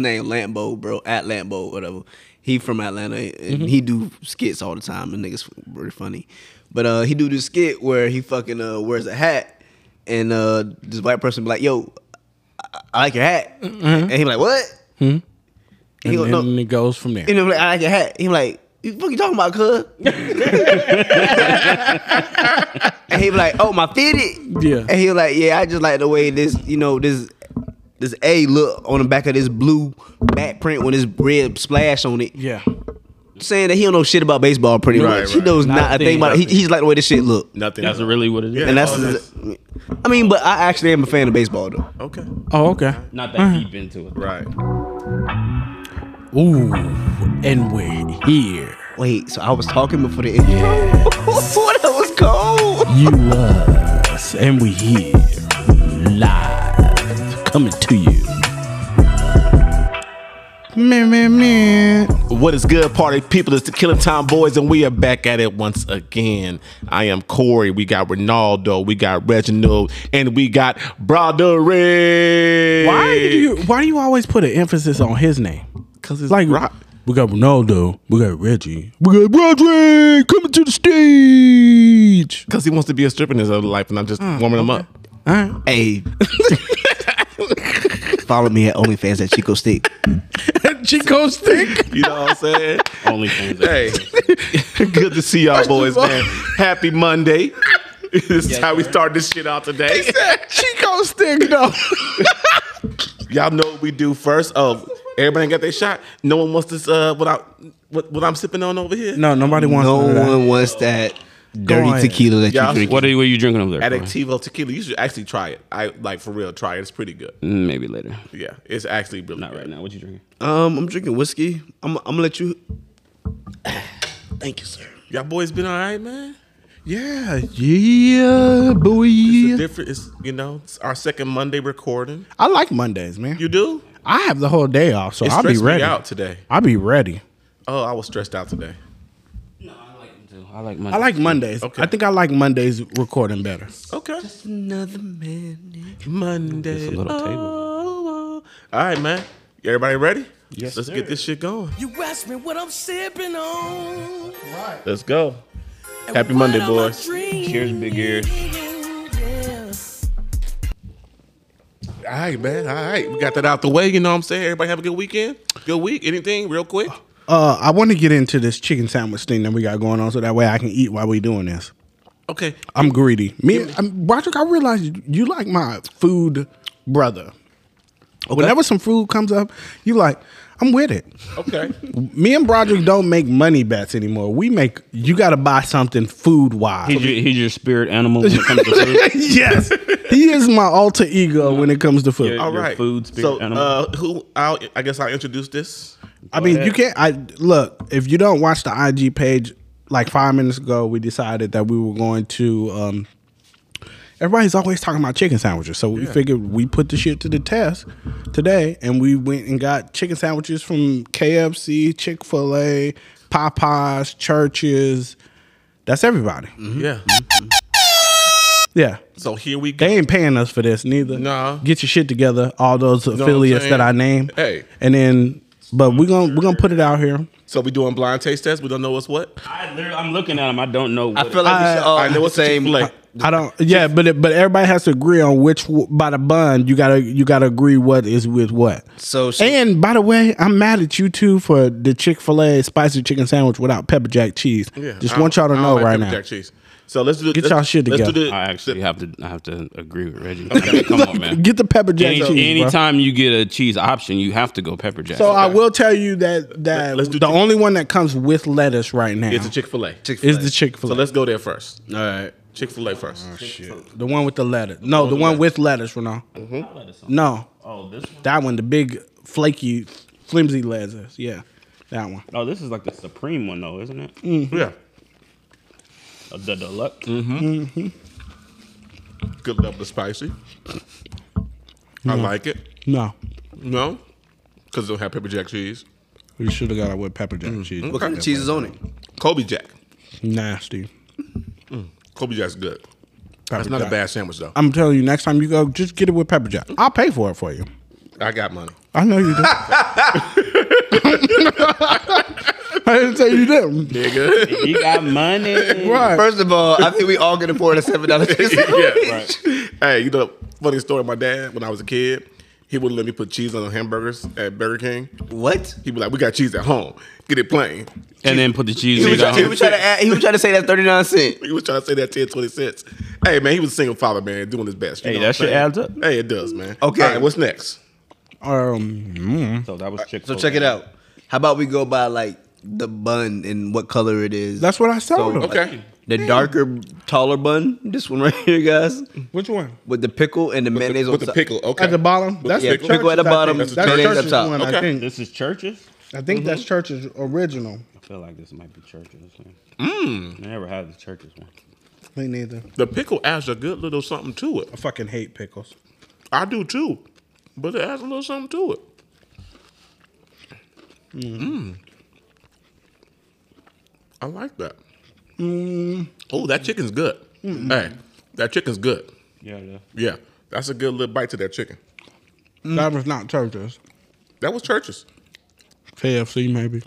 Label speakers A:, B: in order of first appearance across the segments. A: name Lambo, bro. At Lambo, whatever. He from Atlanta and
B: Mm-hmm.
A: he do skits all the time and niggas really funny. But uh he do this skit where he fucking uh wears a hat and uh this white person be like, yo, I, I like your hat. And he be like, What? And
B: Mm-hmm. Hmm? And
A: he go,
B: then
A: no,
B: it goes from there.
A: and I'm like, I like your hat. He like, you fuck you talking about, cuz? and he be like, oh, my fitted?
B: Yeah.
A: And he was like, yeah, I just like the way this, you know, this this A look on the back of this blue back print with this red splash on it.
B: yeah.
A: Saying that he don't know shit about baseball pretty
C: Right,
A: much. He
C: right.
A: knows not, a thing about it. He, he's like the way this shit look.
C: Nothing.
D: That's really what it is.
C: Yeah.
A: And that's,
C: Oh, that's-
A: I mean, but I actually am a fan of baseball though.
C: okay.
B: Oh, okay.
D: Not that deep into it.
C: Right.
B: Ooh, and we're here.
A: Wait, so I was talking before the interview. that was cold.
B: You us, and we here live, coming to you.
C: Man, man, man. What is good, party people? It's the Killer Time Boys, and we are back at it once again. I am Corey. We got Ronaldo. We got Reginald, and we got Broderick.
B: Why do you? Why do you always put an emphasis on his name? Because it's like
C: Rock.
B: we got Ronaldo, we got Reggie, we got Rodri coming to the stage.
C: Because he wants to be a stripper in his other life, and I'm just
B: Mm,
C: warming him up.
B: All right,
A: Hey. Follow me at OnlyFans at Chico Stick.
B: Chico stick.
C: You know what I'm saying?
D: Only things. that-
C: hey, good to see y'all, boys,
B: all-
C: man. Happy Monday. this is how we start this shit out today.
B: Chico stick though.
C: Y'all know what we do first. Oh, everybody got their shot. No one wants this. Uh, what I what, what I'm sipping on over here?
B: No, nobody wants
A: No
B: none of that.
A: one wants that dirty
B: ahead.
A: tequila that
C: Yeah,
A: you drink.
D: What are you, what are you drinking over there?
A: Mm-hmm.
D: Corey?
C: Addictivo tequila. You should actually try it. I like for real. Try it. It's pretty good.
D: Mm, Maybe later.
C: Yeah, it's actually really
D: Not
C: good.
D: right now. What you drinking?
A: Um, I'm drinking whiskey. I'm, I'm gonna let you. Thank you, sir.
C: Y'all boys been all right, man.
B: Yeah, yeah,
C: It's a
B: boy.
C: different. It's you know it's our second Monday recording.
B: I like Mondays, man.
C: You do?
B: I have the whole day off, so
C: It
B: I'll be
C: stressed
B: ready.
C: me out today.
B: I'll be ready.
C: Oh, I was stressed out today.
D: No, I like them too. I like mine.
B: I like Mondays.
C: Okay.
B: I think I like Mondays recording better.
C: Okay.
A: Another man.
C: Monday.
D: It's a little
C: table. All right, man. Everybody ready?
D: Yes,
C: Let's
D: sir.
C: get this shit going.
E: You ask me what I'm sipping on.
C: Let's go. Happy Monday, boys.
D: Cheers, big ears.
C: All right, man. All right. We got that out the way. You know what I'm saying? Everybody have a good weekend. Good week. Anything real quick?
B: Uh, I want to get into this chicken sandwich thing that we got going on, so that way I can eat while we doing this.
C: Okay.
B: I'm greedy. Me, I'm, Roderick, I realize you- you like my food brother. Whenever some food comes up, you like, I'm with it.
C: Okay.
B: Me and Broderick don't make money bets anymore. We make you got to buy something food wise.
D: He's your, he's your spirit animal when it comes to food.
B: yes, he is my alter ego when it comes to food.
D: Yeah.
C: All
D: Your
C: right.
D: food, spirit,
C: so,
D: animal.
C: uh, who? I'll, I guess I'll introduce this.
B: I mean, you can't. I look if you don't watch the IG page. Like five minutes ago, we decided that we were going to. Um, everybody's always talking about chicken sandwiches, so we figured we put the shit to the test today, and we went and got chicken sandwiches from KFC, Chick Fil A, Popeyes, churches. That's everybody.
C: Yeah.
B: Yeah,
C: So here we go.
B: they ain't paying us for this neither.
C: Nah.
B: get your shit together. All those
C: what I'm
B: affiliates that
C: saying?
B: I named.
C: Hey.
B: and then, but we're gonna we're gonna put it out here.
C: So we doing blind taste test. We don't know what's what.
D: I literally, I'm looking at him. I don't know. What
A: I feel like we should all
C: I know
A: have
C: what's
A: the same.
C: Chick-fil-A.
B: I don't. Yeah, but it, but everybody has to agree on which w- by the bun you gotta you gotta agree what is with what.
A: So she-
B: and by the way, I'm mad at you too for the Chick Fil A spicy chicken sandwich without pepper jack cheese.
C: Yeah.
B: Just
C: I-
B: want y'all to
C: I don't
B: know
C: like
B: right
C: pepper
B: now.
C: Jack cheese. So let's do.
B: Get
C: let's-
B: y'all shit
C: let's do
B: together.
C: the-
D: I actually have to I have to agree with Reggie. I mean, come on, man.
B: Get the pepper jack
D: Any,
B: cheese. bro.
D: anytime you get a cheese option, you have to go pepper jack.
B: So I will tell you that that
C: Let's do
B: the
C: Chick-
B: only one that comes with lettuce right now
C: It's a Chick Fil A.
B: is the Chick
C: So
B: Fil A,
C: let's go there first.
A: All right.
C: Chick Fil A first.
B: Oh, the one with the lettuce. No, the Mm-hmm. one with lettuce, Renault. No,
D: oh, this one?
B: that one, the big flaky, flimsy lettuce. Yeah, that one.
D: Oh, this is like the supreme one though, isn't it?
C: Yeah.
D: Uh, The deluxe.
C: Good level of spicy. I like it.
B: No,
C: No, because it don't have pepper jack cheese.
B: You should have got it with pepper jack cheese.
A: What kind of cheese is on it?
C: Kobe Jack.
B: Nasty.
C: Kobe Jack's good.
B: Pepper
C: That's not
B: jack.
C: a bad sandwich though.
B: I'm telling you, next time you go, just get it with pepper jack. I'll pay for it for you.
C: I got money.
B: I know you did. I didn't say you didn't.
C: Nigga.
D: You got money.
B: Right.
A: First of all, I think we all gonna pour in a seven dollars.
C: yeah, right. Hey, you know, funny story. My dad, when I was a kid, he wouldn't let me put cheese on hamburgers at Burger King.
A: What?
C: He'd be like, "We got cheese at home. Get it plain."
D: And then put the cheese
A: He
D: in
A: was, trying, he was
D: the
A: trying to add, he was trying to say that thirty nine cent.
C: He was trying to say that 10, 20 cents. Hey, man, he was a single father, man, doing his best. you
D: Hey,
C: know what
D: that
C: I'm
D: shit
C: saying?
D: adds up.
C: Hey, it does, man.
A: Okay.
C: All right, what's next?
B: Um, mm.
D: So that was chick.
A: So check it out. How about we go by like the bun and what color it is?
B: That's what I said.
A: So,
B: Okay.
C: Okay.
A: The darker, taller bun. This one right here, guys,
B: Which one?
A: with the pickle and the mayonnaise
C: With
A: on
C: the
A: top.
C: pickle. Okay.
B: At the bottom. That's
A: yeah,
B: the
A: pickle at the
B: church's, I
A: bottom,
B: think. That's
A: mayonnaise up
B: church's
A: top.
B: one, Mm-hmm. I
C: Okay.
B: think.
D: This is churches.
B: I think that's church's original.
D: I feel like this might be churches. Mm. I never had the churches one.
B: Me neither.
C: The pickle adds a good little something to it.
B: I fucking hate pickles.
C: I do too, but it adds a little something to it. Mm-hmm. Mm. I like that. Oh, that chicken's good. Hey, that chicken's good.
D: Yeah, yeah.
C: Yeah, that's a good little bite to that chicken.
B: That was not church's.
C: That was Church's.
B: KFC maybe.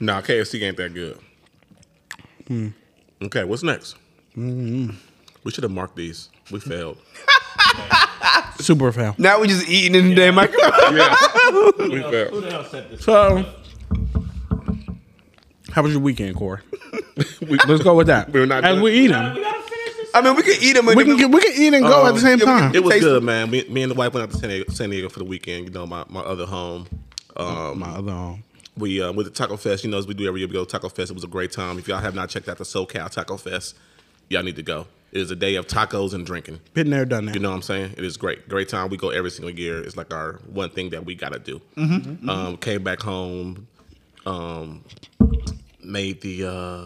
C: Nah, KFC ain't that good.
B: Hmm.
C: Okay, what's next?
B: Mm-hmm.
C: We should have marked these. We failed.
B: Super fail.
A: Now we just eating in the damn microphone.
C: Yeah, we failed.
D: the hell said this?
B: So, how was your weekend, Corey?
C: We-
B: Let's go with that.
C: We're not
B: As
C: done.
B: we eat them,
A: I mean, we could eat them.
B: we can get, we can eat and go at the same
A: yeah, we
B: time.
A: can-
C: Um, It was
A: Taste
C: good, man. Me, me and the wife went out to San Diego, San Diego for the weekend. You know, my, my other home. Um,
B: My other arm.
C: we uh, went to Taco Fest. You know, as we do every year, we go to Taco Fest. It was a great time. If y'all have not checked out the SoCal Taco Fest, y'all need to go. It is a day of tacos and drinking.
B: Been there, done that.
C: You know what I'm saying? It is great. Great time. We go every single year. It's like our one thing that we got to do. Um, came back home, um, made the uh,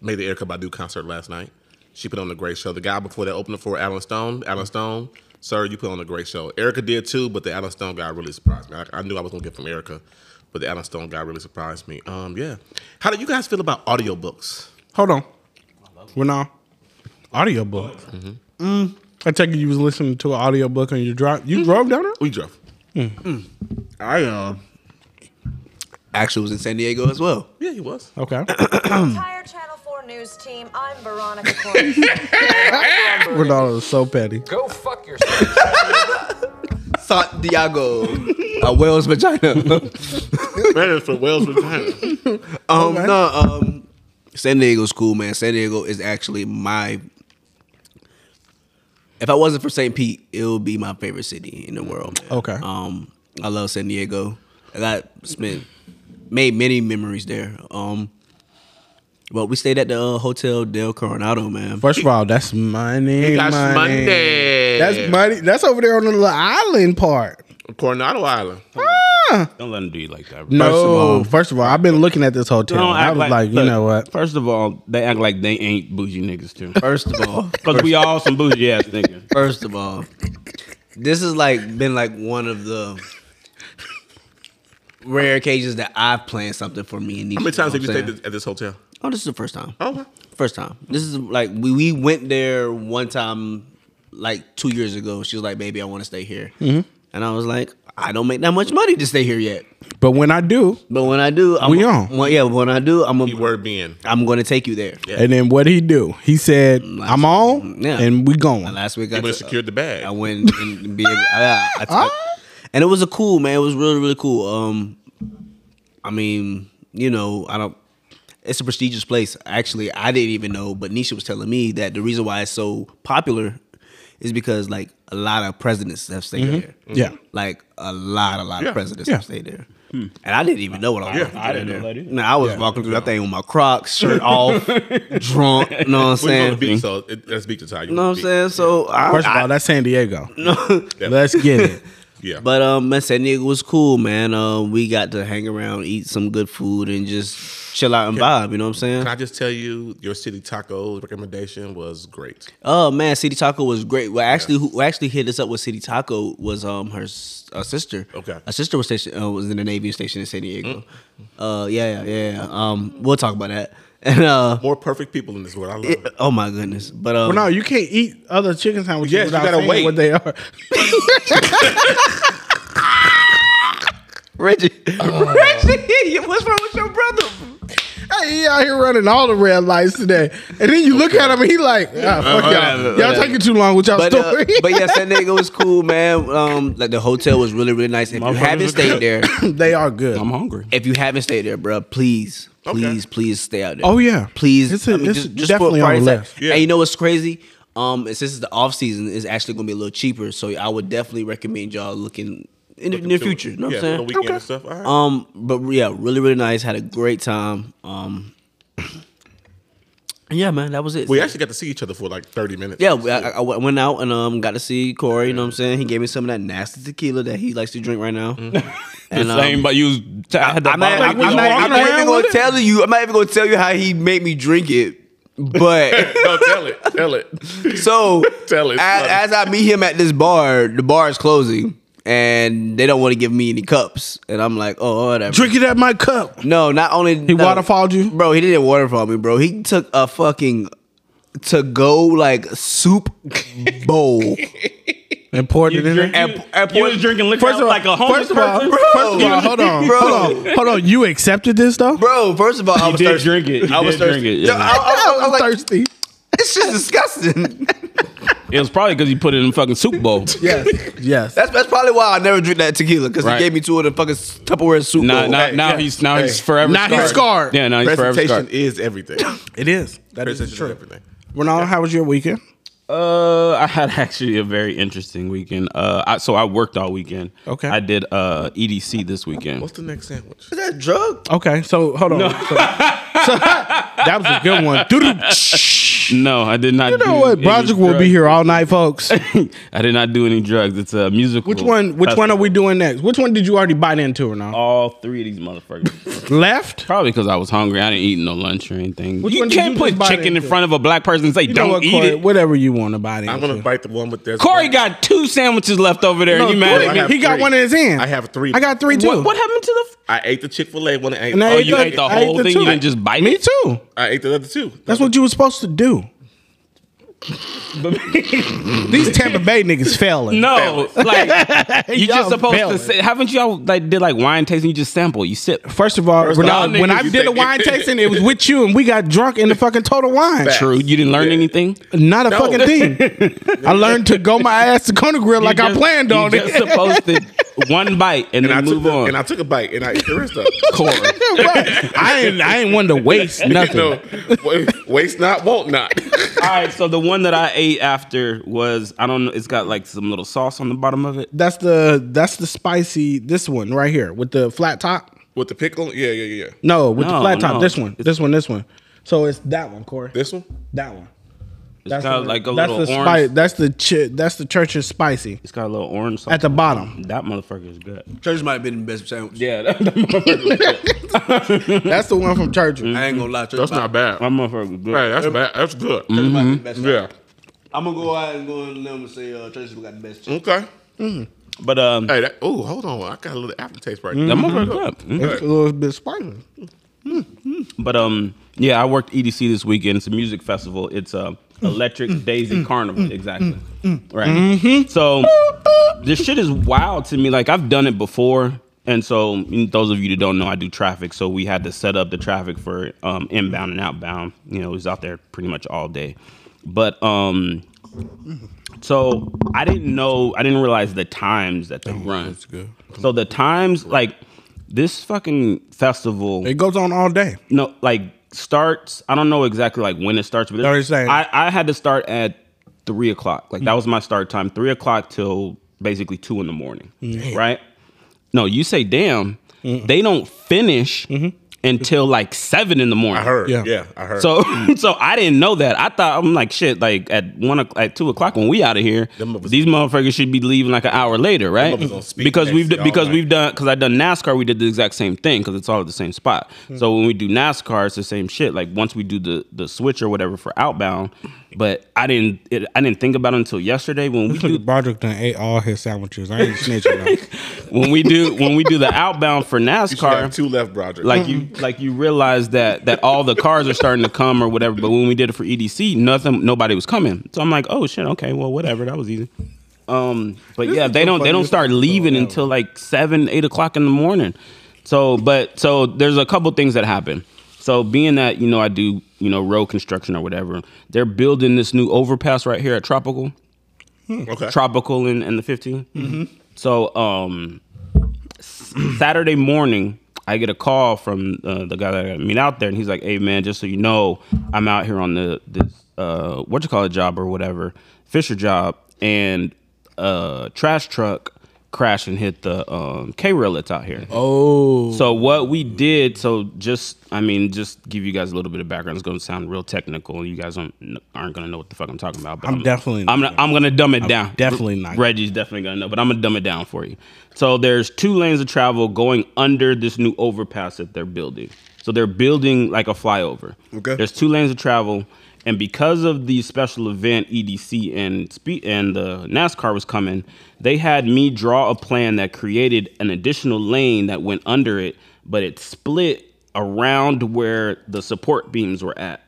C: made the Erica Badu concert last night. She put on a great show. The guy before that opened it for Alan Stone. Alan Stone, sir, you put on a great show. Erica did too, but the Alan Stone guy really surprised me. I, I knew I was gonna get from Erica, but the Alan Stone guy really surprised me. Um, yeah. How do you guys feel about audiobooks?
B: Hold on. We're now audiobook. Mm-hmm. I take it you was listening to an audiobook on your drive. You drove down there?
C: We drove.
A: I um, actually was in San Diego as well.
C: Yeah, he was.
B: Okay.
F: entire Channel 4 news team, I'm Veronica Cornish.
B: Ronaldo is so petty.
G: Go fuck yourself.
A: Santiago, a whale's vagina.
C: That is for Wales, Virginia.
A: Um, no, um, San Diego's cool, man. San Diego is actually my. If I wasn't for St. Pete, it would be my favorite city in the world. man.
B: Okay.
A: Um, I love San Diego. I got spent made many memories there. Um, but we stayed at the uh, Hotel Del Coronado, man.
B: First of all, that's money.
C: That's
B: money.
C: Monday.
B: That's money. That's over there on the little island part.
C: Coronado Island.
D: Don't let him do you like that.
B: No,
D: First of all,
B: first of all, I've been looking at this hotel.
D: don't
B: I
D: act
B: was like, you
D: look,
B: know what?
D: First of all, they act like they ain't bougie niggas too.
A: First of all,
D: Cause we all some bougie ass niggas.
A: first of all, this has like been like one of the rare occasions that I've planned something for me. And
C: How many times have you stayed at this hotel?
A: Oh, this is the first time.
C: Okay.
A: First time. This is like we we went there one time like two years ago. She was like, "Baby, I want to stay here,"
B: Mm-hmm.
A: and I was like, "I don't make that much money to stay here yet."
B: But when I do,
A: But when I do, I'm
B: We on.
A: Well, yeah, when I do, I'm
C: The
A: gonna
C: word being.
A: I'm gonna take you there.
C: Yeah.
B: and then what he do? He said, "I'm on,
A: Yeah.
B: and we going."
A: And last week I
C: You went
A: took-
C: secured the
A: I
C: bag.
A: went and be. I, I, I, and it was a cool man. It was really really cool. Um, I mean, you know, I don't. It's a prestigious place. Actually, I didn't even know, but Nisha was telling me that the reason why it's so popular is because like a lot of presidents have stayed there.
B: Mm-hmm. Yeah.
A: like a lot, a lot
C: Yeah,
A: of presidents
B: yeah.
A: have stayed there. And I didn't even know what I was.
C: Yeah.
A: walking
D: I
A: through
D: didn't know
A: there.
D: that either.
A: No, I was walking through that thing with my Crocs shirt off, drunk. You know what I'm
C: We was on the
A: saying?
C: beach, so it, that's beach attire.
A: You know what I'm saying? So I,
B: First of
A: I-
B: all, that's San Diego. Let's get it.
C: Yeah.
A: But um, man, San Diego was cool, man. Uh, we got to hang around, eat some good food, and just chill out and vibe. You know what I'm saying?
C: Can I just tell you, your city taco recommendation was great.
A: Oh man, City Taco was great. Well, actually, who who actually hit us up with City Taco was um her s- uh, sister.
C: Okay. Mm.
A: her sister was station uh, was in the Navy station in San Diego. Uh, yeah, yeah, yeah, yeah. Um, we'll talk about that. And uh,
C: More perfect people in this world. I love
A: it-
C: it.
A: oh my goodness, but um,
B: Well, no, you can't eat other chicken sandwiches
C: Yes, you
B: without
C: gotta
B: saying
C: wait.
B: what they are.
A: Reggie.
C: Oh.
A: Reggie, what's wrong with your brother?
B: Hey, he out here running all the red lights today, and then you look at him and he like, ah, fuck y'all,
A: whatever,
B: y'all
A: whatever.
B: taking too long with y'all
A: But uh,
B: story.
A: but yeah, San Diego was cool, man. Um, like the hotel was really really nice. If you
D: Motherfuckers
A: haven't
D: are
A: stayed
D: good.
A: there,
B: they are good.
D: I'm hungry.
A: if you haven't stayed there, bruh, please, please, please stay out there.
B: Oh, yeah.
A: please.
B: It's a- it's definitely on
A: party
B: the
A: site.
B: list.
C: Yeah.
A: And you know what's crazy? Um, and since it's the off season, it's actually gonna be a little cheaper. So I would definitely recommend y'all looking in the near future. You know what
C: yeah,
A: I'm
C: on the
A: saying?
C: weekend and stuff. All right.
A: Um, but yeah, really, really nice. Had a great time. Um, yeah, man, that was it.
C: we actually got to see each other for like 30 minutes.
A: yeah, we- I, I went- went out and um got to see Corey. You know what I'm saying? He gave me some of that nasty tequila that he likes to drink right now.
C: Mm-hmm.
D: The
A: And, um,
D: same, but you. was- I had that
A: I'm not,
D: bottle.
A: I'm, I'm not, I'm not even gonna tell you. I'm not even gonna tell you how he made me drink it. But
C: no, tell it. Tell it.
A: so
C: Tell us,
A: as,
C: buddy.
A: as I meet him at this bar, the bar is closing, and they don't want to give me any cups, and I'm like, oh whatever.
B: Drink it at my cup.
A: No, not only
B: He waterfalled you?
A: bro. He didn't waterfall me, bro. He took a fucking to go like soup bowl.
B: And poured it in
A: At-
B: there.
A: at
D: You
A: point-
D: was drinking liquor
B: First
D: first
B: of all,
D: like a homeless
B: first of all,
D: person.
B: first of all, hold on,
A: Bro.
B: hold on, hold on. You accepted this though?
A: Bro, first of all, I
D: You
A: was
D: did
A: thirsty.
D: drink it. You
A: I was
D: did drink
A: thirsty.
D: it, yeah.
A: Yo, I, I- I was like,
B: thirsty.
A: it's just disgusting.
D: It was probably because you put it in the fucking soup bowl.
B: Yes, yes.
A: That's that's probably why I never drink that tequila because
D: Right.
A: he gave me two of the fucking Tupperware soup.
D: Now,
A: bowl.
D: now,
B: Hey,
D: now
B: yeah.
D: he's now
B: Hey.
D: he's forever.
B: Now
D: scarred.
B: he's scarred.
D: Yeah, now he's forever
C: Presentation
D: scarred.
C: is everything.
B: It is. That is
C: Presentation is
B: true.
C: everything.
B: Ronaldo, how was your weekend?
D: Uh, I had actually a very interesting weekend. Uh, I, so I worked all weekend.
B: Okay. Oh,
D: I did uh EDC this weekend.
C: What's the next sandwich?
A: Is that drug?
B: Okay, so hold on. So- so- that was a good one. you
D: No, I did not.
B: know
D: do
B: what?
D: any
B: Broderick will be
D: drugs.
B: here all night, folks.
D: I did not do any drugs. It's a musical.
B: Which one? Which one are we
D: festival.
B: doing next? Which one did you already bite into, Ronaldo?
D: All three of these motherfuckers.
B: Left.
D: Probably because I was hungry. I didn't eat no lunch or anything.
B: Which
D: you
B: one did
D: can't
B: you
D: put
B: just bite
D: chicken in
B: into?
D: front of a black person and say,
B: You know
D: "Don't
B: what,
D: eat
B: Corey?
D: it."
B: Whatever you want to bite into.
C: I'm gonna bite the one with there's
D: Corey
C: one-
D: got two sandwiches left over there.
B: No,
D: and you mad
B: Corey,
D: at
C: I
D: me?
C: have
B: He got
C: three.
B: one in his hand.
C: I have three.
B: I got three too.
D: What, what happened to the?
C: I ate the Chick Fil A one. I ate,
B: And I
C: oh,
D: F- you
B: the-
D: ate the
B: I ate
D: whole
B: the
D: thing.
B: two.
D: You didn't just bite.
B: Me
D: it?
B: too.
C: I ate the other two.
B: That's what you were supposed to do. These Tampa Bay niggas failing.
D: No, like you
B: Y'all
D: just supposed
B: failing.
D: to. Say, haven't y'all like did like wine tasting? You just sample. You sip.
B: First of all, when, I,
D: y'all
B: when
D: niggas
B: I
D: be
B: did the
C: thinking-
B: wine tasting, it was with you, and we got drunk in the fucking total wine.
C: Fact.
D: True. You didn't learn anything.
B: Not a
C: No.
B: fucking thing. I learned to go my ass to Kona Grill like
D: You
B: I
D: just-
B: planned
D: you
B: on
D: just
B: it.
D: supposed to one bite and,
C: And I
D: then
C: took
D: move
C: the,
D: on.
C: and I took a bite and I ate the rest of it.
D: Corey.
B: Right. I ain't I ain't one to waste nothing.
C: No, wa- waste not, won't not.
D: All right, so the one that I ate after was I don't know. It's got like some little sauce on the bottom of it.
B: That's the that's the spicy this one right here with the flat top.
C: With the pickle, yeah, yeah, yeah.
B: No, with the
D: No,
B: flat top.
D: no.
B: This one. This one. This one. So it's that one, Corey.
C: This one,
B: that one.
D: It's got
B: the-
D: like a
B: that's
D: little
B: the
D: orange.
B: Spice, that's the chi- that's the church's spicy
D: It's got a little orange sauce
B: at the bottom.
D: That motherfucker is good.
A: Church might have been the best sandwich.
D: Yeah, that, that motherfucker was good.
B: That's the one from
D: Mm-hmm.
B: church's.
A: I ain't gonna lie. Church
C: that's
A: might-
C: not bad.
D: That motherfucker was good.
C: Hey, that's bad. That's good.
D: Mm.
A: Church might
D: Mm-hmm.
A: be the best
C: Yeah.
A: sandwich. I'm gonna go out and go on a limb and say uh, Church got the best. chicken.
C: Okay.
D: But um,
C: Hey, that, oh, hold on. I got a little aftertaste right
D: that
C: now.
D: motherfucker was good. Mm-hmm.
B: It's a little bit spicy.
D: But um, yeah, I worked EDC this weekend. It's a music festival. It's a Electric Daisy Carnival, exactly. Right. So this shit is wild to me. Like I've done it before, and so mm, those of you that don't know, I do traffic. So we had to set up the traffic for um, inbound and outbound. You know, it was out there pretty much all day. But um, so I didn't know, I didn't realize the times that they run. So the times, like this fucking festival,
B: It goes on all day.
D: no, like starts. I don't know exactly like when it starts, but
B: No, it's saying-
D: I I had to start at three o'clock. Like that was my start time, three o'clock till basically two in the morning, right? No, you say damn. They don't finish until like seven in the morning.
C: I heard.
B: Yeah.
C: Yeah, I heard.
D: So so I didn't know that. I thought I'm like shit. Like at one o'clock, at two o'clock when we out of here,
C: Them motherfuckers-
D: these motherfuckers should be leaving like an hour later, right?
C: motherfuckers gonna speak
D: Because we've
C: nasty all
D: because
C: night.
D: we've done because I done NASCAR. We did the exact same thing because it's all at the same spot.
C: Hmm.
D: So when we do NASCAR, it's the same shit. Like once we do the the switch or whatever for outbound, but I didn't it, I didn't think about it until yesterday when we do
B: Broderick done ate all his sandwiches. I ain't snitching.
D: when we do when we do the outbound for
C: you should have
D: NASCAR.
C: two left, Broderick.
D: like you like you realize that that all the cars are starting to come or E whatever. But when we did it for EDC, nothing, nobody was coming. So I'm like, oh shit, okay, well whatever, that was easy. Um, but yeah, they don't they don't start leaving until like seven, eight o'clock in the morning. So, but so there's a couple things that happen. So, being that you know I do you know road construction or whatever, they're building this new overpass right here at Tropical,
C: Mm. Okay.
D: Tropical and, and the 15.
B: Mm-hmm.
D: So, um, s- Saturday morning. I get a call from uh, the guy that I gotta meet out there, and he's like, "Hey, man, just so you know, I'm out here on the this uh, what you call it job or whatever, Fisher job, and uh, trash truck crashed and hit the um, K rail that's out here.
B: Oh.
D: So what we did, so just I mean, just give you guys a little bit of background. It's going to sound real technical. You guys don't, aren't going to know what the fuck I'm talking about. But
B: I'm definitely not
D: I'm gonna, I'm going to dumb it down.
B: definitely not.
D: Reggie's definitely going to know, but I'm going to dumb it down for you. So there's two lanes of travel going under this new overpass that they're building. So they're building like a flyover.
C: Okay.
D: There's two lanes of travel, and because of the special event EDC and spe- and the NASCAR was coming, they had me draw a plan that created an additional lane that went under it, but it split around where the support beams were at.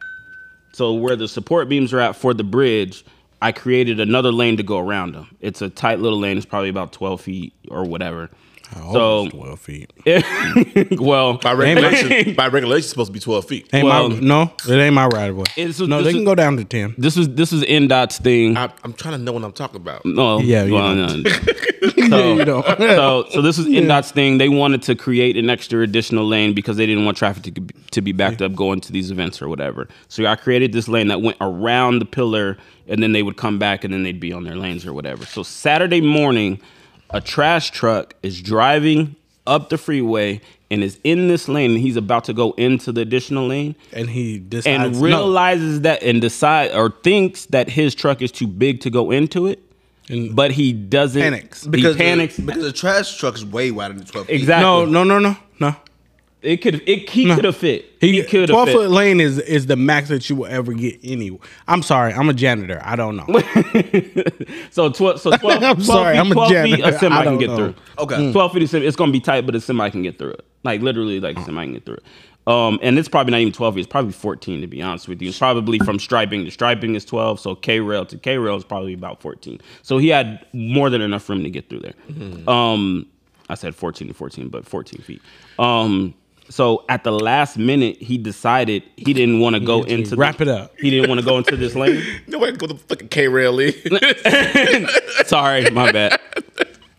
D: So where the support beams are at for the bridge, I created another lane to go around them. It's a tight little lane. It's probably about 12 feet or whatever. So,
B: Almost twelve feet.
D: well,
C: By regulation, by regulation, it's supposed to be twelve feet.
B: Ain't
D: well-
B: my no, it ain't my right of way.
D: It's-
B: no,
D: this
B: they can
D: is-
B: go down to ten.
D: this is this is NDOT's thing.
C: I, I'm trying to know what I'm talking about.
D: No,
B: Yeah, you
D: well,
B: don't.
D: no.
B: yeah, you know.
D: so so this is NDOT's thing. They wanted to create an extra additional lane because they didn't want traffic to, be- to be backed up going to these events or whatever. So I created this lane that went around the pillar, and then they would come back, and then they'd be on their lanes or whatever. So Saturday morning, a trash truck is driving up the freeway and is in this lane, and he's about to go into the additional lane
B: and he decides
D: and
B: no.
D: realizes that and decide or thinks that his truck is too big to go into it.
B: And-
D: but he doesn't.
B: Panics.
D: he panics
A: the, because the trash truck is way wider than twelve. feet.
D: exactly.
B: No, no, no, no, no.
D: It could it he could have fit. He,
B: He,
D: could have
B: twelve
D: fit.
B: foot lane is is the max that you will ever get. Anyway, I'm sorry, I'm a janitor. I don't know.
D: so twelve so 12
B: I'm
D: 12
B: sorry,
D: feet,
B: I'm a
D: 12 feet
B: janitor.
D: a semi
B: I
D: can
B: don't
D: get
B: know.
D: through. Mm.
A: Okay.
D: Twelve feet a semi it's gonna be tight, but a semi can get through it. Like literally like a semi can get through it. Um and it's probably not even twelve feet, it's probably fourteen to be honest with you. It's probably from striping to striping is twelve, so K rail to K rail is probably about fourteen. So he had more than enough room to get through there. Um I said fourteen to fourteen, but fourteen feet. Um so at the last minute, he decided he didn't want to go into the-
B: Wrap it up.
D: He didn't want to go into this lane.
C: No way, go to fucking K rail in.
D: Sorry, my bad.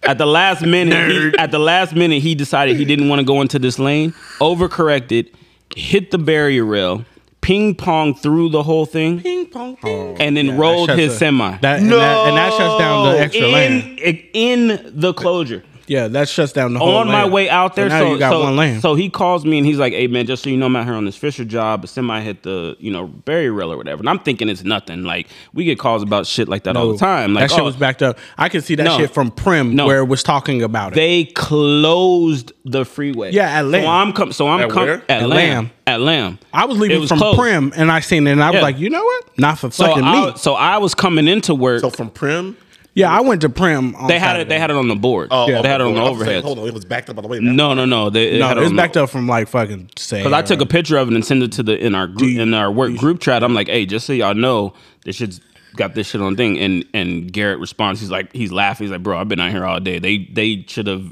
D: At the last minute, he- at the last minute, he decided he didn't want to go into this lane. Overcorrected, hit the barrier rail, ping pong through the whole thing,
C: Ping pong, ping.
D: and then
B: Oh, That
D: rolled
B: shuts
D: his
B: the-
D: semi
B: That, and, that, and that shuts down the extra
D: in,
B: lane.
D: in the closure.
B: Yeah, that shuts down the whole.
D: on my
B: lane.
D: way out there.
B: now
D: so,
B: you got
D: so-
B: one lane.
D: so he calls me and he's like, "Hey man, just so you know, I'm out here on this Fisher job. A semi hit the you know barrier rail or whatever." And I'm thinking it's nothing. Like we get calls about shit like that all the time. Like
B: that shit
D: oh,
B: was backed up. I could see that
D: No.
B: shit from Prim
D: No.
B: where it was talking about it.
D: They closed the freeway.
B: Yeah, at Lamb.
D: So I'm com- so I'm
C: At
D: com-
C: where?
D: at
B: At
D: Lamb.
B: Lamb.
D: At Lamb.
B: I was
D: It
B: leaving from
D: closed.
B: Prim and I seen it and I was
D: Yeah.
B: like, you know what? Not for
D: So
B: fucking
D: I,
B: me.
D: so I was coming into work.
C: So from Prim,
B: yeah, I went to Prim. On
D: they had it. They had it on the board.
C: oh,
D: they had it on the
C: I was saying,
D: overhead.
C: Hold on, it was backed up on the way.
D: No, no, no. They, they
B: No,
D: had
B: it was backed
D: on
B: up from like fucking say.
D: Because I took a picture of it and sent it to the in our group,
B: you-
D: in our work group chat. I'm like, hey, just so y'all know, this shit's got this shit on thing. And and Garrett responds, he's like, he's laughing. He's like, bro, I've been out here all day. They they should have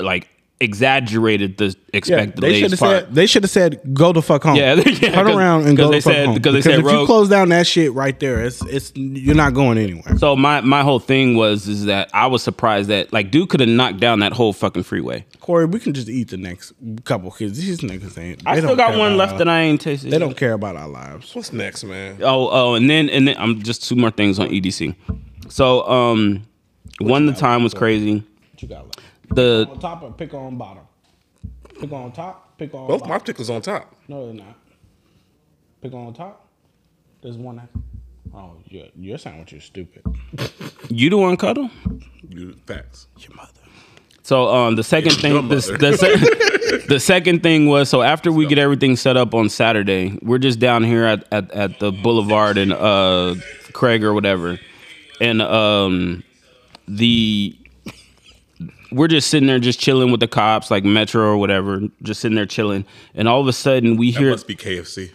D: like exaggerated the
B: Yeah,
D: expected
B: they should
D: yeah,
B: have said. They should have said, "Go the fuck home."
D: Yeah, they- yeah,
B: turn
D: 'cause-
B: around and
D: 'cause
B: go
D: they
B: the fuck
D: said-
B: home.
D: because they said
B: if
D: rogue-
B: you close down that shit right there, it's it's you're not going anywhere.
D: So my my whole thing was is that I was surprised that like dude could have knocked down that whole fucking freeway.
B: Corey, we can just eat the next couple because these niggas ain't.
D: I
B: they
D: still
B: don't
D: got
B: care
D: one
B: about
D: left
B: our-
D: that I ain't tasted.
B: They
D: yet.
B: don't care about our lives.
C: What's next, man?
D: Oh oh, and then and then I'm just two more things on EDC. So um, one the time was crazy.
B: What you got left?
D: The
B: On top or pick on bottom? Pick on top. Pick on
C: Both
B: bottom.
C: my pickles on top.
B: No, they're not. Pick on top. There's one. That, oh, your your sandwich is stupid.
D: you the one cuddle.
C: You- Facts.
B: Your mother.
D: So um, the second thing, the,
C: mother.
D: the, se- the second thing was so after we get everything set up on Saturday, we're just down here at at, at the Boulevard and uh, Craig or whatever, and um, the we're just sitting there just chilling with the cops like Metro or whatever, just sitting there chilling, and all of a sudden we
C: That
D: hear
C: must be KFC.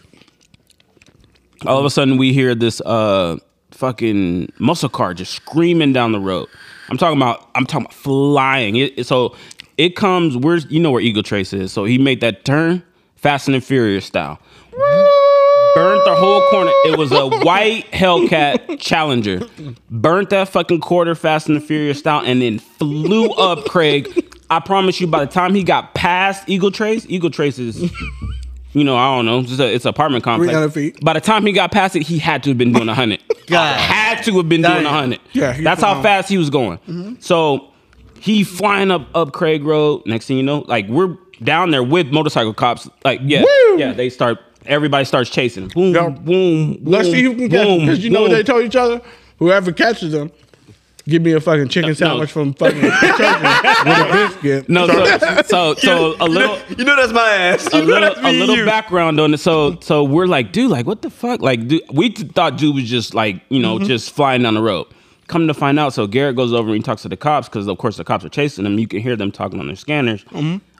D: all of a sudden we hear this uh fucking muscle car just screaming down the road. I'm talking about I'm talking about flying. It, it- so it comes where you know where Eagle Trace is. So he made that turn, Fast and the Furious style. Burnt the whole corner. It was a white Hellcat Challenger. Burnt that fucking quarter Fast and the Furious style and then flew up Craig. I promise you, by the time he got past Eagle Trace, Eagle Trace is you know, I don't know. It's, a, it's an apartment complex.
B: 300 feet.
D: By the time he got past it, he had to have been doing 100.
A: God.
D: Had to have been doing 100.
B: Yeah, he Mm-hmm.
D: That's how
B: phenomenal.
D: fast he was going. So he flying up up Craig Road. Next thing you know, like we're down there with motorcycle cops. Like, yeah, yeah, they start, everybody starts chasing. Boom,
B: Yeah.
D: boom, boom,
B: Let's see who can catch
D: boom,
B: because you know what
D: boom.
B: they told each other. Whoever catches them, give me a fucking chicken sandwich from fucking Kentucky with a biscuit.
D: No, so, so, so a little...
A: You know that's my ass.
D: a little, a little background on it. So so we're like, dude, like what the fuck? Like, dude, we t- thought dude was just like, you know, just flying down the road. Come to find out, so Garrett goes over and he talks to the cops because of course the cops are chasing him. You can hear them talking on their scanners.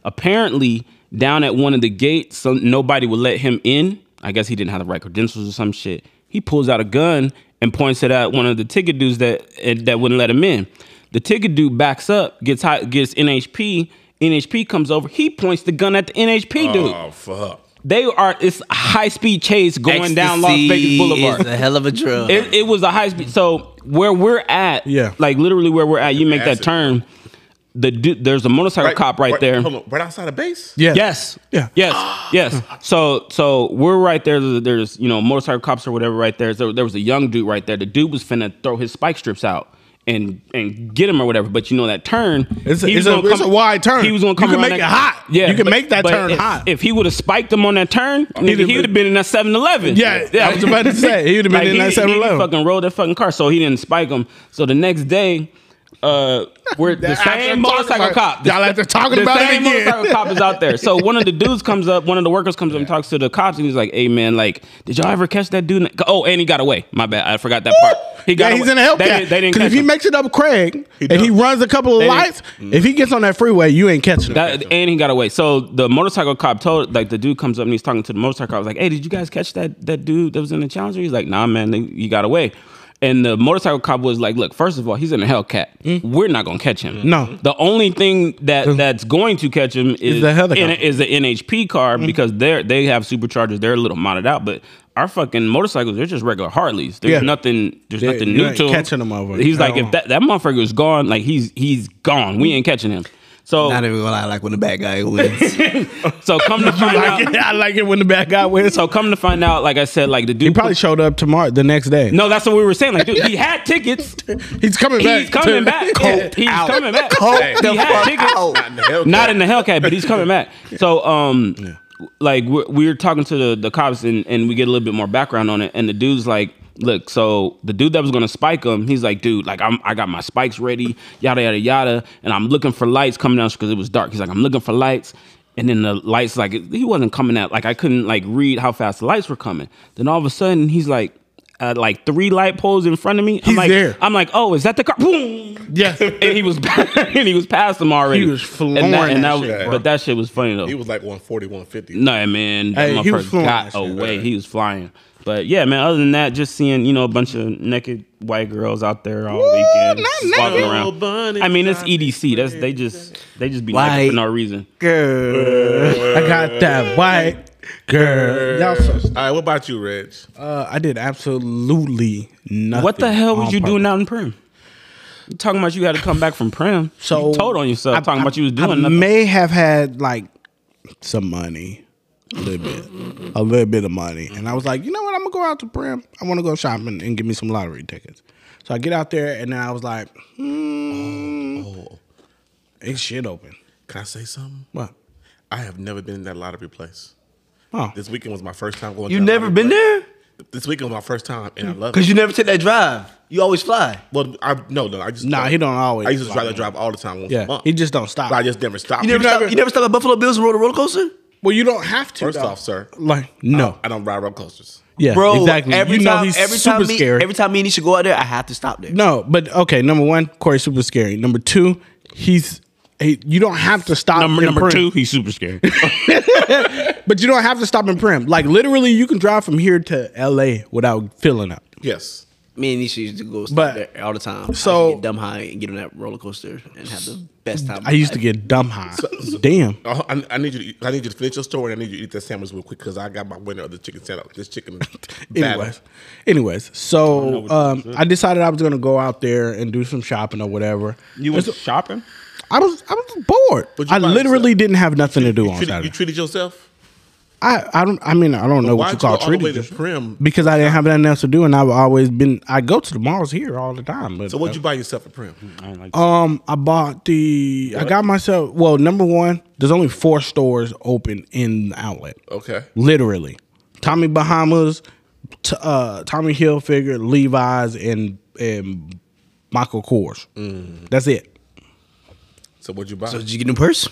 D: Apparently, down at one of the gates, so nobody would let him in. I guess he didn't have the right credentials or some shit. He pulls out a gun and points it at one of the ticket dudes that eh, that wouldn't let him in. The ticket dude backs up, gets high, gets NHP. NHP comes over. He points the gun at the NHP dude.
C: Oh fuck.
D: They are. It's a high speed chase going down Las Vegas Boulevard.
A: It's a hell of a drug.
D: it, it was a high speed. So where we're at,
B: Yeah.
D: like literally where we're at, you make that
C: Acid.
D: turn. The dude, there's a motorcycle cop right, there.
C: Hold on, right outside the base.
B: Yeah.
D: Yes.
B: Yeah.
D: Yes. yes. So so we're right there. There's- There's you know motorcycle cops or whatever right there. So there was a young dude right there. The dude was finna throw his spike strips out. And, and get him or whatever, but you know that turn.
B: It's a-
D: he
B: it's
D: was
B: a-
D: gonna
B: it's a wide turn.
D: He was gonna
B: You
D: come
B: can
D: around
B: make
D: that-
B: it hot.
D: Yeah,
B: You can
D: but-
B: make that
D: but
B: turn
D: if,
B: hot.
D: If he would have spiked him on that turn,
B: He'd have
D: nigga, he would
B: been-
D: have been in that 7-Eleven.
B: Yeah, I was about to say, he would've been in
D: he-
B: that
D: he
B: 7-Eleven.
D: Fucking rolled that fucking car, so he didn't spike him. So the next day, uh, we're the
B: After talking
D: same motorcycle
B: about-
D: cop.
B: Y'all after talking
D: the
B: about it
D: same
B: again.
D: motorcycle cop is out there. So one of the dudes comes up, one of the workers comes up and talks to the cops, and he's like, "Hey man, like, did y'all ever catch that dude? Oh, and he got away. My bad, I forgot that part. He got
B: yeah,
D: away.
B: he's in a Hellcat.
D: They, didn't- they didn't
B: Because
D: catch
B: if he
D: him.
B: makes it up Craig and he
C: done.
B: runs a couple of
D: They didn't-
B: lights, if he gets on that freeway, you ain't catching him.
D: That, and he got away. So the motorcycle cop told, like, the dude comes up and he's talking to the motorcycle cop. was like, hey, did you guys catch that that dude that was in the Challenger? He's like, nah, man, they, he got away. And the motorcycle cop was like, look, first of all, he's in a Hellcat. We're not gonna catch him.
B: Hmm? No.
D: the only thing that that's going to catch him is
B: the Hmm. Hellcat.
D: N- is the NHP car because they're they have superchargers. They're a little modded out, but. Our fucking motorcycles, they're just regular Harleys. There's
B: Yeah.
D: nothing, there's
B: Yeah,
D: nothing
B: you
D: new
B: ain't
D: to 'em.
B: catching 'em over.
D: He's like,
B: Hell
D: if
B: no.
D: that, that motherfucker is gone, like he's he's gone. We ain't catching him. So
A: Not even gonna lie, like when the bad guy wins.
D: so come to find
B: I
D: out.
B: like, it, I like it when the bad guy wins.
D: So come to find out, like I said, like the dude.
B: He probably showed up tomorrow, the next day.
D: no, that's what we were saying. Like, dude, he had tickets.
B: he's coming back.
D: He's coming
B: to-
D: back. he's coming back.
A: Coke
D: he
A: the
D: had
A: fuck
D: tickets.
A: out.
C: Not in the Hellcat.
D: Not in the Hellcat, but he's coming back. So, um, like we're, we're talking to the, the cops and, and we get a little bit more background on it. And the dude's like, look, so the dude that was gonna spike him, he's like, dude, like I'm I got my spikes ready, yada yada yada, and I'm looking for lights coming down because it was dark. He's like, I'm looking for lights. And then the lights, like he wasn't coming out. Like I couldn't like read how fast the lights were coming. Then all of a sudden, he's like, uh, like three light poles in front of me. I'm
B: He's
D: like,
B: there.
D: I'm like, oh, is that the car? Boom!
B: Yes.
D: and he was and he was past them already.
B: He was flooring
D: and
B: that
D: and was-
B: shit, bro.
D: But that shit was funny though.
C: He was like 140, 150.
D: no man, that
B: Hey, he was
D: motherfucker
B: flooring
D: got
B: that shit,
D: away.
C: right.
D: He was flying. But yeah, man. Other than that, just seeing you know a bunch of naked white girls out there all weekend just walking around. I mean, it's E EDC. That's they just they just be
A: White.
D: naked for no reason.
B: Girl, I got that white girl. Y'all so
C: All right, what about you, Reg?
B: Uh, I did absolutely nothing.
D: What the hell was
B: on
D: you doing
B: purpose.
D: out in prim? You Talking about you had to come back from prim.
B: So
D: you told on yourself.
B: I-
D: talking
B: I-
D: about you was
B: I
D: doing nothing.
B: May have had like some money, a little bit, a little bit of money, and I was like, you know what? I'm gonna go out to Brim. I want to go shopping and get me some lottery tickets. So I get out there, and then I was like, hmm, it's shit open.
C: Oh, Can I say something?
B: What?
C: I have never been in that lottery place.
B: Oh,
C: This weekend was my first time going. to
A: You
C: that
A: never
C: lottery
A: been
C: place.
A: there?
C: This weekend was my first time, and I love it.
A: Cause you never take that drive. You always fly.
C: well, I no, no. I just
B: Nah, he don't always
C: I used to try to
B: fly.
C: drive all the time. Once a
B: yeah.
C: month.
B: He just don't stop.
C: But I just never stopped.
A: You never,
B: never-
A: stop, you never stop at Buffalo Bills and rode a roller coaster?
B: well, you don't have to.
C: First
B: though.
C: off, sir, Uh,
B: like no,
C: I don't ride roller coasters.
B: yeah,
A: Bro,
B: exactly.
A: every
B: you know
A: time,
B: he's
A: every
B: super
A: time me,
B: scary.
A: Every time me and you should go out there, I have to stop there.
B: No, but okay. Number one, Corey's super scary. Number two, he's he, you don't have to stop.
D: Number
B: in
D: number
B: Prim,
D: two, he's super scary.
B: but you don't have to stop in Prim. Like literally, you can drive from here to L.A. without filling up.
C: Yes,
A: Me and Nisha used to go
B: But-
A: there all the time. I
B: so-
A: used to get dumb high and get on that roller coaster and have the best time. of
B: I
A: my
B: used to
A: life.
B: get dumb high. Damn.
C: Oh, I, I need you. To, eat- I need you to finish your story. and I need you to eat that sandwich real quick because I got my winner of the chicken sandwich. This chicken battle.
B: Anyways, anyways, so um, I decided I was gonna go out there and do some shopping or whatever.
D: You went shopping?
B: I was I was bored.
C: But you
B: I
C: by
B: literally
C: yourself.
B: didn't have nothing to do
C: You
B: on
C: treated,
B: Saturday.
C: you treated yourself.
B: I I don't I mean I don't know what
C: why'd
B: you
C: you
B: call
C: go all the
B: treating
C: way to
B: yourself.
C: Prim?
B: because I didn't have nothing else to do, and I've always been I go to the malls here all the time. But
C: So what'd you buy yourself a prim?
B: Um, I bought the. I got myself. Well, number one, there's only four stores open in the outlet.
C: Okay.
B: Literally, Tommy Bahamas, t- uh, Tommy Hilfiger, Levi's, and and Michael Kors.
C: Mm.
B: That's it.
C: So what'd you buy?
A: So did you get a new purse?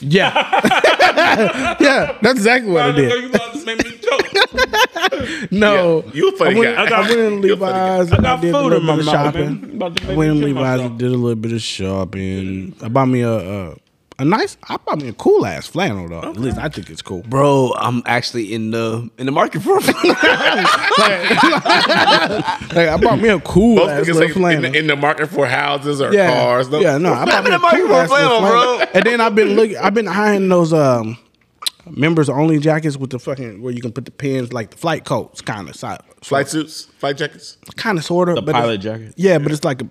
B: Yeah, yeah. That's exactly what I did.
C: you about to make me joke.
B: No,
C: Yeah, you a funny
B: I went,
C: guy.
B: I went in
C: You're a funny guy.
B: Levi's. and I
D: got
B: did a
D: food
B: little
D: in my
B: bit of
D: mouth, man.
B: shopping.
D: About to
B: I
D: make
B: went in
D: me shit
B: Levi's and
D: myself.
B: did a little bit of shopping. I bought me a a, a nice. I bought me a cool ass flannel though. At least I think it's cool.
A: Bro, I'm actually in the in the market for a
B: Like I bought me a cool
C: Most
B: ass
C: niggas
B: little
C: like in,
B: flannel.
C: the, in the market for houses or
B: yeah,
C: cars. No-
B: yeah, no. I bought me
A: Flannel
B: a
A: market
B: cool
A: for
B: ass
A: flannel,
B: little flannel.
A: bro.
B: And then I've been looking. I've been eyeing those um members only jackets with the fucking where you can put the pins like the flight coats kind of side.
C: Flight suits, flight jackets.
B: kind of sort of
D: The
B: but it's-
D: pilot jacket?
B: Yeah, but it's like a,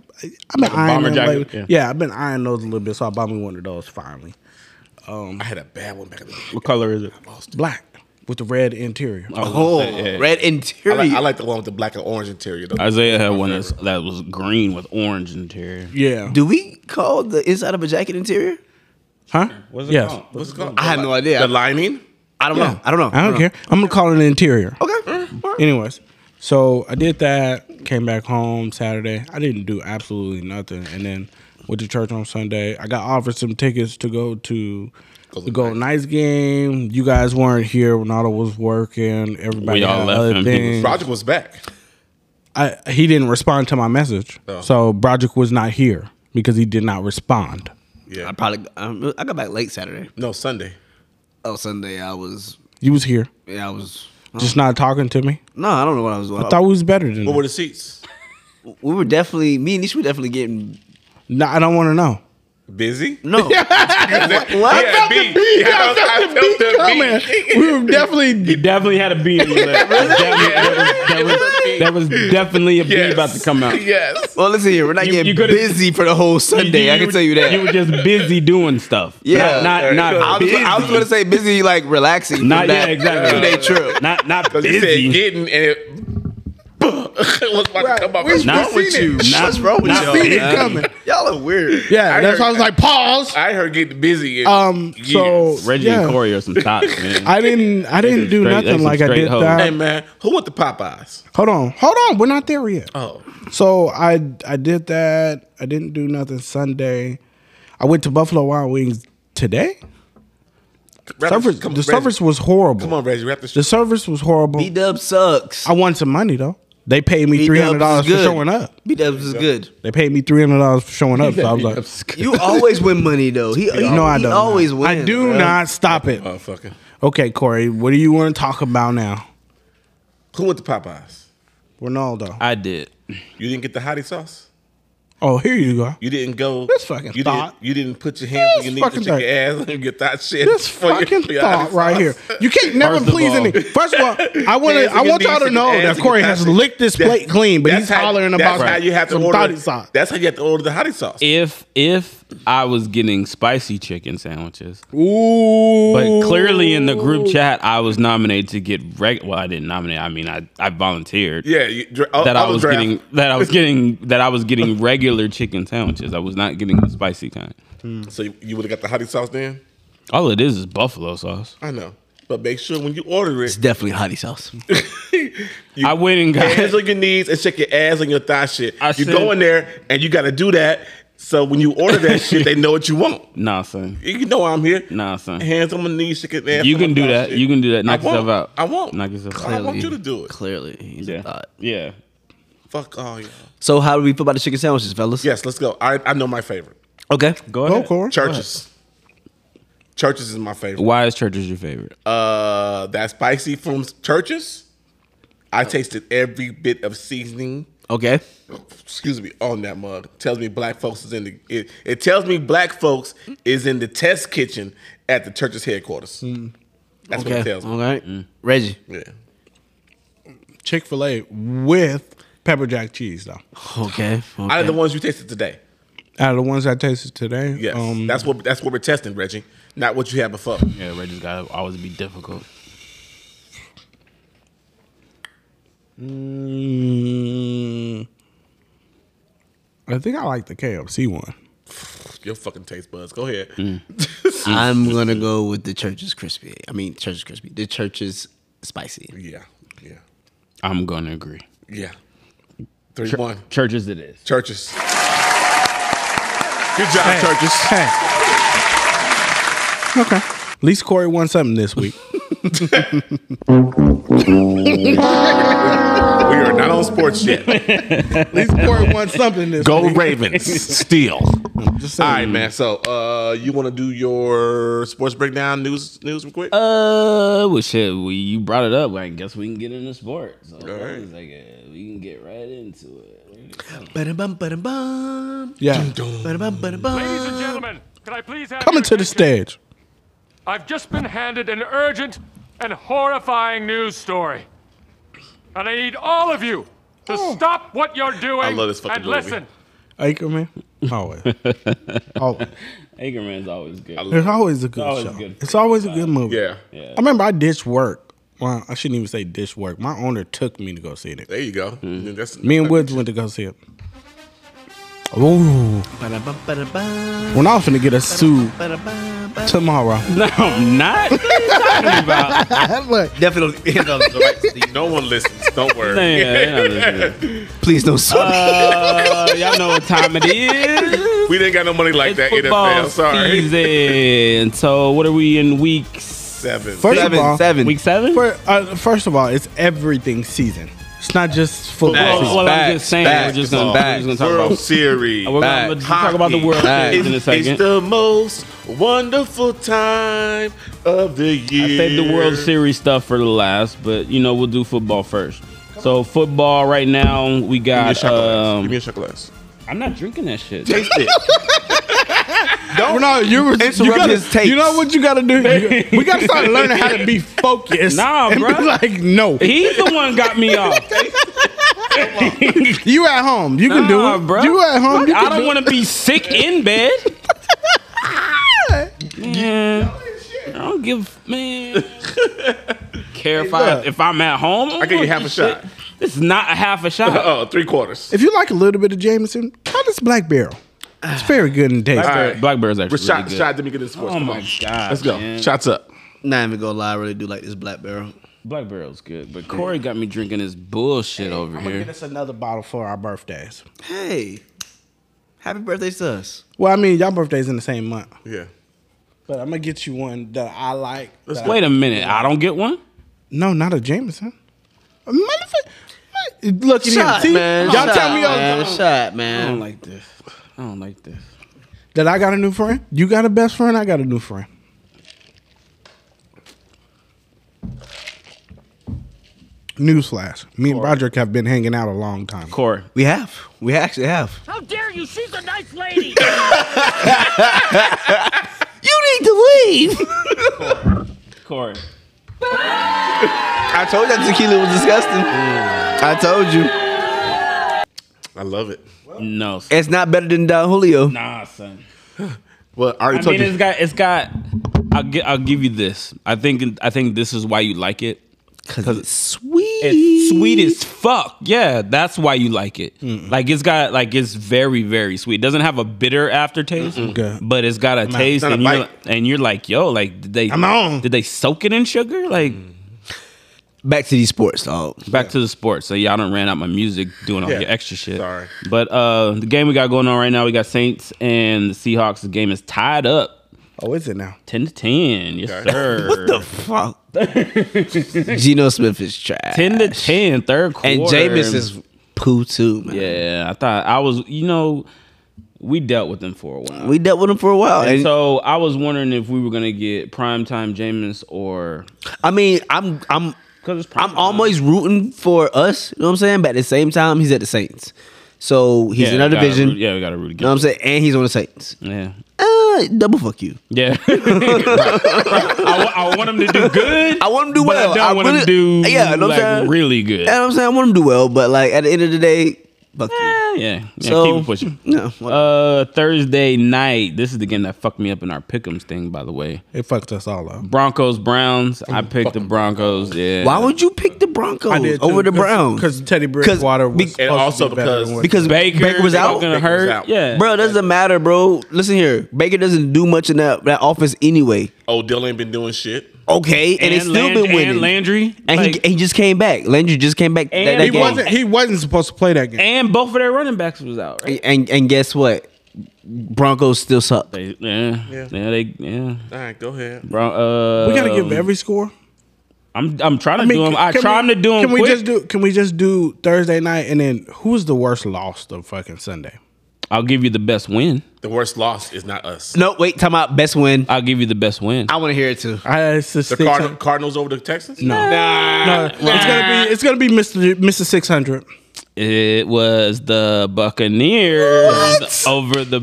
B: I've been
D: a
B: eyeing
D: bomber
B: them
D: jacket,
B: lately.
D: yeah.
B: Yeah. I've been eyeing those a little bit, so I bought me one of those finally. Um,
C: I had a bad one back in the day.
D: What color is it?
B: Black with the red interior.
A: Oh, red
C: I
A: interior.
C: like, I like the one with the black and orange interior. Though.
D: Isaiah had one that's, that was green with orange interior.
B: Yeah,
A: Do we call the inside of a jacket interior?
B: huh?
D: What's
B: yes,
C: What's it called?
A: I had no idea.
C: The lining.
A: I don't know. I don't know.
B: I
D: Uh-huh.
B: don't care. Mm-hmm. I'm gonna call it an interior.
A: Okay.
B: Anyways, so I did that. Came back home Saturday. I didn't do absolutely nothing, and then went to church on Sunday. I got offered some tickets to go to. The Golden Knights game. You guys weren't here. Ronaldo was working. Everybody
D: We all
B: had
D: left
B: other
D: and people-
B: things.
C: Roger was back.
B: I, he didn't respond to my message.
C: Oh.
B: So Broderick was not here because he did not respond.
C: Yeah.
A: I probably um, I got back late Saturday.
C: no Sunday.
A: Oh, Sunday I was
B: You was here,
A: yeah I was
B: just not talking to me.
A: no I don't know what I was doing.
B: I thought we was better than.
C: What were
B: that.
C: the seats?
A: we were definitely me and Nisha were definitely getting
B: No, I don't want to know.
C: Busy.
A: no. what?
C: what? Yeah, B. Yeah, I felt- I felt the beat.
B: We were definitely.
D: He definitely had a bee in the leg. That was- that was definitely a bee
C: Yes.
D: about to come out.
C: Yes.
A: Well, listen here, we're not
D: You-
A: getting
D: you could've-
A: busy for the whole Sunday. I can
D: were-
A: tell you that.
D: You were just busy doing stuff.
A: yeah,
D: Not not,
A: I
D: not
A: was,
D: busy.
A: I was gonna say busy like relaxing. from
D: Not- yeah,
A: that
D: exactly.
A: Two day trip.
D: not not
C: Because you said
D: busy.
C: getting and it, it was about to come out.
B: We've
D: Not-
C: What's wrong
B: seen
C: with
B: it.
C: you?
D: Not-
A: What's wrong with
D: not
A: y'all?
D: busy.
A: man?
B: coming.
A: Y'all are weird.
B: Yeah,
C: I
B: that's
C: heard
B: why I was
C: that.
B: like, pause.
C: I heard getting busy. in
B: Um,
C: years.
B: so-
D: Reggie
B: Yeah.
D: and Corey are some tops, man.
B: I didn't. I didn't do
D: straight- that's
B: nothing
D: some
B: like I
D: straight
B: did
D: hoes.
C: hey
B: that.
C: man, who with the Popeyes?
B: Hold on, hold on. We're not there yet.
C: Oh,
B: So I I did that. I didn't do nothing Sunday. I went to Buffalo Wild Wings today. Service, the service was horrible.
C: Come on, Reggie, wrap this.
B: The service was horrible.
A: B Dub sucks.
B: I won some money though. They paid me
A: B-Dubs
B: three hundred dollars
A: is
B: for
A: good.
B: showing up.
A: B Dubs is good.
B: They paid me three hundred dollars for showing up. So I was like,
A: You always win money though. He, he,
B: No, I don't.
A: always wins.
B: I do
A: bro.
B: not stop it.
C: motherfucker.
B: Okay, Corey, what do you want to talk about now?
C: Who with the Popeyes?
B: Ronaldo.
D: I did.
C: You didn't get the hottie sauce.
B: Oh, here you go.
C: You didn't go.
B: This fucking
C: you
B: thought.
C: Didn't, you didn't put your hands on
B: This
C: your knees
B: fucking
C: and check
B: thing.
C: your ass and get that shit.
B: This
C: for your-
B: fucking
C: for your
B: thought
C: hottie
B: right
C: sauce.
B: here. You can't never
D: First of
B: please
D: all-
B: any. First of all, I want to.
C: Hands
B: I
C: on your
B: want y'all
C: knees
B: to
C: and
B: know
C: your ass
B: that
C: and
B: Corey
C: your
B: has
C: thigh-
B: licked this
C: That's-
B: plate clean, but
C: that's
B: he's
C: how-
B: hollering about
C: That's how you have to
B: some
C: order.
B: thotty sauce.
C: That's how you have to order the hottie sauce.
D: If if I was getting spicy chicken sandwiches,
B: Ooh.
D: but clearly in the group chat I was nominated to get reg. Well, I didn't nominate. I mean, I I volunteered.
C: Yeah, you, dra- I'll-
D: that I
C: I'll
D: was
C: draft.
D: getting that I was getting that I was getting regular chicken sandwiches. I was not getting the spicy kind.
C: So you, you would have got the hottie sauce then.
D: All it is is buffalo sauce.
C: I know, but make sure when you order it,
A: It's definitely hottie sauce.
D: I went and
C: hands
D: got
C: on your knees and check your ass on your thigh shit.
D: I
C: you
D: said-
C: go in there and you got to do that. So when you order that shit, they know what you want.
D: nah son.
C: You know I'm here.
D: Nah son.
C: Hands on my knees, shake your ass.
D: You
C: on my
D: can do
C: thigh
D: that.
C: shit.
D: You can do that. Knock
C: I won't.
D: yourself out.
C: I won't.
D: Knock yourself
C: I
D: out.
C: want you to do it.
A: Clearly, he's a
D: Yeah.
A: thought.
D: Yeah.
C: Fuck all y'all.
A: So how do we feel about the chicken sandwiches, fellas?
C: Yes, let's go. I I know my favorite.
A: Okay.
D: Go
B: Go,
D: ahead.
B: Corey.
C: Churches. Churches is my favorite.
D: Why is churches your favorite?
C: Uh, that spicy from churches. I tasted every bit of seasoning.
D: Okay.
C: Excuse me, on that mug tells me black folks is in the. It, it tells me black folks is in the test kitchen at the church's headquarters. That's what it
A: Okay.
C: tells me.
A: All right. Reggie.
C: Yeah.
B: Chick Fil A with pepper jack cheese though.
A: Okay. okay.
C: Out of the ones you tasted today,
B: Out of the ones I tasted today, um,
C: yes, that's what that's what we're testing, Reggie. Not what you had before.
D: Yeah, Reggie's gotta always be difficult.
B: Mm, I think I like the KFC one.
C: Your fucking taste buds. Go ahead.
A: I'm gonna go with the church's crispy. I mean, church's crispy. The church's spicy.
C: Yeah, yeah,
D: I'm gonna agree.
C: yeah. Three one
D: Churches it is.
C: churches. Good job, churches.
B: Hey. Okay. At least Corey won something this week.
C: We are not on sports yet.
B: At least Corey won something this
C: Go
B: week.
C: Ravens. Steal.
B: Just
C: All
B: saying.
C: right, man. So, uh, you want to do your sports breakdown news news real quick?
D: Uh, well, shit. We you brought it up. I guess we can get into sports. So
C: right.
D: it's like, uh, we can get right into it.
A: Ba-da-bum, ba-da-bum.
B: Yeah.
A: Ba-da-bum,
G: Ladies and
A: ba-da-bum.
G: gentlemen, can I please have
B: Coming to
G: your
B: the
G: attention?
B: stage.
G: I've just been handed an urgent and horrifying news story. And I need all of you to stop what you're doing
C: I love this fucking
G: and
C: movie.
G: listen.
B: Anchorman. Always. always.
D: Anchorman's always good.
C: I-
B: It's always a good
D: Always
B: show.
D: good.
B: It's always a good movie.
C: yeah.
B: I remember I ditched work. Well, I shouldn't even say ditched work. My owner took me to go see it.
C: There you go.
D: Mm-hmm.
C: That's
B: Me and Woods went to go see it. Ooh.
A: Ba-da-bum, ba-da-bum.
B: When I was finna get a suit
A: Ba-da-bum, ba-da-bum.
B: tomorrow.
D: No, I'm not. What are you talking about?
A: Definitely. eh,
C: No one listens. Don't worry.
D: Yeah, yeah, yeah.
A: Please don't sue me.
D: Uh, y'all know what time it is.
C: We didn't got no money like
D: It's
C: that.
D: football
C: NFL. Sorry.
D: season. So what are we in week?
C: Seven.
B: First of
A: Seven,
B: all,
A: seven.
D: Week seven.
B: fir- uh, first of all, it's everything season. It's not just football.
D: Well,
B: season.
D: well,
A: Back,
D: I'm just saying
A: back,
D: we're just gonna,
A: back.
D: we're just gonna talk
C: World
D: about.
C: Series.
D: We're gonna
A: back,
D: talk about the
C: hockey,
D: World
A: back.
D: Series in a
C: It's, it's
D: second.
C: the most wonderful time of the year.
D: I saved the World Series stuff for the last, but you know we'll do football first. So football right now we
C: Give me a
D: got.
C: shot glass. Give
D: Um,
C: me a shot glass.
D: I'm not drinking that shit.
C: Taste it.
B: Well, no, you were you,
A: Interrupt
B: gotta,
A: his takes.
B: you know what you gotta do? You- we gotta start learning how to be focused.
D: Nah,
B: and be
D: bruh.
B: Like, no.
D: He's the one got me off.
B: You at home. You can do
D: Nah,
B: it.
D: bruh.
B: You at home. you
D: I
B: can
D: don't want to be sick in bed. man, I don't give man. Care if I if I'm at home.
C: I give you half a shot.
D: This is not a half a shot.
C: Oh, three quarters.
B: If you like a little bit of Jameson, try this Black Barrel. It's very good and tasty.
C: All
D: Blackberry,
C: right.
D: Blackberry's actually
C: Rashad,
D: really good.
C: Rashad, let me get in sports.
D: Oh
C: Come
D: my
C: on.
D: God,
C: Let's go.
D: man.
C: Shots up.
A: Not even gonna lie, I really do like this black barrel.
D: Blackberry's good, but Corey got me drinking this bullshit over here.
B: It's another bottle for our birthdays.
A: Hey. Happy birthday to us.
B: Well, I mean, y'all birthdays in the same month.
C: Yeah.
B: But I'm gonna get you one that I like. that I-
D: Wait a minute, I don't get one.
B: No, not a Jameson. A motherfucker. Look at him. See?
A: man.
B: Y'all
A: shot,
B: tell me all the
A: man.
B: time
A: Shot,
D: I don't
A: man.
D: like this. I don't like this.
B: that I got a new friend. You got a best friend. I got a new friend. Newsflash: Me and Broderick have been hanging out a long time.
D: Corey,
A: We have. We actually have.
G: How dare you? She's a nice lady.
A: You need to leave.
D: Corey,
A: I told you that tequila was disgusting. I told you.
C: I love it.
D: no, son.
A: It's not better than Don Julio.
D: nah, son.
C: Well, I already
D: I
C: told
D: mean,
C: you.
D: it's got it's got. I'll, gi- I'll give you this. I think I think this is why you like it.
A: Because it's sweet.
D: It's sweet as fuck. Yeah, that's why you like it. Like it's got like it's very very sweet. It doesn't have a bitter aftertaste,
B: Okay.
D: but it's got a taste.
C: not a
D: and, you're,
C: bite.
D: like- and you're like, yo, like did they?
B: I'm on.
D: Did they soak it in sugar? Like
C: Mm,
A: Back to these sports, dog.
D: back to the sports. So y'all done ran out my music doing all
C: Yeah.
D: your extra shit.
C: Sorry.
D: But uh, the game we got going on right now, we got Saints and the Seahawks. The game is tied up
B: Oh, is it now?
D: ten to ten. Yes,
C: Okay.
D: sir.
A: What the fuck? Geno Smith is trash.
D: 10 to 10, third quarter.
A: And Jameis is poo too, man.
D: Yeah, I thought I was, you know, we dealt with them for a while.
A: We dealt with him for a while.
D: And
A: And
D: so I was wondering if we were going to get primetime Jameis or.
A: I mean, I'm I'm
D: Because it's prime
A: I'm
D: time.
A: almost rooting for us. You know what I'm saying? But at the same time, he's at the Saints, so he's
D: Yeah,
A: in our
D: we gotta
A: division.
D: root- yeah, we got to root
A: You know what I'm
D: against.
A: saying? And he's on the Saints.
D: Yeah.
A: Uh, double fuck you.
D: Yeah. I, wa- I want him to do good.
A: I want him to do
D: but
A: well.
D: I don't
A: I
D: want him
A: really-
D: to do
A: yeah, you know what
D: like
A: I'm saying?
D: really good.
A: You know what I'm saying? I want him to do well, but like at the end of the day, fuck you.
D: Yeah, yeah.
A: So
D: keep it pushing.
A: No,
D: Uh, Thursday night. This is the game that fucked me up in our pick'ems thing, by the way.
B: It fucked us all up.
D: Broncos, Browns. I picked the Broncos. Yeah.
A: why would you pick the Broncos
B: I did too,
A: over the
B: cause-
A: Browns?
B: because Teddy Bridgewater was
A: be-
B: supposed to
C: also
B: be better
C: because-
B: than what-
A: because
D: Baker,
A: Baker, was
D: they
A: out.
C: Baker
D: gonna
C: was
D: hurt.
C: out.
D: Yeah,
A: Bro, it doesn't matter, bro. Listen here, Baker doesn't do much in that, that offense anyway.
C: Odell oh, ain't been doing shit.
A: Okay, and, it's still
D: Land-
A: been winning.
D: And Landry,
A: And
D: like-
A: he, he just came back. Landry just came back.
D: And
A: that, that
D: he
B: he
A: game.
B: wasn't he wasn't supposed to play that game.
D: and both of their running backs was out. Right?
A: And and guess what? Broncos still suck.
D: They, yeah, yeah, they, yeah.
C: All right, go ahead.
D: Bro, uh,
B: we gotta give every score.
D: I'm, I'm trying to do them. I
B: can
D: try
B: we-
D: them to do them.
B: Can
D: quick.
B: we just do? Can we just do Thursday night and then who's the worst loss of fucking Sunday?
D: I'll give you the best win.
C: The worst loss is not us.
A: No, wait, time out. Best win.
D: I'll give you the best win.
A: I want to hear it too.
B: I, it's the
C: The
B: six-
C: Card- Cardinals over the Texans?
B: No.
C: Nah.
B: No, it's gonna be it's gonna be Mr. Mr. Six Hundred.
D: It was the Buccaneers over the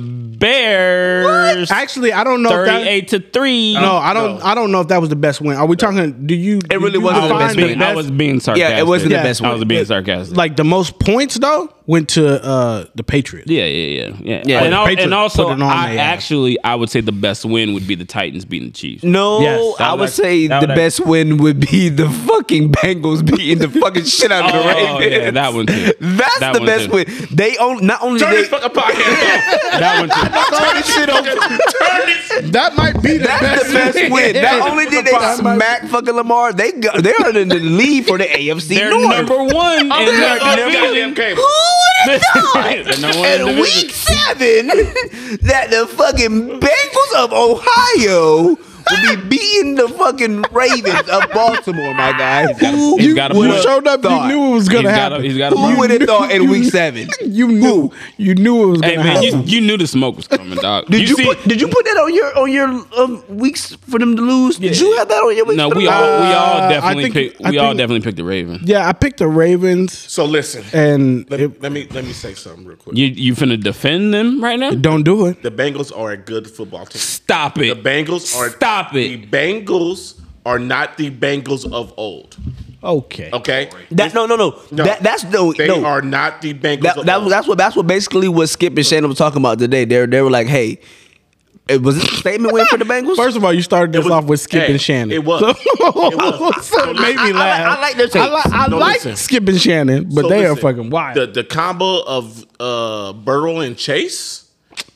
D: Bears,
B: Actually, I don't know. If that,
D: thirty-eight to three.
B: no, I don't. I don't know if that was the best win. Are we talking? Do you? do
A: really
B: you
A: wasn't the
D: I
B: define
D: was,
A: best
D: being, I was being sarcastic.
A: Yeah, it wasn't
B: Yeah.
A: the best
D: I
A: win.
D: was being sarcastic.
B: Like the most points though went to uh the Patriots.
D: Yeah, yeah, yeah, yeah.
A: Yeah.
D: And, al-
B: Patriots
D: and also,
B: put it on
D: I
B: their ass.
D: actually, I would say the best win would be the Titans beating the Chiefs.
A: no,
B: Yes, that
A: I would
D: was-
A: say
D: that
A: the
D: was-
A: best win would be the fucking Bengals beating the fucking shit out of the
D: Oh,
A: Ravens.
D: yeah, that one too.
A: That's
D: That
A: the
D: one
A: best
D: too.
A: win. They own not only
C: Turn
A: they,
C: this fucking podcast off.
D: That one too.
A: turn this shit over.
C: Turn this.
B: That might be the
A: That's
B: best.
A: the best win. Not only did they
B: That might-
A: smack fucking Lamar, they got, they are in the lead for the AFC
D: They're
A: North.
D: number one in their
C: Goddamn
D: division.
C: game.
A: Who would have thought?
D: They're number one in
A: in
D: division.
A: week seven, that the fucking Bengals of Ohio would be beating the fucking Ravens of Baltimore, my guy. Who
D: he's gotta
A: would
B: You
D: put-
A: have
B: showed up.
A: thought?
B: You knew it was
D: He's
B: gonna
D: got a-
B: happen.
D: he's got a
A: Who
D: problem.
A: would have thought in week seven?
B: You knew. You knew it was gonna
D: Hey man,
B: happen.
D: you, you knew the smoke was coming, dog.
A: Did you,
D: see,
A: put, did you put that on your on your um, weeks for them to lose? Did
D: Yeah.
A: you have that on your weeks?
D: No,
A: for them
D: we
A: to lose?
D: all we
B: Uh,
D: all
B: I
D: definitely
B: think-
D: picked
B: I
D: we all
B: think-
D: definitely picked the Ravens.
B: yeah, I picked the Ravens,
C: So listen,
B: and
C: let,
B: it,
C: let me let me say something real quick.
D: You you finna defend them right now?
B: don't do it.
C: the Bengals are a good football team.
D: Stop
C: The
D: it.
C: Bengals are
D: Stop
C: the
D: it.
C: Bengals are not the Bengals of old.
B: Okay.
C: Okay,
A: That no no no.
C: No.
A: That that's no
C: they
A: no.
C: are not the Bengals.
A: that,
C: of
A: that
C: old.
A: was that's what that's what basically what Skip and Shannon was talking about today. They were- they were like, hey, it was this a statement win for the Bengals?
B: First of all, you started this
C: was-
B: off with Skip
C: hey,
B: and Shannon.
C: it was.
B: So,
C: It was.
B: so it made me
A: I, I,
B: laugh.
A: I like their
B: I,
A: takes.
B: like, I
C: No,
B: like
C: listen.
B: Skip and Shannon, but
C: So
B: they are
C: listen,
B: fucking wild.
C: The the combo of uh, Burrow and Chase,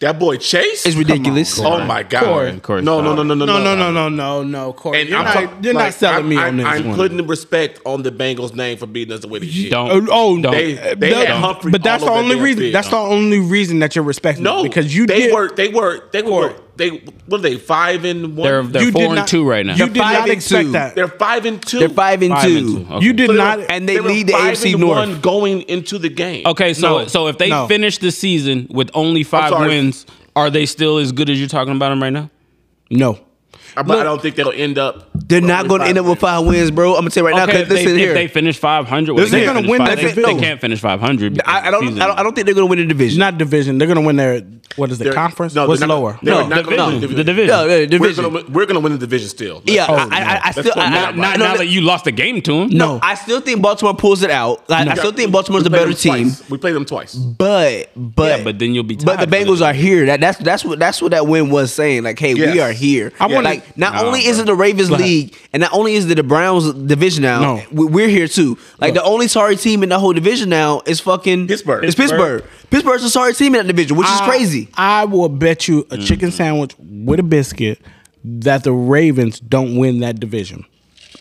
C: that boy Chase
A: it's ridiculous.
C: Oh my god!
B: Corey.
D: Of course
C: no,
D: not.
C: no, no, no, no,
B: no, no, no, no, no, no, Corey.
C: And
B: you're
C: I'm
B: not,
C: talk-
B: you're
C: like,
B: not selling
C: I'm,
B: me
C: I'm,
B: on this
C: I'm
B: one.
C: putting the respect on the Bengals' name for beating us with it.
B: Oh,
D: Don't
B: oh,
D: don't.
C: They-
B: uh,
C: they
B: that-
C: had Humphrey
B: but that's
C: all
B: the
C: over
B: only
C: their
B: reason.
C: field.
B: That's the only reason that you're respecting.
C: No,
B: them, because you
C: they
B: did.
C: were they were they were they what are they five and one?
D: They're- they're
B: you did
D: four and
B: not-
D: two right now.
B: You
D: They're
B: did
A: five
B: not
A: and
B: expect
A: two.
B: that.
C: They're five and two.
A: They're five and
D: Five
A: two,
D: and two. Okay.
B: You did
C: They were-
B: not.
A: and they,
C: were
A: lead the
C: five
A: AFC
C: and
A: North.
C: One going into the game.
D: Okay, so
B: No.
D: so if they
B: No.
D: finish the season with only five
C: sorry.
D: wins, are they still as good as you're talking about them right now?
B: no.
C: but I don't think they'll end up.
A: They're not going to end up with five wins, bro. I'm gonna tell you right now.
D: Okay,
A: Because
D: if they,
A: listen
D: if
A: here,
D: they finish 500, well,
B: Listen
D: they
B: here. They're gonna
D: can't finish
B: win
D: five-
B: that
D: They,
B: field.
D: they can't finish 500. because
A: I, I
D: the
A: don't,
D: season-
A: I don't. I don't think they're going to win the division.
B: Not division. They're gonna win their what is the
C: They're-
B: conference?
C: no, they're
B: What's
C: not-
B: lower?
C: they're
A: No,
C: not gonna
A: no.
C: win
D: the division.
A: no, no,
C: We're
A: division.
C: gonna win- we're gonna win the division still.
A: yeah, I,
B: Oh,
A: I, I, I still.
C: Let's
A: I,
C: go.
A: I,
D: not, not
A: no,
D: now
A: no,
D: that you lost the game to him.
A: no,
B: No.
A: I still think Baltimore pulls it out. Like, I still think Baltimore's a
C: We played
A: better
C: them
A: team. Mm-hmm.
C: twice. We played them twice.
A: But but
D: Yeah, but then you'll be
A: But the
D: tied for
A: Bengals
D: the-
A: are here. That that's that's what that's what that win was saying. Like, hey,
C: Yes.
A: we are here.
B: I wanna-
A: like not
D: Nah,
A: only is
D: bro.
A: it the Ravens
B: Look.
A: league, and not only is it the Browns division now.
B: No.
A: we- We're here too. Like the only sorry team in the whole division now is fucking
C: Pittsburgh.
A: It's Pittsburgh. Ah. Pittsburgh's a sorry team in that division, which is
B: I-
A: crazy.
B: I will bet you a chicken sandwich with a biscuit that the Ravens don't win that division.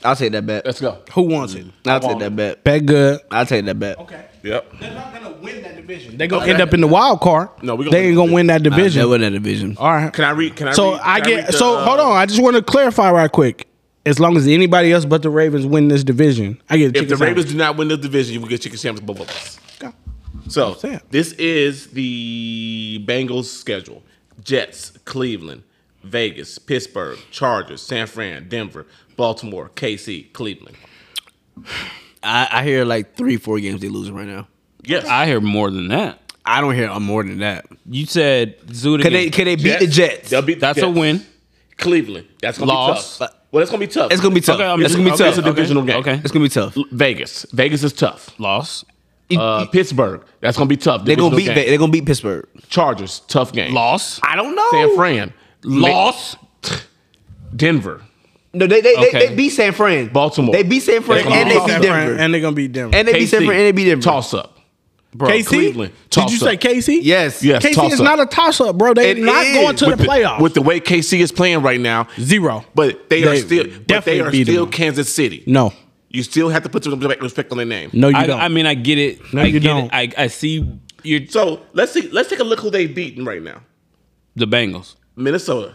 A: I'll take that bet.
C: go.
B: Who wants it?
C: Mm.
A: I'll take that bet.
B: Bet good.
A: I'll take that bet. Okay.
C: Yep.
B: They're not gonna win that division. They're gonna end up in the wild card.
C: No, we gonna
B: they ain't
C: win
B: gonna win that division.
A: That win that division.
B: All right.
C: Can I read? Can I?
B: so
C: read,
B: I
C: can
B: get.
C: read the,
B: so
C: uh,
B: hold on. I just want to clarify right quick. As long as anybody else but the Ravens win this division, I get a
C: If
B: chicken
C: the
B: sandwich.
C: Ravens do not win the division, you will get chicken sandwich both of us.
B: God.
C: So
B: saying.
C: this is the Bengals schedule: Jets, Cleveland, Vegas, Pittsburgh, Chargers, San Fran, Denver, Baltimore, KC, Cleveland.
A: I, I hear like three, four games they losing right now.
D: Yes. I hear more than that.
A: I don't hear uh, more than that.
D: You said Zoo
A: Could they? Could they beat the Jets?
C: They'll beat the
D: That's a
C: Jets.
D: win.
C: Cleveland. That's gonna
D: Loss.
C: be tough. Well, that's gonna be tough.
A: It's gonna be tough.
D: Okay, I'm
A: it's
D: just-
A: gonna be
D: okay,
A: tough.
D: it's a
C: divisional game. Uh,
D: Okay.
A: It's gonna be tough.
C: Vegas. Vegas is tough.
D: Loss.
C: Uh, Pittsburgh. That's gonna be tough.
A: They're gonna
C: Divisional
A: beat.
C: game.
A: They're gonna beat Pittsburgh.
C: Chargers. Tough game.
D: Loss.
A: I don't know.
C: San Fran.
D: Loss.
C: Denver.
A: No, they they, they
D: Okay.
A: they beat San Fran.
C: Baltimore.
A: They beat San Fran
C: They gonna
A: and they
C: beat
A: beat
B: San Fran,
A: Denver.
B: and they're gonna beat Denver.
A: And they beat San
C: KC.
A: Fran and they beat Denver.
C: Toss up.
D: Bro,
B: KC,
C: Cleveland,
B: did you
C: toss-up.
B: say KC?
A: Yes.
C: Yes.
B: KC
C: toss
B: is
C: up.
B: not a toss up, bro. They're
A: It
B: not
A: is.
B: going to the,
A: With
B: playoffs.
C: with the way KC is playing right now,
B: Zero.
C: But they, are
B: They
C: still, but
B: definitely
C: they are
B: beat
C: still
B: them.
C: Kansas City.
B: no,
C: you still have to put some respect on their name.
B: no, you
D: I,
B: don't.
D: I mean, I get it.
B: No,
D: I
B: you
D: get it.
B: don't.
D: I, I see you're
C: So let's see. Let's take a look who they've beaten right now:
D: the Bengals.
C: Minnesota,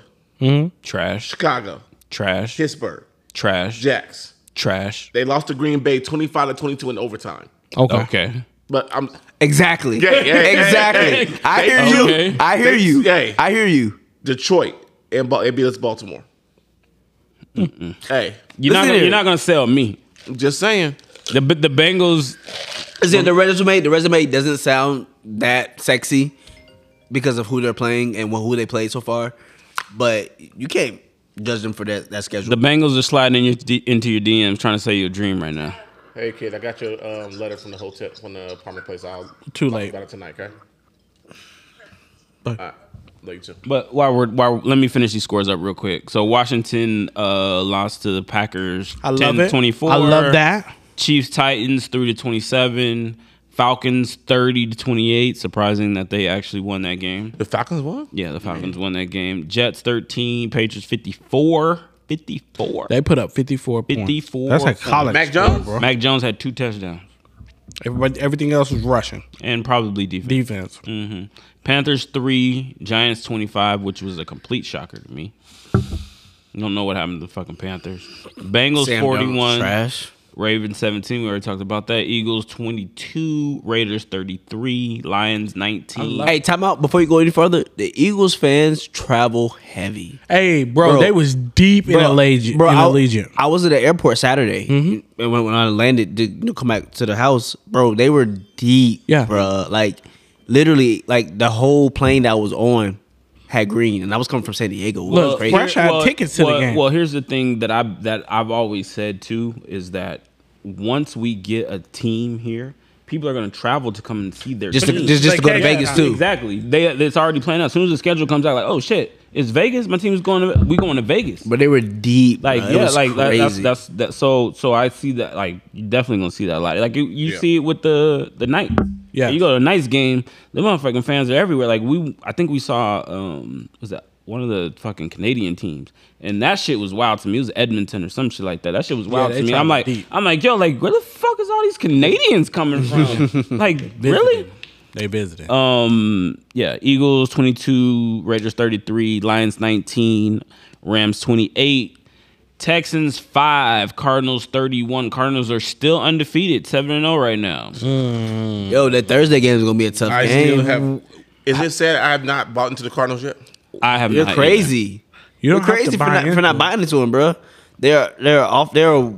D: Trash.
C: Chicago,
D: Trash.
C: Pittsburgh,
D: Trash.
C: Jacks.
D: Trash.
C: They lost to Green Bay, twenty-five to twenty-two in overtime.
B: okay.
D: Okay.
C: But I'm
A: Exactly.
C: Yeah, yeah, yeah,
A: exactly.
C: yeah.
A: I hear
D: Okay.
A: you. I hear you.
C: Hey.
A: I hear you.
C: Detroit and Ba- it beat us Baltimore. Hey,
D: You're not,
A: Listen
D: gonna,
A: here.
D: you're not gonna sell me.
C: I'm just saying.
D: The the Bengals.
A: Is it the resume? The resume doesn't sound that sexy because of who they're playing and who they played so far. But you can't judge them for that that schedule.
D: The Bengals are sliding in your, D- into your DMs, trying to sell you a dream right now.
C: Hey kid, I got your um, letter from the hotel from the apartment place. I'll
B: Too
C: talk
B: late.
C: about it tonight. Okay. All right. Love you too.
D: But while we're while let me finish these scores up real quick. So Washington uh, lost to the Packers.
B: I love it.
D: 10-24.
B: I love that.
D: Chiefs Titans three to twenty seven. Falcons thirty to twenty eight. Surprising that they actually won that game.
C: The Falcons won.
D: Yeah, the Falcons won that game. Jets thirteen. Patriots 54. 54.
B: They put up 54 points.
D: 54
B: That's like
D: points.
B: college.
C: Mac
B: score,
C: Jones?
B: bro.
D: Mac Jones had two touchdowns
B: Everybody, everything else was rushing.
D: and probably defense.
B: Defense.
D: Mm. Panthers three, Giants twenty five, which was a complete shocker to me. Don't know what happened to the fucking Panthers. Bengals
A: Sam Darnold
D: forty one,
A: trash.
D: Ravens seventeen. We already talked about that. Eagles twenty two, Raiders thirty three, Lions nineteen.
A: Hey, time out before you go any further. The Eagles fans travel heavy.
B: Hey, bro,
A: Bro.
B: they was deep in Allegiant.
A: bro,
B: in
A: I,
B: Allegiant.
A: I was at the airport Saturday,
D: Mm-hmm.
A: and when, when I landed to you know, come back to the house, bro, they were deep,
B: Yeah.
A: bro. Like literally, like the whole plane that I was on had green, and I was coming from San Diego. It was
B: Look,
A: crazy.
B: fresh- I had tickets to the
D: well-
B: game.
D: Well, here's the thing that I that I've always said too is that once we get a team here, people are going to travel to come and see their
A: Just to,
D: team.
A: just, just to go to
B: Vacation.
A: Vegas too.
D: Exactly. They it's already planned out. As soon as the schedule comes out, like, oh shit, it's Vegas. My team's going. to We going to Vegas.
A: But they were deep.
D: like
A: bro. It
D: yeah,
A: was
D: like that, that's
A: crazy.
D: that's that. So so I see that like you definitely gonna see that a lot. Like you, you
C: Yeah.
D: see it with the the night.
B: Yeah.
D: you go to a nights game. The motherfucking fans are everywhere. Like we, I think we saw um was that one of the fucking Canadian teams, and that shit was wild to me. It was Edmonton or some shit like that. That shit was wild
B: they
D: to me.
B: travel
D: I'm like
B: deep.
D: I'm like yo, like where the fuck is all these Canadians coming from? like really?
B: They visited.
D: Um, yeah, Eagles 22, Raiders 33, Lions 19, Rams 28, Texans 5, Cardinals 31. Cardinals are still undefeated, 7 and 0 right now.
A: Mm. Yo, that Thursday game is gonna be a tough
C: I
A: game.
C: still have. Is it sad I have not bought into the Cardinals yet?
D: I have
A: You're
D: not
A: crazy. You
B: You
A: are
B: don't have to
A: crazy for
B: buy
A: not,
B: into
A: for not
B: it.
A: buying into them, bro. They're they're off. They're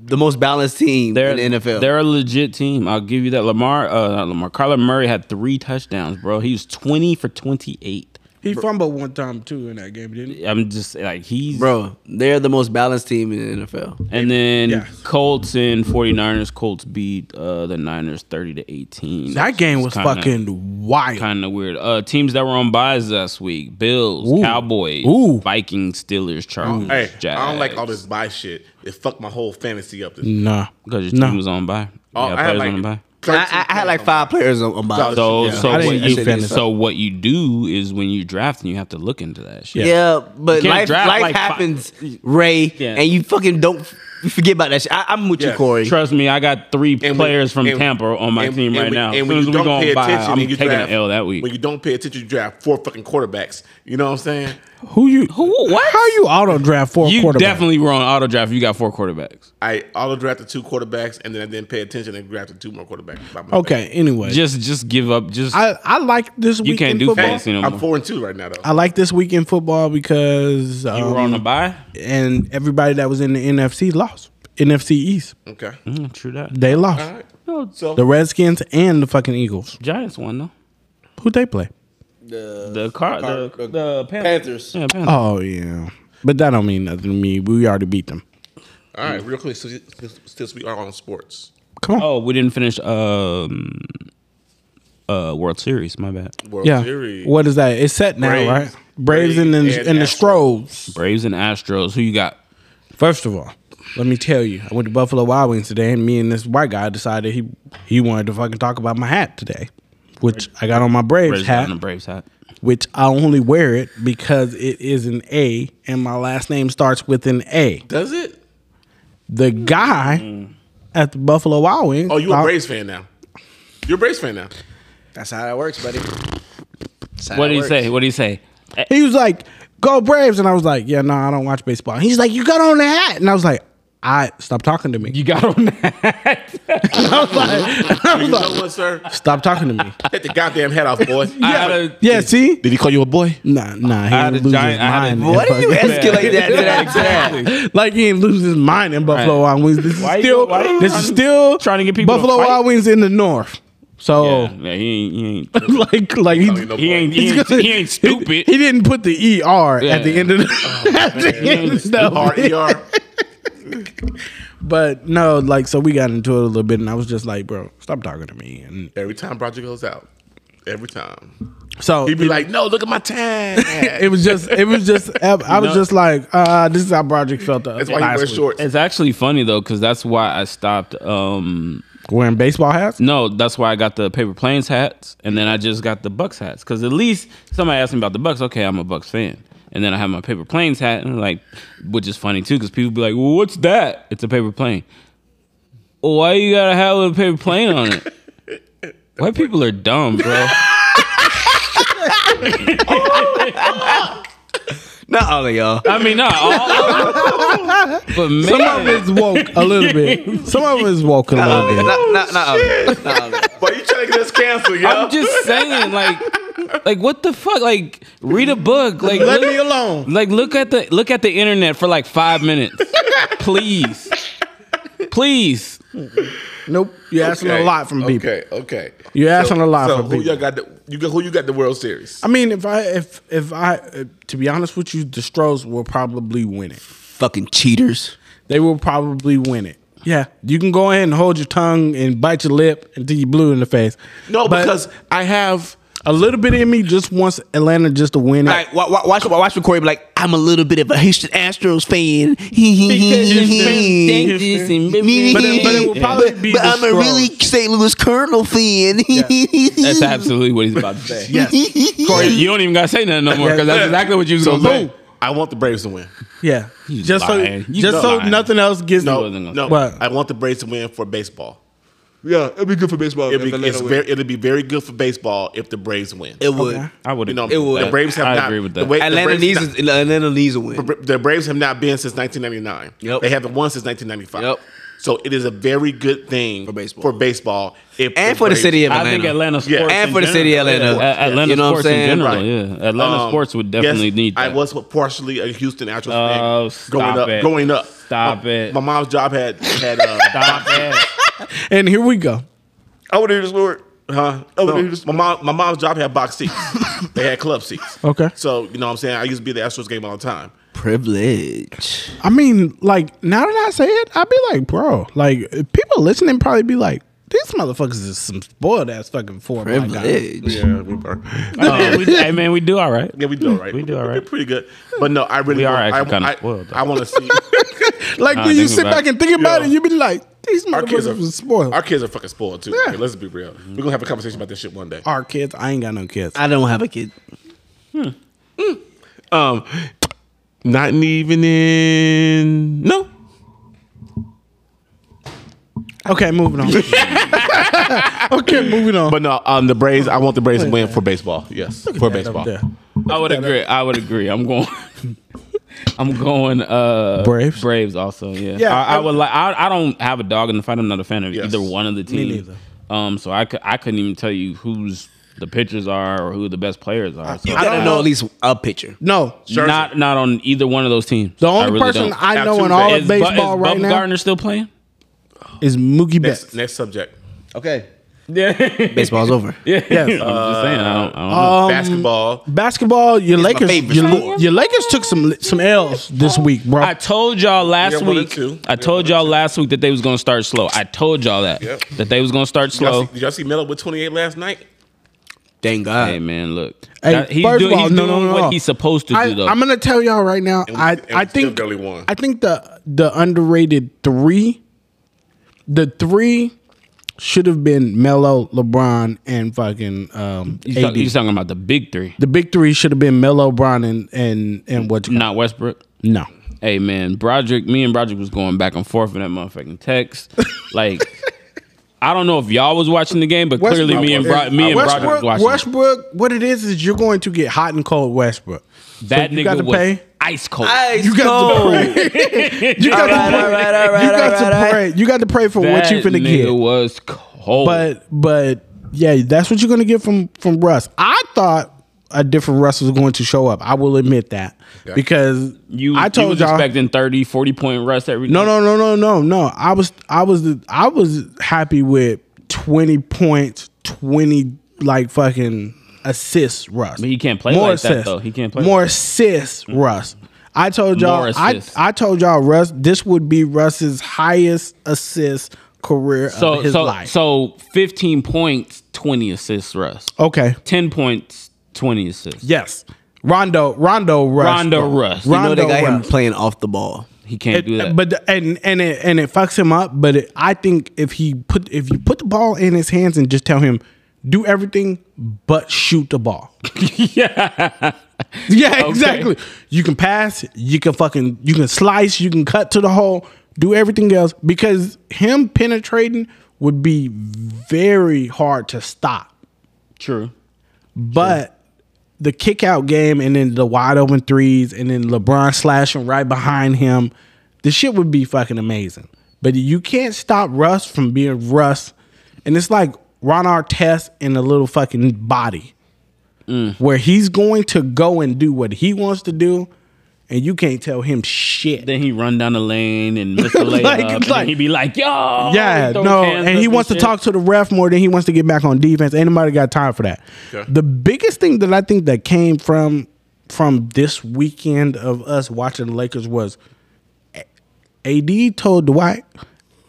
A: the most balanced team
D: They're,
A: in the NFL.
D: they're a legit team. I'll give you that. Lamar, uh, not Lamar, Kyler Murray had three touchdowns, bro. He was 20 for 28.
B: He fumbled one time too in that game, didn't he?
D: I'm just like, he's.
A: bro. They're the most balanced team in the NFL.
D: And then
B: Yeah.
D: Colts and 49ers. Colts beat uh, the Niners 30 to 18.
B: That game was
D: Kinda-
B: fucking wild.
D: kind of weird. Uh, teams that were on buys last week: Bills,
B: Ooh.
D: Cowboys,
B: Ooh.
D: Vikings, Steelers, Chargers,
C: Hey,
D: Jags.
C: I don't like all this buy shit. It fucked my whole fantasy up. This
B: Nah,
D: because your
B: no.
D: team was on buy.
C: Oh,
D: yeah,
C: I had
D: players
C: like
D: on buy.
C: 13
A: I, I, I had like
C: players on
A: five players on, on bye.
C: So-
D: So,
C: Yeah.
D: so
B: I
D: what
B: didn't
D: you
B: use fantasy.
D: so what you do is when you draft and you have to look into that shit.
A: yeah. but
D: You can't
A: life
D: draft
A: life
D: like five-
A: happens, Ray,
D: Yeah.
A: and you fucking don't f- you forget about that shit. I, I'm with you,
C: Yeah.
A: Corey.
D: Trust me, I got three
C: And when-
D: players from
C: and-
D: Tampa on my
C: and-
D: team
C: and
D: right
C: when-
D: now.
C: And
D: As
C: when
D: soon as
C: you
D: we
C: don't
D: go
C: pay
D: on bye,
C: attention,
D: I'm
C: and you
D: taking
C: draft,
D: an L that week.
C: When you don't pay attention, you draft four fucking quarterbacks. You know what I'm saying?
B: who you?
D: Who- what?
B: How you auto draft four
D: You
B: quarterbacks?
D: definitely were on auto draft. You got four quarterbacks.
C: I auto drafted two quarterbacks, and then I didn't pay attention and drafted two more quarterbacks. by my
B: Okay. Anyway,
D: Just just give up. Just
B: I I like this.
D: you
B: week
D: can't
B: in
D: do
B: football.
D: fantasy no
C: bad.
D: more.
C: I'm four and two right now, though.
B: I like this week in football because
D: you were
B: um,
D: on a buy.
B: and everybody that was in the NFC lost NFC East.
C: Okay.
D: Mm, true that.
B: They lost.
C: All right.
D: No,
C: So
B: The Redskins and the fucking Eagles.
D: Giants won though.
B: Who they play?
D: The car, the,
C: the-
D: the, Panthers.
A: Panthers.
D: Yeah, Panthers.
B: Oh yeah, but that don't mean nothing to me. We already beat them.
C: all right, real quick, since, since we are on sports,
B: Come on.
D: Oh, we didn't finish um uh World Series. My bad.
C: World
B: yeah.
C: Series.
B: What is that? It's set now,
C: Braves.
B: right? Braves and
C: Braves
B: the,
C: and
B: and the
C: Astros.
B: Stros.
D: Braves and Astros. Who you got?
B: First of all, let me tell you, I went to Buffalo Wild Wings today, and me and this white guy decided he he wanted to fucking talk about my hat today, which I got on my Braves,
D: Braves
B: hat,
D: and the Braves hat.
B: which I only wear it because it is an A, and my last name starts with an A.
C: does it?
B: The guy at the Buffalo Wild Wings. uh,
C: Oh, you a
B: thought-
C: Braves fan now? You're a Braves fan now.
A: That's how that works, buddy. That's how
D: What
A: that
D: do you
A: works.
D: say? What do you say? Eh,
B: He was like, "Go Braves," and I was like, "Yeah, no, I don't watch baseball." He's like, "You got on the hat," and I was like, "I stop talking to me."
D: You got on that.
B: I was like, I was
C: You know
B: like,
C: what, sir?
B: "Stop talking to me."
C: Take the goddamn hat off, boy.
D: I had a,
B: Yeah, see,
C: Did he call you a boy?
B: nah, nah, he
D: had
B: didn't
D: a
B: lose his
D: giant- I had a-
B: mind.
A: Why do you escalate that to that?
D: exactly.
B: like he didn't lose his mind in Buffalo
D: Right.
B: Wild Wings. This is
D: Why you-
B: still,
D: why you
B: this
D: trying
B: is
D: to-
B: still
D: trying to get people to
B: Buffalo
D: fight?
B: Wild Wings in the north. So,
D: Yeah, yeah, he ain't, he ain't,
B: like, like he,
C: Call Oh, you no
D: he
C: boy.
D: ain't, he
B: he's
D: ain't,
B: gonna-
D: he ain't stupid.
B: He, didn't put the er
D: Yeah. Oh,
B: at the end of the, at the end of stuff.
C: R-E-R.
B: But no, like so we got into it a little bit, and I was just like, "Bro, stop talking to me." And
C: Every time Roger goes out, every time
B: so
C: he'd be
B: it-
C: like, "No, look at my tag."
B: "It was just, it was just." I I was
D: No.
B: just like, uh, "This is how Broderick felt." The,
C: That's why he
B: last
C: wears
B: week.
C: shorts.
D: It's actually funny though, because that's why I stopped. Um,
B: Wearing baseball hats.
D: no, that's why I got the paper planes hats, and then I just got the Bucks hats. Because at least somebody asked me about the Bucks. Okay, I'm a Bucks fan, and then I have my paper planes hat, and like, which is funny too, because people be like, well, "What's that?" It's a paper plane. Well, why you gotta have a paper plane on it? White people are dumb, bro.
A: Not all of y'all.
D: I mean, not all, but man,
B: Some of it's woke a little bit. Some of it's woke a little
A: Not,
B: bit.
A: not, not all of
D: Oh,
A: it. Not all of it.
C: But you trying to get us canceled, yo?
D: I'm just saying, like, like what the fuck? Like, read a book. Like,
B: Let
D: look-
B: me alone.
D: Like, look at the look at the internet for like five minutes, please, please.
B: Nope, you're asking a lot from people.
C: Okay, okay.
B: You're asking a lot
C: so
B: from
C: who
B: people.
C: Y'all got the, you got, who you got the World Series?
B: I mean, if I, if, if I, uh, to be honest with you, the Stros will probably win it.
A: Fucking cheaters.
B: They will probably win it. Yeah, you can go ahead and hold your tongue and bite your lip until you blue in the face.
C: No,
B: But
C: because I have.
B: a little bit in me just wants Atlanta just to win it.
A: Like, wa- wa- watch, watch for Corey be like, I'm a little bit of a Houston Astros fan. but,
B: But it, but it will probably be. the
A: I'm a
B: Stros.
A: really St. Louis Colonel fan.
D: That's absolutely what he's about to say.
B: yes.
D: Corey, you don't even gotta say nothing no more because that's exactly what you was
C: So
D: gonna say.
C: look, I want the Braves to win.
B: Yeah,
D: You
B: just
D: lying.
B: so
D: You
B: just so
D: lying.
B: nothing else gets
C: No,
D: wasn't gonna-
C: no.
B: What?
C: I want the Braves to win for baseball.
A: Yeah, it'll be good for baseball.
C: It'll be, it's very, it'll be very good for baseball if the Braves win.
A: it would.
B: Okay.
D: I would.
C: you know,
D: it would.
C: the Braves have
D: I
C: not.
D: agree with
C: the
D: that.
C: way- the
A: Atlanta
C: Braves
A: needs,
C: not-
A: a, Atlanta needs a win.
C: the Braves have not been since 1999.
A: Yep.
C: They haven't won since 1995.
A: Yep.
C: So it is a very good thing for
A: baseball.
C: For baseball, if
A: And for the city of
D: I
A: Atlanta.
D: think Atlanta
C: Yeah.
D: sports
A: And
D: in
A: for the city of
D: general-
A: Atlanta.
D: A- Atlanta
A: You know what I'm
D: sports in
A: saying?
D: general.
C: Right.
D: Yeah, Atlanta
C: Um,
D: sports would definitely
C: yes,
D: need. That.
C: I was partially a Houston Astros
D: Oh,
C: fan growing
D: stop
C: up.
D: it.
C: Growing up,
D: Stop
C: my,
D: it.
C: My mom's job had had. Uh,
D: Stop it.
B: And here we go.
C: I would hear this word. Huh? No, my mom, my mom's job had box seats. they had club seats.
B: Okay.
C: So you know what I'm saying. I used to be at the Astros game all the time.
A: Privilege.
B: I mean, like now that I say it, I'd be like, bro, like people listening probably be like, these motherfuckers is some spoiled ass fucking four black guys.
A: Privilege.
C: Yeah, we were.
D: Hey, Um, we- hey man, we do all right.
C: Yeah, we do all right.
D: We do all right.
C: We're pretty good. But no, I really
D: We are
C: want-
D: actually
C: I,
D: kinda
C: I-
D: spoiled, though.
C: I want to see.
B: Like
D: Nah,
B: when you
D: thinking
B: sit
D: about
B: back and think about
C: Yeah.
B: it, you be like, these
C: our kids
B: motherfuckers
C: are
B: was spoiled.
C: Our
B: Our,
C: kids are fucking spoiled too. Like, let's be real. We're gonna have a conversation about this shit one day.
B: kids, I ain't got no kids.
A: I don't have a kid.
C: Um, not even in no.
B: Okay, moving on. okay, moving on.
C: But no, um, the Braves. I want the Braves to win for baseball. Yes, for baseball.
B: Yeah.
D: I
B: uh,
D: would agree. I would agree. I'm going. I'm going. Uh,
B: Braves?
D: Braves. Also, yeah.
B: Yeah,
D: I, I
B: I-
D: would like. I, I don't have a dog in the fight. I'm not a fan of
C: Yes.
D: either one of the teams.
B: neither.
D: Um. So I could. I couldn't even tell you who's the pitchers are or who the best players are. So
A: I don't know at least a pitcher.
B: No,
C: Scherzer.
D: not not on either one of those teams.
B: the only
D: I really
B: person
D: don't.
B: I know in
C: Altuve.
B: all
D: is,
B: of
D: Bu- is
B: baseball right
D: Bumgarner
B: now
D: still playing?
B: is Mookie
C: Next,
B: Betts.
C: next subject.
A: Okay.
D: Yeah,
A: Baseball's over.
D: yeah. I'm
B: Yes.
D: just saying. I don't, I don't
B: Uh,
D: know.
C: Um, Basketball.
B: Basketball, your Lakers,
A: favorite
B: your,
A: sport.
B: your Lakers took some some L's this week, bro.
D: I told y'all last
C: Yeah, one and
D: week.
C: two. Yeah,
D: I
C: one
D: told
C: and
D: y'all
C: two.
D: last week that they was gonna start slow. I told y'all that
C: Yep.
D: that they was gonna start
C: Did y'all
D: slow.
C: see, did y'all see Melo with 28 last night?
A: Thank God.
D: Hey man, look.
B: Hey,
D: That- he's
B: first
D: doing,
B: of all,
D: he's
B: no,
D: doing
B: no, no,
D: what
B: no.
D: he's supposed to
B: I,
D: do though.
B: I'm gonna tell y'all right now.
C: And we-
B: I
C: and we
B: I
C: still
B: think
C: barely won.
B: I think the the underrated three, the three should have been Melo, LeBron, and fucking um,
D: he's,
B: AD.
D: talk- he's talking about the big three,
B: the big three should have been Melo, LeBron, and and and what?
D: not Westbrook.
B: No,
D: Hey man, Broderick, me and Broderick was going back and forth in that motherfucking text. Like, I don't know if y'all was watching the game, but clearly me and Bro- me and
B: Westbrook,
D: Broderick was watching. it.
B: Westbrook. What it is is you're going to get hot and cold Westbrook.
D: that
B: So
D: nigga
B: you got to
D: was
B: pay.
D: ice cold.
B: You got to pray. you got to pray. You got to pray. You got to pray for what you
D: That
B: finna
D: nigga
B: get.
D: was cold.
B: But but yeah, that's what you're gonna get from from Russ. I thought a different Russ was going to show up. I will admit that because
D: you,
B: I
D: you
B: told
D: was
B: y'all.
D: expecting 30, 40 point rust every
B: no, no, no, no, no, no. I was I was I was happy with twenty points, twenty like fucking assists, Russ.
D: But he can't play like that, though. He can't play
B: more
D: like
B: assists, Russ. I told
D: More
B: y'all. I,
D: assists.
B: I told y'all, Russ. This would be Russ's highest assist career
D: So
B: of his
D: so
B: life.
D: so fifteen points, twenty assists, Russ.
B: okay,
D: Ten points, twenty assists.
B: Yes. Rondo, Rondo, Russ.
D: Rondo
B: bro.
D: Russ. You
A: You know
B: Rondo
A: they got him
B: Russ.
A: playing off the ball.
D: He can't do that.
B: It- but the- and and it and it fucks him up. But it, I think if he put if you put the ball in his hands and just tell him do everything but shoot the ball. yeah. Yeah, exactly. You can pass, you can fucking you can slice, you can cut to the hole, do everything else because him penetrating would be very hard to stop.
D: True.
B: But the kick out game and then the wide open threes and then LeBron slashing right behind him, the shit would be fucking amazing. But you can't stop Russ from being Russ. And it's like Ron Artest in a little fucking body where he's going to go and do what he wants to do and you can't tell him shit.
D: Then he run down the lane and miss the layup.
B: Like-
D: and
B: like-
D: then he be like, "Yo,
B: Yeah,
D: he throw
B: no,
D: his hands
B: and
D: up
B: he wants to
D: shit.
B: talk to the ref more than he wants to get back on defense. Anybody got time for that? The biggest thing that I think that came from from this weekend of us watching the Lakers was A- AD told Dwight,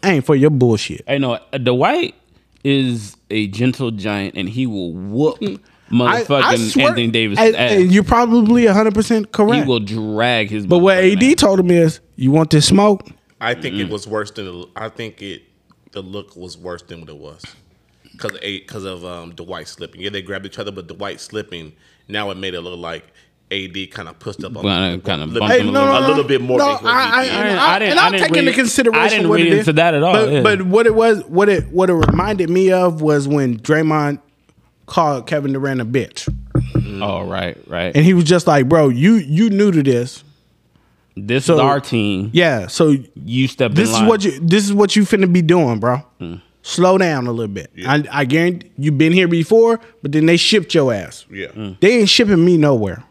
B: "I ain't for your bullshit."
D: I know uh, Dwight is a gentle giant, and he will whoop
B: Mm. I,
D: motherfucking
B: I swear-
D: Anthony Davis.
B: and,
D: ass.
B: and you're probably 100 percent
D: he
B: correct.
D: will drag his.
B: but what AD told him is, "You want this smoke?
C: I think it was worse than the, I think it. The look was worse than what it was because because of um, Dwight slipping. Yeah, they grabbed each other, but Dwight slipping now it made it look like AD kind of pushed up on
D: Kinda- kinda
C: little-
D: bumped him a
C: a
D: little
C: little,
D: bit.
C: bit more.
B: No,
C: than he was
B: I, I,
C: being.
B: and
D: did.
B: I,
D: I didn't-
B: and
D: I
B: I'll
D: didn't
B: take
D: read-
B: into consideration.
D: I didn't
B: what
D: read
B: it is.
D: into that at all,
B: But,
D: yeah.
B: but what it was, what it what it reminded me of was when Draymond called Kevin Durant a bitch,
D: Oh right, right.
B: and he was just like, "Bro, you you new to this,
D: this
B: so-
D: is our team.
B: yeah. So
D: You step.
B: this
D: in
B: is
D: line.
B: what you this is what you finna be doing, bro.
C: Hmm.
B: Slow down a little bit. I, I guarantee you've been here before, but then they shipped your ass.
C: yeah,
B: They ain't shipping me nowhere.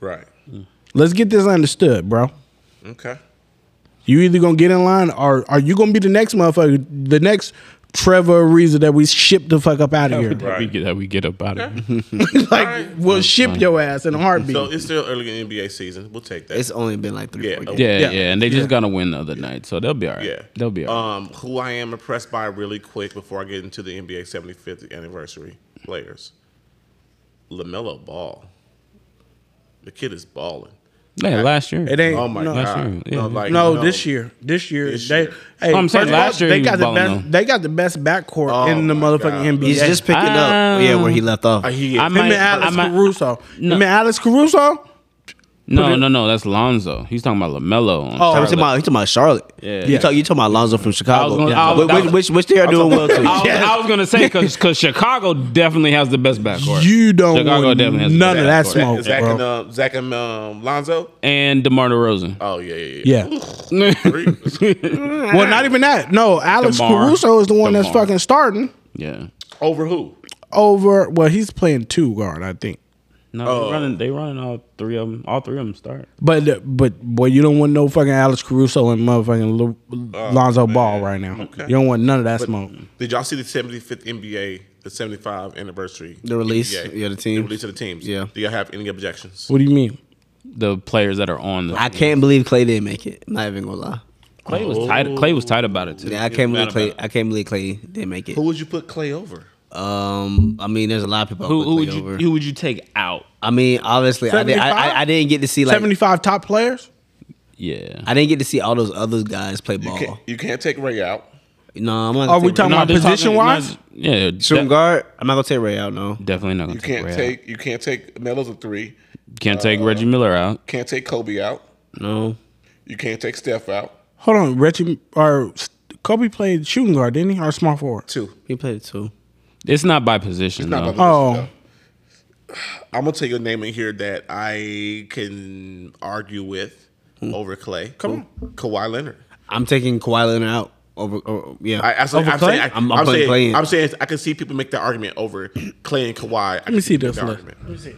C: right.
B: Mm. Let's get this understood, bro.
C: Okay.
B: You either gonna get in line or are you gonna be the next motherfucker, the next Trevor Ariza that we ship the fuck up out of here?
D: That we get that we get up out of here.
B: like we'll ship your ass in a heartbeat.
C: So it's still early in NBA season. We'll take that.
A: It's only been like three,
C: Yeah,
A: four
C: okay.
A: games.
D: Yeah, yeah,
B: Yeah. Uh,
D: and they just got to win the other night, so they'll be all right.
C: yeah,
D: they'll be all right.
C: Um, who I am impressed by really quick before I get into the NBA 75th anniversary players. Lamelo Ball. The kid is balling.
D: yeah, last year.
B: it ain't.
C: Oh my
B: no,
C: god!
D: true. Yeah.
C: like,
B: No, this year, this year,
C: This
B: they.
C: year.
B: Hey,
D: I'm saying
B: first of all,
D: last year
B: they
D: he
B: got
D: was
B: the
D: balling,
B: best.
D: though.
B: They got the best backcourt
C: Oh
B: in the
C: my
B: motherfucking
C: God.
B: NBA.
A: He's just picking up. Yeah, where he left off.
C: Uh, he is.
D: I
B: him and
D: might-
B: Alex
D: I might-
B: Caruso.
D: No.
B: Him and Alex Caruso.
D: no, no, no. That's Lonzo. He's talking about Lamelo. On
A: Oh,
D: oh,
A: you talking about, you talking about Charlotte.
D: Yeah.
A: You, talk, you talking about Lonzo from Chicago.
D: gonna- I
A: Wh-
D: was- I
A: which,
D: was-
A: which, which they are doing well, too.
D: I, was- I was gonna say because Chicago definitely has the best backcourt.
B: You don't
D: Chicago
B: want
D: definitely has the
B: none
D: best
B: of that
D: backcourt.
B: smoke,
C: Zach
B: bro.
C: and um, Zach and um, Lonzo.
D: and DeMar DeRozan.
C: Oh yeah, yeah, yeah.
B: Yeah.
C: Three.
B: Well, not even that. No, Alex
D: DeMar.
B: Caruso is the one that's
D: DeMar.
B: fucking starting.
D: Yeah.
C: Over who?
B: over. Well, he's playing two guard, I think.
H: No, they running. They running all three of them. All three of them start.
B: But uh, but boy, you don't want no fucking Alex Caruso and motherfucking Lu- Lonzo Ball right now. You don't want none of that smoke.
C: Did y'all see the 75th NBA, the 75 anniversary?
A: The release,
C: NBA?
A: yeah, the team.
C: The release of the teams.
A: Yeah.
C: Do y'all have any objections?
B: What do you mean?
D: The players that are on the
A: I can't believe Clay didn't make it. I'm not even gonna lie.
D: Clay was tight. Clay was tight about it too.
A: Yeah, I can't believe
D: Forgot
A: Clay.
D: about
A: I can't believe Clay didn't make it.
C: Who would you put Clay over?
A: Um, I mean, there's a lot of people. I
D: Who,
A: put
D: who would
A: Clay
D: you
A: over.
D: who would you take out?
A: I mean, obviously, I, did, I, I I didn't get to see like
B: Seventy five top players.
D: Yeah.
A: I didn't get to see all those other guys play
C: You
A: ball.
C: can't, you can't take Ray out.
A: No, I'm not.
B: Are
A: gonna
B: we
A: take
B: talking
A: Ray-
B: about
D: they're
B: position wise?
D: talking- Yeah,
A: shooting
D: de-
A: guard? I'm not gonna take Ray out. No,
D: definitely not gonna
C: You can't
D: take. Ray out.
C: take you can't take Melo's a three.
D: Can't take Reggie Miller out.
C: Can't take Kobe out.
A: no.
C: You can't take Steph out.
B: Hold on, Reggie or Kobe played shooting guard, didn't he? Or small forward?
C: Two.
A: He played two.
D: It's not by position
C: Not
D: though.
C: by the
B: Oh.
C: list, though. I'm gonna tell you a name in here that I can argue with
A: Hmm.
C: over Clay. Come on, Kawhi Leonard.
A: I'm taking Kawhi Leonard out over. Or, yeah,
C: I, I, am
A: over
C: saying, I,
A: I'm,
C: am
A: I'm putting
C: saying,
A: Clay in.
C: I'm saying I can see people make that argument over Clay and Kawhi. Let
B: me see this list.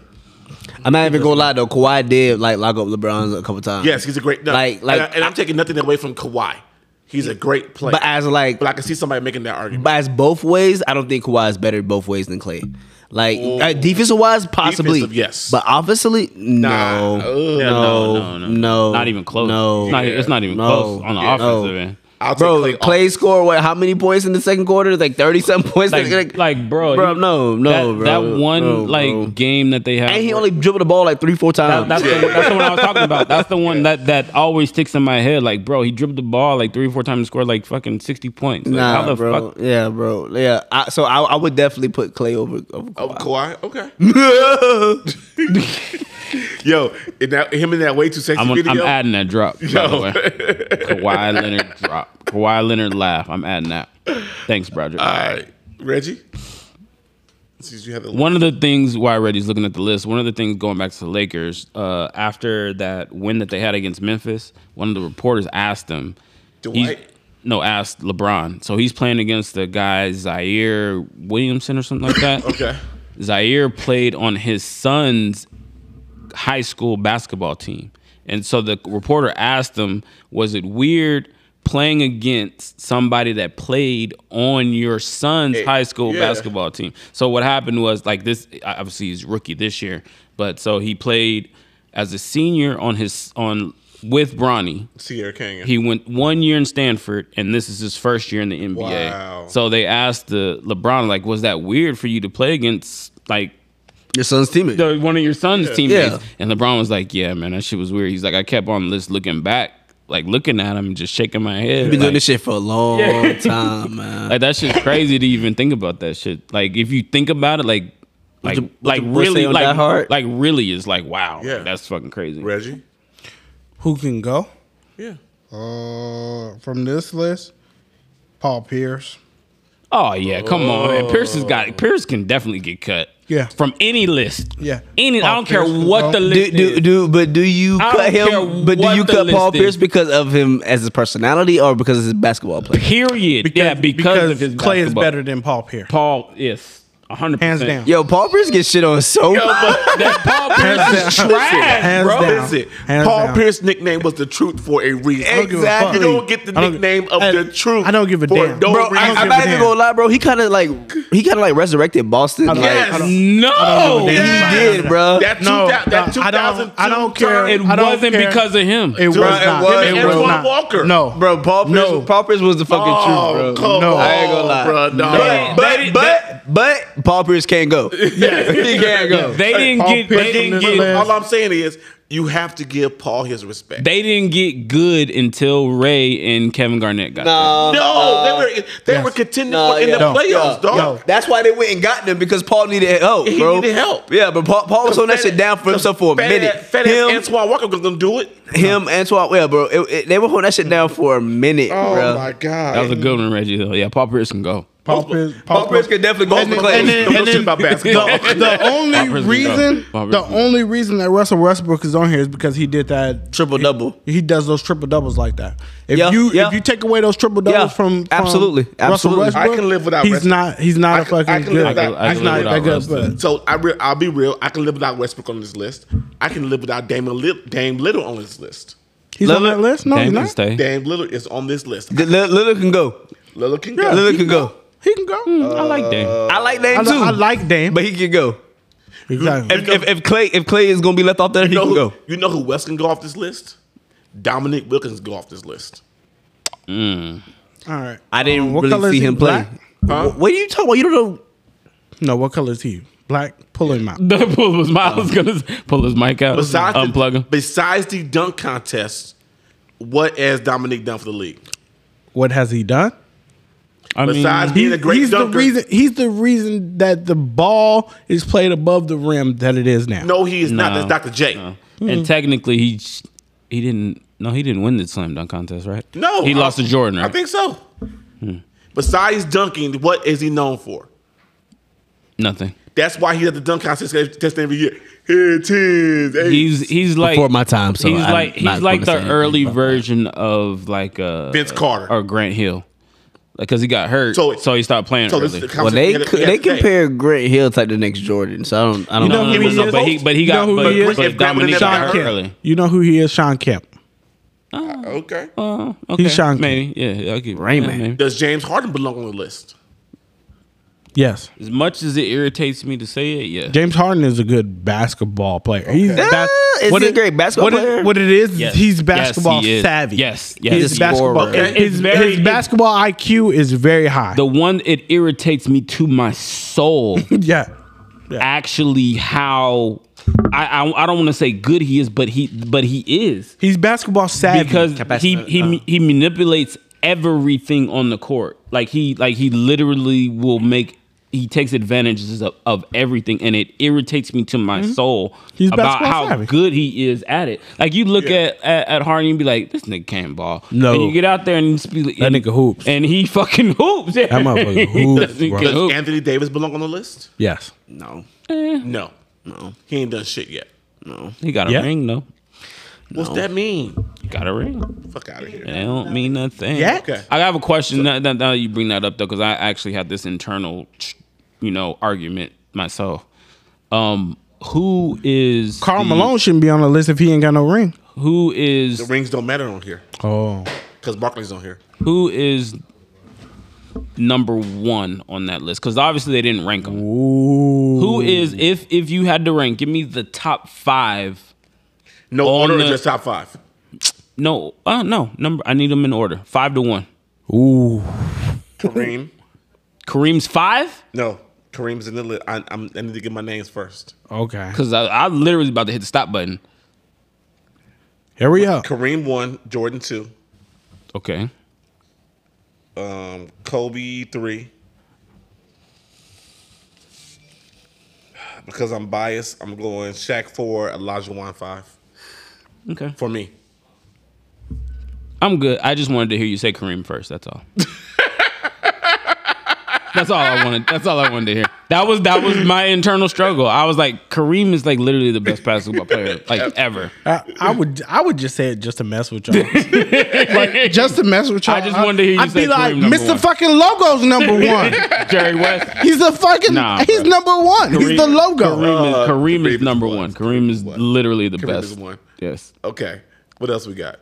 A: I'm not even gonna lie though. Kawhi did like lock up LeBron's a couple times.
C: Yes, he's a great. No,
A: Like- like-
C: and, I, am taking nothing away from Kawhi. He's a great player.
A: But as like,
C: but I can see somebody making that argument.
A: but as both ways, I don't think Kawhi is better both ways than Clay. Like uh, defensive wise, possibly
C: Defensive, yes.
A: but offensively, no, no, no,
D: no, no, Not even close.
A: No,
D: It's not, it's not even
A: No.
D: close on the
A: Yeah. No.
D: offensive end.
C: I'll take
A: Bro,
C: Clay
A: Clay,
C: off.
A: scored what? How many points in the second quarter? Like thirty some points.
D: Like, like, bro,
A: bro,
D: you-
A: no, no,
D: that,
A: bro,
D: that one
A: no,
D: like
A: bro.
D: game that they have,
A: and he
D: where-
A: only dribbled the ball like three, four times.
D: That's, the, that's the one I was talking about. That's the one that, that always sticks in my head. Like, bro, he dribbled the ball like three or four times and scored like fucking sixty points. Like,
A: nah,
D: how the
A: bro.
D: fuck?
A: Yeah, bro. Yeah. I, so I, I would definitely put Clay over. over
C: Over
A: Kawhi.
C: Kawhi, okay. Yo, in that, him in that way too sexy
D: I'm,
C: video.
D: I'm adding that drop. By the
C: Yo.
D: way. Kawhi Leonard drop. Kawhi Leonard laugh. I'm adding that. Thanks, Broderick.
C: All right, Reggie. Since you have the
D: one of the things why Reddy's looking at the list, one of the things going back to the Lakers, uh, after that win that they had against Memphis, one of the reporters asked him. he's-
C: Dwight?
D: No, asked LeBron. So he's playing against the guy Zaire Williamson or something like that.
C: Okay.
D: Zaire played on his son's high school basketball team. And so the reporter asked him, Was it weird playing against somebody that played on your son's
C: Eh,
D: high school
C: yeah.
D: basketball team? So what happened was, like, this obviously he's rookie this year, but so he played as a senior on his, on, with Bronny.
C: Sierra King.
D: He went one year in Stanford, and this is his first year in the NBA.
C: Wow.
D: So they asked the LeBron, like, was that weird for you to play against like
A: Your son's teammate.
D: the, one of your son's teammates?
A: Yeah.
D: And LeBron was like, yeah, man, that shit was weird. He's like, I kept on this looking back, like looking at him, and just shaking my head.
A: Been doing
D: like,
A: this shit for a long time, man.
D: like, that shit's crazy to even think about that shit. Like if you think about it, like. Like,
A: the- what
D: like
A: the boy
D: really,
A: say on
D: like,
A: Die Hard?
D: like really is like, wow,
C: Yeah.
D: that's fucking crazy.
C: Reggie.
B: Who can go?
C: Yeah.
B: Uh, from this list, Paul Pierce.
D: Oh yeah, come on, man. Pierce has got Pierce can definitely get cut.
B: Yeah.
D: From any list.
B: Yeah.
D: Any I
B: Paul
D: don't care
B: Pierce can
D: what
B: go.
D: the
A: Do,
D: list
A: do,
D: is.
A: do, but do you
D: I
A: cut
D: don't care
A: him? But do
D: what
A: you
D: the
A: cut Paul
D: list
A: Pierce
D: is.
A: because of him as his personality or because of his basketball play?
D: Period. yeah, because, of his
B: Clay
D: basketball.
B: is better than Paul Pierce.
D: Paul is hundred
B: Hands down.
A: Yo, Paul Pierce gets shit on so much.
D: That Paul Pierce is
B: down.
D: trash,
B: Hands
D: bro.
B: down.
C: Listen,
B: Hands
C: Paul
B: down.
C: Pierce's nickname was the truth for a reason.
A: don't give a fuck.
C: You don't get the
B: I don't-
C: nickname of
B: I-
C: the truth.
B: I don't give a
C: for
B: damn.
C: No
A: Bro,
C: reason.
A: I,
B: don't
A: I'm
B: give a
A: not even
B: damn.
A: gonna lie, bro. He kind of like he kind of like resurrected Boston. Like,
C: Yes.
D: No,
B: I don't give a damn.
A: he did, bro.
C: that
B: No,
C: 2000 that
B: no, I don't- I don't
C: 2002
B: care.
D: it
B: I don't
D: wasn't
B: care.
D: because of him.
B: It was
C: Bro, it
B: not.
C: was-
B: It
C: it
B: was
C: was
B: not.
C: Walker.
B: No,
A: bro, Paul Pierce,
B: No.
A: Paul Pierce was the fucking
C: Oh,
A: truth, bro.
C: come
B: No.
C: on,
A: I ain't gonna lie.
C: bro. No.
A: But but, but but Paul Pierce can't go. he can't go.
D: They didn't
B: Paul
D: get they
B: Pierce
D: didn't
B: is
D: get
B: hilarious.
C: all I'm saying is you have to give Paul his respect.
D: they didn't get good until Ray and Kevin Garnett got
A: No,
C: no, they were they were contending
A: no,
C: for- in
A: yeah.
C: the
A: No.
C: playoffs,
A: Yeah.
C: dog.
A: That's why they went and got them because Paul needed help,
C: He
A: bro.
C: needed help.
A: Yeah, but Paul, Paul was on that
C: Fat-
A: shit down for himself for a
C: fat-
A: minute.
C: Fat ass
A: him,
C: Antoine Walker gonna do it.
A: him, Antoine. Yeah, bro,
B: Oh
A: it, it- they were holding that shit down for a minute, bro.
C: god.
B: Mm.
D: that was a good one, Reggie. Though, yeah, Paul Pierce can go.
B: Paul Pierce.
A: Paul Pierce could definitely go
B: And
A: for
B: then-
A: clay.
B: and then-
C: Don't know
B: and
C: shit
B: then
C: about
B: the,
C: basketball.
B: the only
D: Pierce can go.
B: reason,
D: Paul Pierce
B: the
D: can go.
B: only reason that Russell Westbrook is on here is because he did that
A: Triple double.
B: He does those triple doubles like that. If
A: Yeah,
B: you
A: yeah.
B: if you take away those triple doubles
A: Yeah,
B: from, from
A: absolutely,
B: Russell
A: absolutely.
B: Westbrook,
C: I can live without
B: He's
C: Westbrook.
B: not. He's not
C: I
B: a
C: can- I
B: fucking
C: can live
B: good.
C: without- I
B: he's
C: can
B: not
C: live
B: that
D: without
B: good.
D: Westbrook.
B: But
C: So I re- I'll be real. I can live without Westbrook on this list. I can live without Dame, Li- Dame Little on this list.
B: he's on that list. No, he's
D: Dame can
B: not.
A: Hmm?
D: stay.
C: Dame Little is on this list.
A: Th- Lil- Lillard can go.
C: Little can
B: Yeah.
C: go.
A: Lillard can go.
B: He can go.
C: Hmm.
D: I like Dame.
A: I like
B: I,
A: Dame too.
B: li- I like Dame.
A: but he can go.
B: exactly.
A: If, if, if Clay if Clay is gonna be left off there, he
C: You know,
A: can
C: who,
A: go.
C: you know who West can go off this list? Dominic Wilkins can go off this list.
B: All right.
A: I didn't
B: Um, what
A: really
B: color is
A: see
B: he?
A: him play.
B: Black?
A: Wh- What are you talking about? You don't know.
B: No, what color is he? Black. Pull him out.
D: The pull was
B: uh,
D: Miles gonna s- pull his mic out,
C: Besides,
D: unplug
C: the,
D: him.
C: besides the dunk contest, what has Dominic done for the league?
B: What has he done?
D: I mean,
C: Besides being a great
B: he's
C: dunker,
B: the reason. He's the reason that the ball is played above the rim that it is now.
C: no, he is not. That's
D: No.
C: Dr. J.
B: Mm.
D: and technically he sh- he didn't. No, he didn't win the slam dunk contest, right?
C: No,
D: he
C: I-
D: lost to Jordan, right?
C: I think so.
D: Hmm.
C: Besides dunking, what is he known for?
D: nothing.
C: That's why he had the dunk contest test every year. Here it is. Hey.
D: He's he's like
A: Before my time, so
D: he's
A: I'm
D: like he's
A: not
D: like
A: gonna say
D: the
A: anything
D: early
A: about
D: version of like uh
C: Vince Carter.
D: or Grant Hill, because he got hurt,
C: So-
D: so, he stopped playing.
C: so this
D: early.
C: is the
A: Well,
C: conversation
A: they
C: we had-
A: co-
C: we had
A: they
C: today.
A: compare Grant Hill type to next Jordan, so I don't I don't know.
B: know who he
D: no,
B: is?
D: but he but he
B: You know
D: got
B: who
D: but,
B: he is?
D: but
C: If Grant
D: Dominique
C: would've
D: got
C: never
D: hurt
C: hurt.
D: early.
B: You know who he is? Sean Kemp.
C: Okay.
D: Uh, Okay,
B: Sean King.
D: maybe yeah. Okay,
A: Rain Man.
C: Does James Harden belong on the list?
B: Yes.
D: As much as it irritates me to say it, yeah.
B: James Harden is a good basketball player. He's
C: Okay.
B: bas-
A: Ah, is he a great basketball
B: what it-
A: player?
B: what it is,
D: Yes.
B: he's
D: Yes,
B: basketball
D: he is.
B: savvy.
D: Yes, yes.
B: He's
A: He's a
B: basketball.
A: scorer.
C: Okay,
B: His,
C: it's very-
B: his basketball IQ is very high.
D: The one it irritates me to my soul
B: yeah,
D: actually how I I, I don't want to say good he is, but he but he is
B: he's basketball savvy
D: because he he he manipulates everything on the court. Like he like he literally will make he takes advantages of, of everything and it irritates me to my soul
B: Mm-hmm. He's
D: about
B: basketball
D: how
B: savvy.
D: good he is at it. Like you look at, at at Harden and be like, this nigga can't ball.
B: No.
D: And you get out there and you just be like,
B: That nigga hoops.
D: And he fucking hoops. That
B: motherfucker hoops, bro.
D: nigga
C: Does
D: hoop.
C: Anthony Davis belong on the list?
B: yes,
A: No,
C: No. No. He ain't done shit yet.
D: He got a
B: Yeah.
D: ring though.
C: What's that mean?
D: Got a ring.
C: Fuck out of here.
D: That don't mean nothing.
B: Yeah.
C: Okay.
D: I have a question. Now, now- now you bring that up though, because I actually had this internal, you know, argument myself. Um, who is
B: Carl
D: the-
B: Malone shouldn't be on the list if he ain't got no ring.
D: Who is
C: The rings don't matter on here
B: Oh,
C: because Barkley's on here.
D: who is number one on that list? Because obviously they didn't rank them. Who is if if you had to rank? Give me the top five.
C: No
D: On
C: order,
D: the-
C: just top five.
D: No, uh, no number. I need them in order. Five to one.
B: ooh,
C: Kareem.
D: Kareem's five.
C: No. Kareem's in the list. I, I'm, I need to get my names first.
B: okay.
D: Because I, I literally about to hit the stop button.
B: Here we up.
C: Kareem one, Jordan two,
D: Okay.
C: um, Kobe three. Because I'm biased, I'm going Shaq four, Elijah Wan five
D: Okay.
C: for me.
D: I'm good. I just wanted to hear you say Kareem first. That's all. that's all I wanted. That's all I wanted to hear. That was that was my internal struggle. I was like, Kareem is like literally the best basketball player like ever.
B: I, I would I would just say it just to mess with y'all, like just to mess with y'all.
D: I just wanted to hear you
B: I'd
D: say
B: be like,
D: Kareem number
B: Mr.
D: one."
B: Fucking Logo's number one.
D: Jerry West.
B: He's the fucking.
D: Nah,
B: he's
D: bro.
B: number one. he's the logo.
D: Kareem is,
C: Uh,
D: Kareem
C: Kareem
D: is
C: is
D: number
C: one.
D: one. Kareem is
C: Kareem is
D: literally the
C: Kareem
D: best.
C: is one.
D: Yes.
C: Okay, what else we got?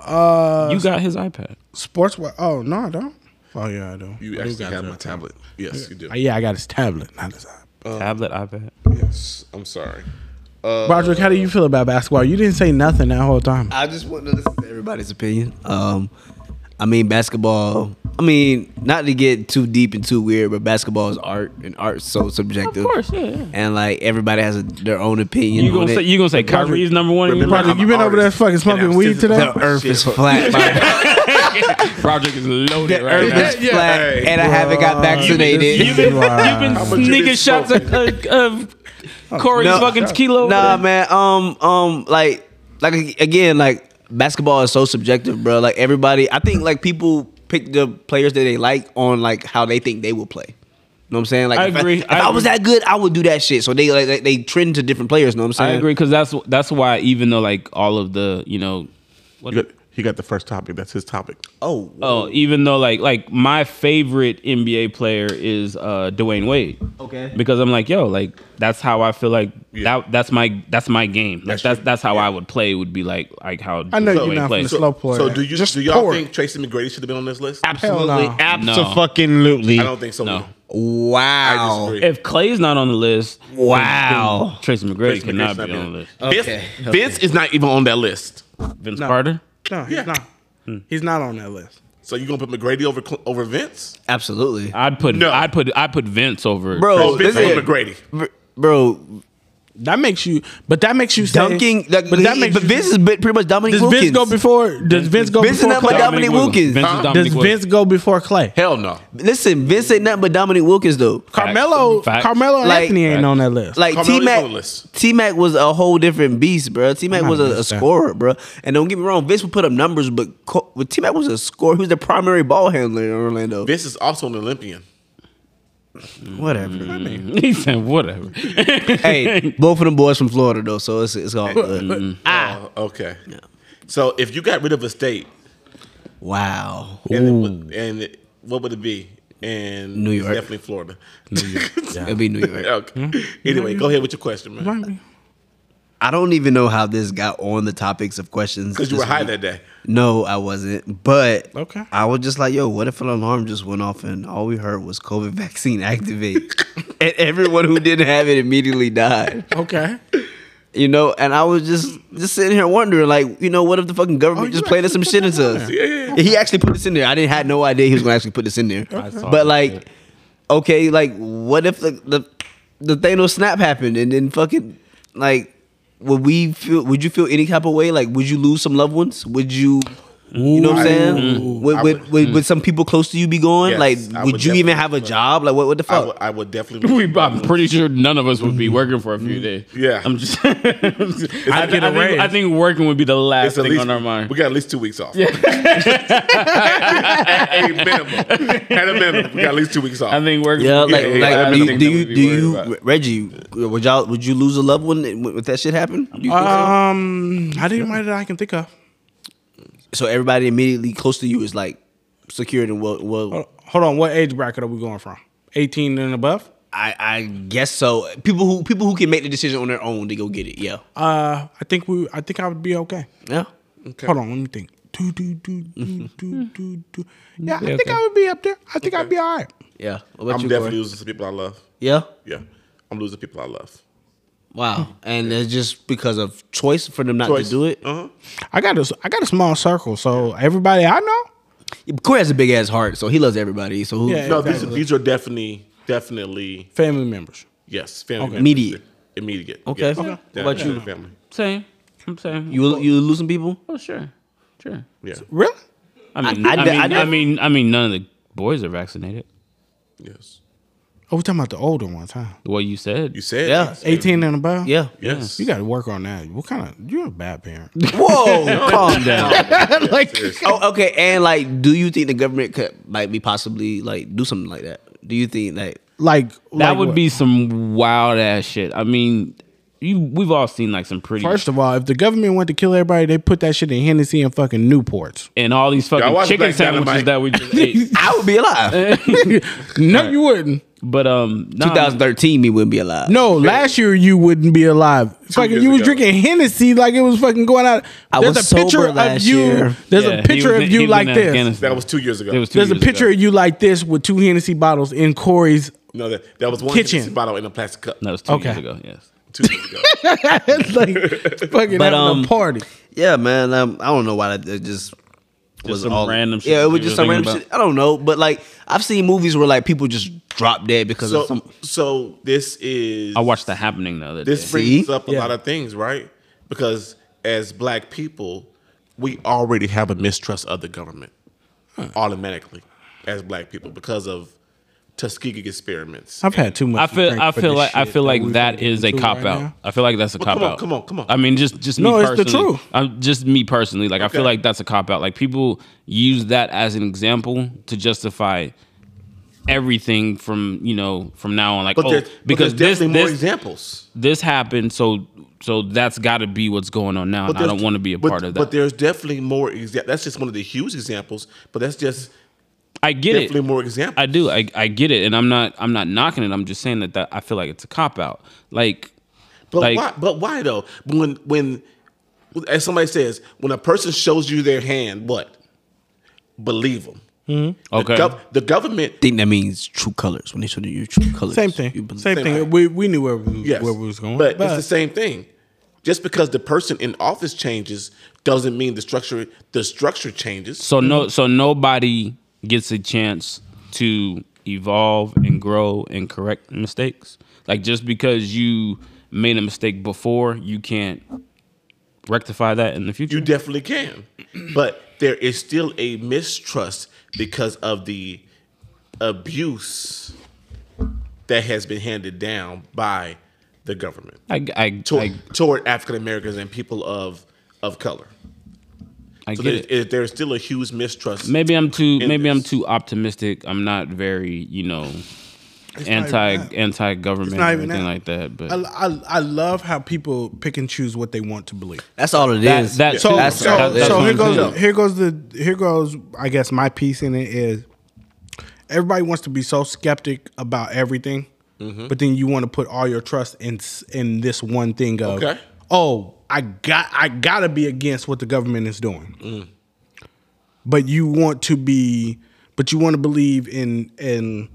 D: you got his iPad.
B: Uh, Sports. wa- Oh no, I don't. Oh yeah, I do.
C: You
B: I do
C: actually
B: got
C: have
B: your
C: my tablet. Yes, you do.
B: Uh, yeah, I got his tablet, not his app.
D: Tablet, iPad.
C: Yes, I'm sorry.
B: Broderick, how do you feel about basketball? You didn't say nothing that whole time.
A: Uh, I just want to listen to everybody's opinion. Um, I mean basketball. I mean not to get too deep and too weird, but basketball is art, and art's so subjective.
D: Of course, yeah, yeah.
A: And like everybody has a, their own opinion.
D: You
A: on
D: gonna
A: it.
D: say you gonna say Kyrie's number one? and you're
C: Remember,
D: not?
B: Broderick,
C: I'm
B: you
C: an
B: been over there
C: artist,
B: fucking
C: and
B: smoking
C: I'm
B: weed
C: sensitive
B: today?
C: about
A: the earth
C: shit.
A: is flat. My
D: Project is loaded right
A: earth
D: now.
A: is flat, and I haven't got vaccinated.
D: You've been,
B: Wow.
D: you've been
B: How
C: much you
D: sneaking
C: been
D: shots of, of, of Corey's fucking tequila. over
A: Nah,
D: there.
A: man. Um, um, like, like again, like basketball is so subjective, bro. Like everybody, I think like people pick the players that they like on like how they think they will play. You know what I'm saying? Like
D: I
A: if
D: agree.
A: If I,
D: I
A: was
D: agree.
A: that good, I would do that shit. So they like they- they trend to different players. You know what I'm
D: I
A: saying?
D: agree because that's that's why even though like all of the you know
C: You got, he got the first topic. That's his topic.
A: Oh,
D: oh even though like like my favorite NBA player is uh Dwayne Wade
A: Okay.
D: because I'm like yo like that's how I feel like
C: Yeah.
D: that that's my that's my game
C: That's
D: that's that's,
C: your-
D: that's how I would play would be like like how
B: I know
D: Dwayne
B: you're not
D: plays.
B: finna slow play.
C: So do you
B: Just
C: do y'all
B: pour it.
C: think Tracy McGrady should have been on this list?
B: Hell
I: Absolutely.
B: no.
I: Absolutely.
C: I don't think so.
D: No.
A: wow.
C: I disagree.
D: if Clay's not on the list then-
A: Wow.
D: then Tracy McGrady
C: Tracy McGrady's
D: cannot
C: not Uh,
D: be
C: being-
D: on the list
C: Vince,
A: Okay, okay.
C: Vince is not even on that list.
D: Vince Carter
B: No, he's not.
D: Hmm.
B: He's not on that list.
C: So you gonna put McGrady over Cl- over Vince?
A: Absolutely,
D: I'd put
C: No.
D: I'd put I'd put Vince over
A: Bro,
C: Oh, Vince
A: this
C: over
A: is-
C: McGrady.
A: Br- bro.
B: That makes you, but that makes you say-
A: Dunking, like, but, that but
B: you-
A: Vince is bi- pretty much Dominic
B: Does
A: Wilkins.
B: Vince go before? Does Vince go
A: Vince is
B: before?
A: nothing but
B: Clay?
A: Dominic Wilkins.
D: Vince
C: Huh?
D: is
B: Does
D: Dominic Wilkins.
B: Vince go before Clay?
C: Hell no.
A: Listen, Vince ain't nothing but Dominic Wilkins though.
B: Carmelo,
D: Facts.
B: Carmelo and
A: Like-
B: Anthony ain't
D: Facts.
B: on that list.
A: Like
C: Carmelo's
A: T
C: on the
A: Mac,
C: list.
A: T Mac was a whole different beast, bro. T Mac
B: I'm
A: was
B: not
A: a, a
B: against that.
A: scorer, bro. And don't get me wrong, Vince would put up numbers, but Co- but T Mac was a scorer. He was the primary ball handler in Orlando.
C: Vince is also an Olympian.
A: Whatever.
D: he said whatever
A: hey, both of them boys from Florida though, so it's it's all good.
C: Ah. okay. So if you got rid of a state,
A: wow.
C: and, it would- and it- what would it be? And
A: New
C: it's
A: York.
C: definitely Florida.
A: It'd be New York.
C: okay. Anyway, go ahead with your question, man.
A: I don't even know how this got on the topics of questions
C: Because you were
A: this
C: high
A: week.
C: that day.
A: No, I wasn't. But
B: Okay.
A: I was just like, yo, what if an alarm just went off and all we heard was COVID vaccine activate? and everyone who didn't have it immediately died.
B: okay,
A: You know, and I was just just sitting here wondering, like, you know, what if the fucking government
B: you
A: just played us some
B: actually
A: shit
B: put
A: into
B: that
A: us?
B: on
A: Yeah, He actually put this in there. I didn't had no idea he was gonna actually put this in there. But like, okay, like, what if the the the Thanos snap happened and then fucking like. Would we feel? Would you feel any type of way? Like, would you lose some loved ones? Would you, you know what I'm saying? Would,
C: I
A: would,
C: would-
A: would, would some people close to you be gone?
C: Yes,
A: like,
C: I
A: would,
C: would
A: you even
C: definitely
A: have a
C: lose
A: job? Like, what? What the
C: I
A: fuck?
C: would- I would definitely.
D: we, I'm pretty sure none of us would be working for a few days.
C: Yeah.
D: I'm just. I,
C: I'd get
D: I
C: a raise.
D: think, I think working would be the last
C: It's at
D: thing
C: least-
D: on our mind.
C: We got at least two weeks off. at a minimum. At a minimum. We got at least two weeks off.
D: I think working.
A: Yeah,
D: would be
A: like,
D: the
C: yeah,
A: like,
D: last
A: do, you,
D: thing
A: do
D: that
A: you,
D: we'd be
A: do
D: worried
A: you,
D: about.
A: Reggie? Would y'all, would you lose a loved one if that shit happened? Do you think so?
B: um, I didn't mind that I can think of.
A: so everybody immediately close to you is like secured and well, well,
B: Hold- Hold on, what age bracket are we going from? Eighteen and above.
A: I, I guess so. People who, people who can make the decision on their own to go get it. Yeah,
B: Uh, I think we, I think I would be okay.
A: yeah.
B: Hold on, let me think. Do, do, do, do, do, do, do. Yeah, I
D: Yeah,
B: think
D: okay.
B: I would be up there. I think I'd be all right.
A: Yeah, What about
C: I'm
A: you,
C: definitely
A: Corey?
C: losing some people I love.
A: Yeah,
C: Yeah. I'm losing people I love.
A: wow. And it's just because of choice for them not
C: Choice.
A: to do it.
C: Uh-huh.
B: I got a, I got a small circle, so everybody I know.
A: Corey has a big ass heart, so he loves everybody. So who?
B: Yeah.
C: No, these,
B: Exactly.
C: these are definitely, definitely,
B: Family members.
C: yes, family. members.
A: Immediate.
C: Immediate.
A: Okay.
C: Yes.
A: Okay.
C: Yeah,
A: What about you?
C: definitely Family.
D: Same. I'm saying.
A: You you losing people?
D: Oh sure, sure.
C: Yeah.
B: Really?
D: I mean,
A: I-
D: I,
A: I
D: mean,
A: d-
D: I,
A: I
D: mean,
A: never-
D: I mean, none of the boys are vaccinated.
C: Yes.
B: Oh, we talking about the older ones, huh?
D: What you said.
C: You said
A: Yeah.
C: yes.
B: Eighteen and above.
A: Yeah.
C: Yes.
B: You got to work on that. What kind of? You're a bad parent.
A: Whoa, calm down.
B: like,
A: Oh, okay. And like, do you think the government could like be possibly like do something like that? Do you think like
B: like
D: that
B: like
D: would
B: what?
D: be some wild ass shit. I mean, you we've all seen like some pretty
B: First of all, if the government wanted to kill everybody, they put that shit in Hennessy and fucking Newports.
D: and all these
C: Y'all
D: fucking
C: watch
D: chicken
C: Black
D: sandwiches
C: Dynamite.
D: that we just ate.
A: I would be alive?
B: No, you wouldn't.
D: But um, nah,
A: 2013, me wouldn't be alive.
B: No, last year you wouldn't be alive. fucking,
C: years
B: you was
C: ago.
B: drinking Hennessy like it was fucking going out.
A: I
B: There's
A: was
B: a picture
A: sober
B: of
A: last
B: you.
A: year.
B: There's
D: yeah,
B: a
D: he
B: picture
D: was
B: of
D: in- he
B: you
D: was
B: like
D: in
B: this.
D: Afghanistan.
C: That was two years ago.
D: It was two
B: There's a
D: years ago.
B: picture of you like this with two Hennessy bottles in Corey's.
C: no, that, that was one
B: Kitchen.
C: Hennessy bottle in a plastic cup.
D: No, it was two
B: Okay.
D: years ago. Yes.
C: Two years ago.
B: like fucking having
A: um,
B: a party.
A: Yeah, man. Um, I don't know why that, that just, was
D: some
A: all
D: random shit
A: Yeah, it
D: that
A: was
D: you
A: just
D: were
A: some
D: thinking
A: random shit. I don't know, but like I've seen movies where like people just drop dead because of
C: so,
A: some.
C: so this is.
D: I watched that happening the other day.
C: This brings
A: See?
C: up a lot of things, right? Because as black people, we already have a mistrust of the government automatically as black people because of Tuskegee experiments.
B: I've had too much.
D: I
B: to
D: feel
B: drink
D: I
B: for
D: feel
B: this
D: like I
B: shit
D: feel like
B: we've
D: that
B: been
D: is a
B: through
D: cop
B: right
D: out.
B: now.
D: I feel like that's a cop
C: come on,
D: out.
C: come on, come on.
D: I mean, just just
B: No,
D: me
B: it's the
D: personally.
B: truth.
D: I'm just me personally. Like I feel
C: Okay.
D: like that's a cop out. Like people use that as an example to justify everything from you know from now on. Like
C: But
D: oh,
C: there, because
D: because
C: but
D: this
C: there's definitely more
D: this,
C: examples.
D: this happened, so so that's got to be what's going on now.
C: But
D: And I
C: there's-
D: don't want to be a
C: but-
D: part of that.
C: But there's definitely more. Exa- that's just one of the huge examples. But that's just
D: I get it.
C: definitely more examples.
D: I do. I, I get it, and I'm not I'm not knocking it. I'm just saying that, that I feel like it's a cop out. Like
C: But
D: Like-
C: why? But why though? When when as somebody says, when a person shows you their hand, what? Believe them.
D: Hmm? okay,
C: The, gov- the government.
A: think that means true colors when they show you true colors.
B: Same thing.
A: You believe-
B: Same,
C: Same
B: thing.
C: thing.
B: We we knew where we,
C: Yes,
B: where we was going.
C: But, it's the same thing. Just because the person in office changes doesn't mean the structure the structure changes.
D: So
B: Mm-hmm.
D: no, so nobody gets a chance to evolve and grow and correct mistakes. Like just because you made a mistake before, you can't rectify that in the future.
C: You definitely can, but there is still a mistrust because of the abuse that has been handed down by the government.
D: I, I,
C: toward,
D: I,
C: toward African Americans and people of of color.
D: I
C: So
D: get
C: there's,
D: it.
C: is- there's still a huge mistrust.
D: Maybe I'm too.
C: in
D: Maybe I'm
C: this.
D: too optimistic. I'm not very, you know, anti
B: even that.
D: anti government or
B: not even
D: anything
B: that.
D: like that. But
B: I, I, I love how people pick and choose what they want to believe.
A: That's all it
D: That-
A: is.
D: that-
A: that's
B: So
A: that's,
B: so,
D: that- that's
B: so
D: what
B: here
D: I'm
B: goes
D: saying.
B: here goes the here goes I guess my piece in it is everybody wants to be so skeptic about everything, but then you want to put all your trust in s- in this one thing of
C: Okay.
B: oh I got I gotta be against what the government is doing, but you want to be but you want to believe in in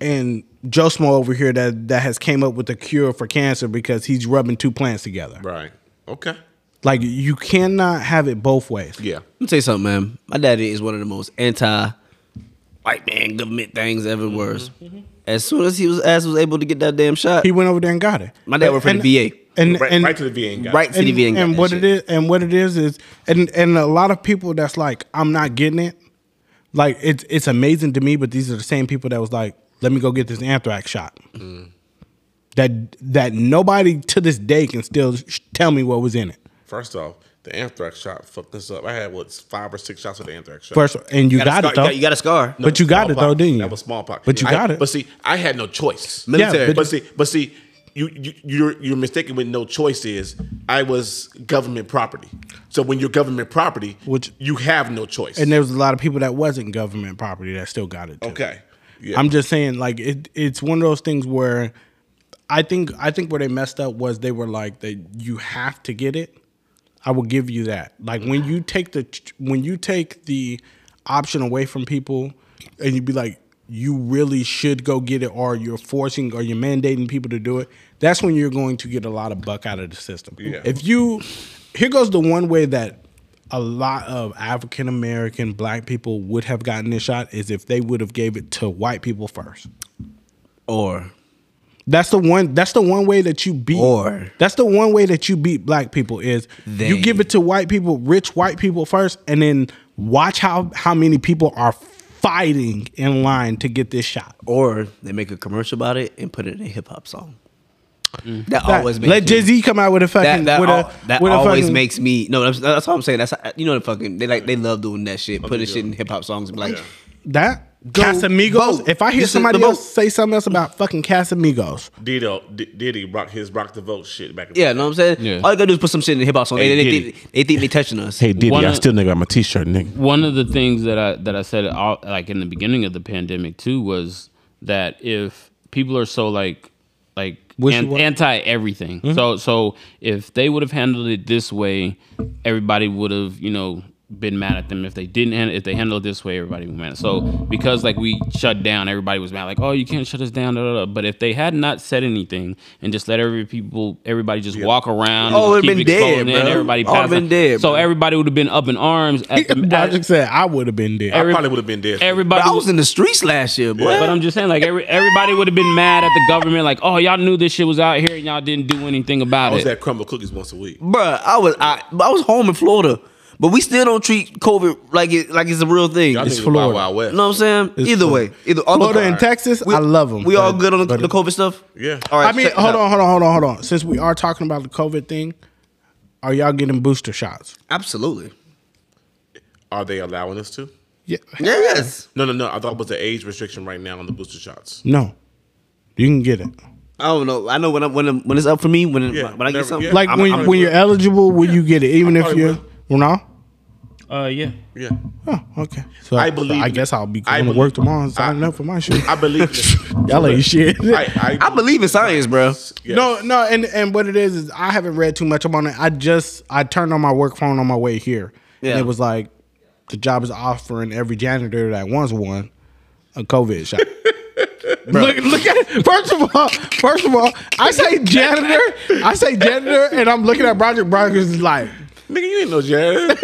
B: and Joe Smo over here that that has came up with a cure for cancer because he's rubbing two plants together.
C: right. Okay.
B: Like you cannot have it both ways.
C: Yeah.
A: Let me tell you something, man. My daddy is one of the most anti white man government things ever was. As soon as he was asked was able to get that damn shot,
B: He went over there and got it.
A: my dad worked for the
B: And-
A: VA.
B: And
C: Right,
B: and
C: right to the VA. And got
A: Right
C: it.
A: to the
B: and,
A: VA. got
B: and
A: that
B: what
A: shit.
B: it is and what it is is and and a lot of people that's like I'm not getting it. Like it's it's amazing to me, but these are the same people that was like, let me go get this anthrax shot. That that nobody to this day can still sh- tell me what was in it.
C: First off, the anthrax shot fucked us up. I had what five or six shots of the anthrax shot.
B: First, and you
A: You got,
B: got,
A: a
B: it
A: scar,
B: though.
A: you, got, you got a scar.
C: No,
B: but you got it though,
C: smallpox.
B: didn't you?
C: That was smallpox.
B: But you
C: I-
B: got it.
C: But see, I had no choice.
A: Military.
B: but-
C: But see, but see, you, you you're you're mistaken with no choice is. I was government property. So when you're government property,
B: Which-
C: you have no choice.
B: and there was a lot of people that wasn't government property that still got it. Too.
C: okay. Yeah.
B: I'm just saying, like it, it's one of those things where I think I think where they messed up was they were like that you have to get it. I will give you that. Like when you take the ch- when you take the option away from people, and you be like, you really should go get it, or you're forcing or you're mandating people to do it. That's when you're going to get a lot of buck out of the system.
C: Yeah.
B: If you, here goes the one way that a lot of African American black people would have gotten this shot is if they would have gave it to white people first.
A: Or
B: That's the one. That's the one way that you beat.
A: Or-
B: that's the one way that you beat black people is you
A: They-
B: give it to white people, rich white people first, and then watch how how many people are fighting in line to get this shot.
A: or they make a commercial about it and put it in a hip hop song. That, always makes
B: Let
A: me-
B: Jay Z come out with a
A: That
B: fucking
A: that,
B: with
A: al-
B: a,
A: that
B: with a
A: always
B: fucking,
A: makes me no. That's, that's all I'm saying. That's you know the fucking they like they love doing that shit. Putting shit in hip hop songs. And be like
B: that.
A: Go
B: Casamigos.
A: vote.
B: If I hear
A: This is the
B: somebody
A: vote.
B: else say something else about fucking Casamigos,
C: Diddy, D- Diddy rock his rock the vote shit back. in the
A: yeah, know what I'm saying.
D: Yeah.
A: All you gotta do is put some shit in the hip hop song.
C: Hey,
A: they, they,
C: Diddy.
A: think, they think they touching us.
C: Hey Diddy,
D: One
C: I
D: of-
C: still nigga got my t-shirt, nigga.
D: one of the things that I that I said all, like in the beginning of the pandemic too was that if people are so like like
B: Wishy
D: an-
B: wa-
D: anti everything,
A: Mm-hmm.
D: so so if they would have handled it this way, everybody would have you know been mad at them. If they didn't hand, if they handled it this way, everybody would mad. So because like we shut down, everybody was mad like oh you can't shut us down. Da, da, da. But if they had not said anything and just let every people everybody just walk around,
A: Oh, it'd
D: and keep
A: been dead,
D: exploding and
A: bro.
D: everybody
A: All
D: passing.
A: been dead,
D: so
A: bro.
D: everybody would have been up in arms at the, at,
B: Project said I would have been there.
C: I probably would have been dead.
A: But
D: everybody
A: I was in the streets last year, boy.
D: but I'm just saying, like every, everybody would have been mad at the government, like, oh, y'all knew this shit was out here and y'all didn't do anything
C: I
D: about
C: was
D: it.
C: at Crumble Cookies once a week.
A: Bruh, I was I, I was home in Florida. But we still don't treat COVID like it like it's a real thing.
C: Y'all
A: You
C: niggas
B: Florida.
C: Wild, wild West.
A: know what I'm saying?
B: It's
A: either
B: Florida.
A: way, either all
B: Florida
A: the-
B: and Texas, I love 'em,
A: We all
B: but-
A: good on the,
B: but-
A: the COVID stuff.
C: Yeah.
A: All right.
B: I mean,
A: check this
B: hold
A: out.
B: on, hold on, hold on, hold on. Since we are talking about the COVID thing, are y'all getting booster shots?
A: Absolutely.
C: Are they allowing us to?
B: Yeah.
A: Yes.
C: No, no, no. I thought it was the age restriction right now on the booster shots.
B: No. You can get it.
A: I don't know. I know when I, when I'm- when it's up for me when it,
C: Yeah,
A: when I get
C: never-
A: something
C: yeah.
B: Like
C: I'm-
B: when
C: I'm-
B: when you're eligible, will you get it? Even
C: I
B: if
C: probably
B: you're well, no.
J: Uh, yeah.
C: Yeah.
B: Oh, okay. So
C: I believe
B: I
C: it.
B: guess I'll be going
C: I
B: to
C: believe
B: work
C: it.
B: tomorrow and signing
C: I-
B: up for my shit.
C: I believe it.
B: Y'all ain't shit.
C: I,
A: I believe in science, bro.
C: Yes.
B: No, no, and and what it is is I haven't read too much about it. I just I turned on my work phone on my way here,
A: Yeah.
B: and it was like the job is offering every janitor that wants one a COVID shot. look, look at first of all, first of all, I say janitor, I say janitor, and I'm looking at Broderick. Broderick's is like,
C: Nigga, you ain't no janitor.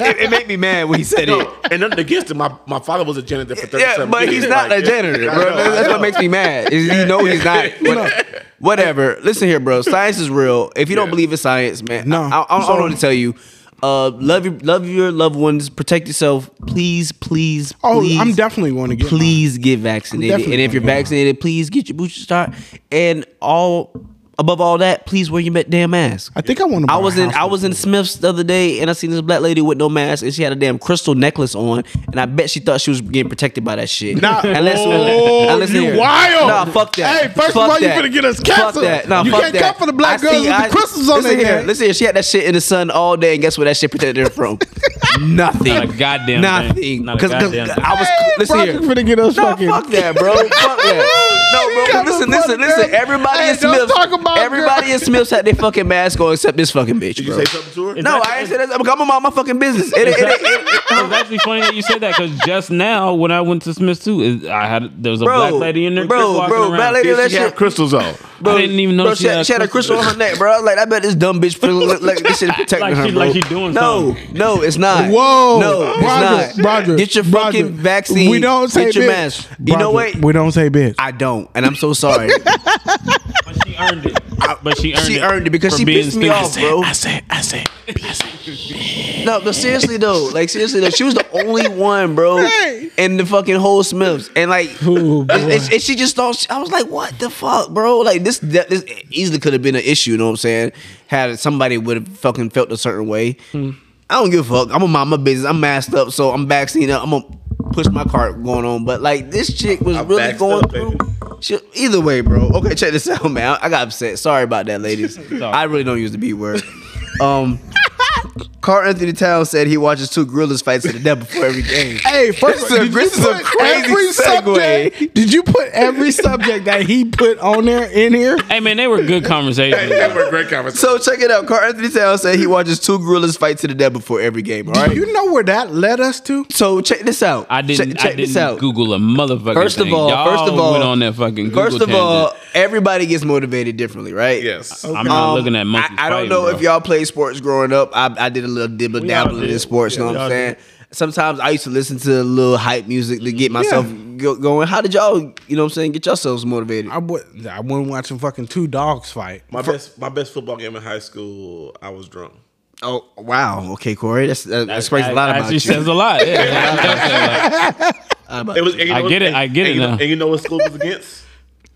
A: It, it made me mad when he said it.
C: and nothing against him. My, my father was a janitor for 37
A: Yeah, but he's
C: years.
A: not
C: Like,
A: a janitor,
C: I
A: bro.
C: know,
A: That's-
C: I
A: That's what
C: know.
A: makes me mad. Is you know he's not. What- Whatever. Listen here, bro. Science is real. If you don't
C: Yeah.
A: believe in science, man,
B: No.
A: I, I, I don't know what to tell you. Uh, love your love your loved ones. Protect yourself, please, please.
B: oh,
A: please,
B: I'm definitely going to get. mine.
A: Please get vaccinated,
B: definitely
A: and if you're
B: gonna get mine.
A: vaccinated, please get your booster shot. And all above all that, please wear your ma- damn mask.
B: I think I want to.
A: I was in I was in Smith's the other day and I seen this black lady with no mask and she had a damn crystal necklace on and I bet she thought she was getting protected by that shit.
B: Nah.
A: unless,
B: Oh,
A: unless
B: you
A: here.
B: wild.
A: Nah, fuck that.
B: Hey, first of
A: fuck
B: all, you
A: that.
B: finna get us
A: Fuck
B: canceled.
A: that. Nah,
B: You
A: fuck
B: can't
A: that.
B: come for the black
A: I
B: girls with the
A: I-
B: crystals on
A: listen
B: their
A: here,
B: head.
A: Listen here, she had that shit in the sun all day and guess what that shit protected her from? Nothing.
J: Not a goddamn
A: Nothing.
J: thing. Not a goddamn thing.
A: I was listen here.
B: finna get us
A: No,
B: fucking.
A: fuck that, bro. fuck that. No, bro.
B: Got
A: but Listen,
B: no
A: listen,
B: funny,
A: listen.
B: girl.
A: Everybody
B: Hey,
A: in
B: don't
A: Smiths,
B: talk about it, girl.
A: everybody in Smiths had their fucking mask on except this fucking bitch.
C: Did you
A: bro.
C: say something to her?
A: No, I ain't say that. I'm I'm about my fucking business. It, it, it, it-
J: It's actually funny that you said that because just now when I went to Smith's too, is- I had there was a
A: Bro,
J: black lady in there,
A: bro,
J: just walking
A: bro,
J: around.
A: black lady-
C: Did
A: that
C: she have
A: shit-
C: crystals on?
A: bro,
J: I didn't even know
A: bro,
J: she had
A: a crystal on her neck, bro. I was like, I bet this dumb bitch feeling like, like this shit protecting
J: Like
A: her,
J: she-
A: bro.
J: like she doing
A: no,
J: something.
A: no, it's not.
B: Whoa.
A: no, it's
B: Broderick,
A: not.
B: Broderick,
A: Get your
B: Broderick.
A: fucking vaccine.
B: We don't say
A: Get your
B: bitch.
A: mask. You know what?
B: Broderick, We don't say bitch.
A: I don't, and I'm so sorry.
J: But she earned it. But she earned
A: she
J: it.
A: earned it because
J: for
A: she
J: being
A: pissed me off,
J: stingy.
A: bro.
B: said, I said,
A: No, but seriously though, like seriously though, she was the only one, bro,
B: Hey.
A: in the fucking whole Smiths, and like,
B: Ooh, boy.
A: and, and- and she just thought she- I was like, what the fuck, bro? Like this, that, this easily could have been an issue. You know what I'm saying? Had somebody would have fucking felt a certain way.
B: Hmm.
A: I don't give a fuck. I'm a mind my business. I'm masked up, so I'm vaccinated. I'm gonna push my cart going on. But like this chick was
C: I'm
A: really
C: vaxxed
A: going
C: up,
A: through.
C: baby.
A: She, either way, bro. Okay, check this out, man. I, I got upset. Sorry about that, ladies. I really don't use the B word. Um, Carl Anthony Towns said he watches two gorillas fights to the death before every game.
B: Hey, first
A: This is a- this is
B: of all, did you
A: a
B: put
A: crazy
B: every
A: segue.
B: subject? Did you put every subject that he put on there in here?
J: Hey man, they were good conversations.
C: That were great conversation.
A: So check it out. Carl Anthony Towns said he watches two gorillas fight to the death before every game. All
B: Do
A: right.
B: you know where that led us to?
A: so check this out.
J: I didn't.
A: Check, check
J: I
A: this
J: didn't
A: out.
J: Google a motherfucker.
A: First of all, first of all,
J: went on that fucking. Google
A: first of all, everybody gets motivated differently, right?
C: yes.
J: I'm not
A: Um,
J: looking at monkeys.
A: I, I don't
J: fighting,
A: know
J: bro.
A: if y'all played sports growing up. I, I did a little dibble dabble
J: all did.
A: in sports. you
J: Yeah,
A: know what
J: we
A: I'm saying?
J: all
A: Sometimes I used to listen to a little hype music to get myself go, going. How did y'all, you know what I'm saying, get yourselves motivated?
B: I would. I wasn't watching fucking two dogs fight.
C: My best, my best football game in high school, I was drunk.
A: Oh wow, okay, Corey, that's that, that explains a
J: That
A: lot about
J: actually
A: you.
J: says a lot. Yeah, that does say a lot.
C: It was, and you
J: I
C: know-
J: get it, I
C: and-
J: get
C: and
J: it
C: you know-
J: now.
C: And you know what school was against?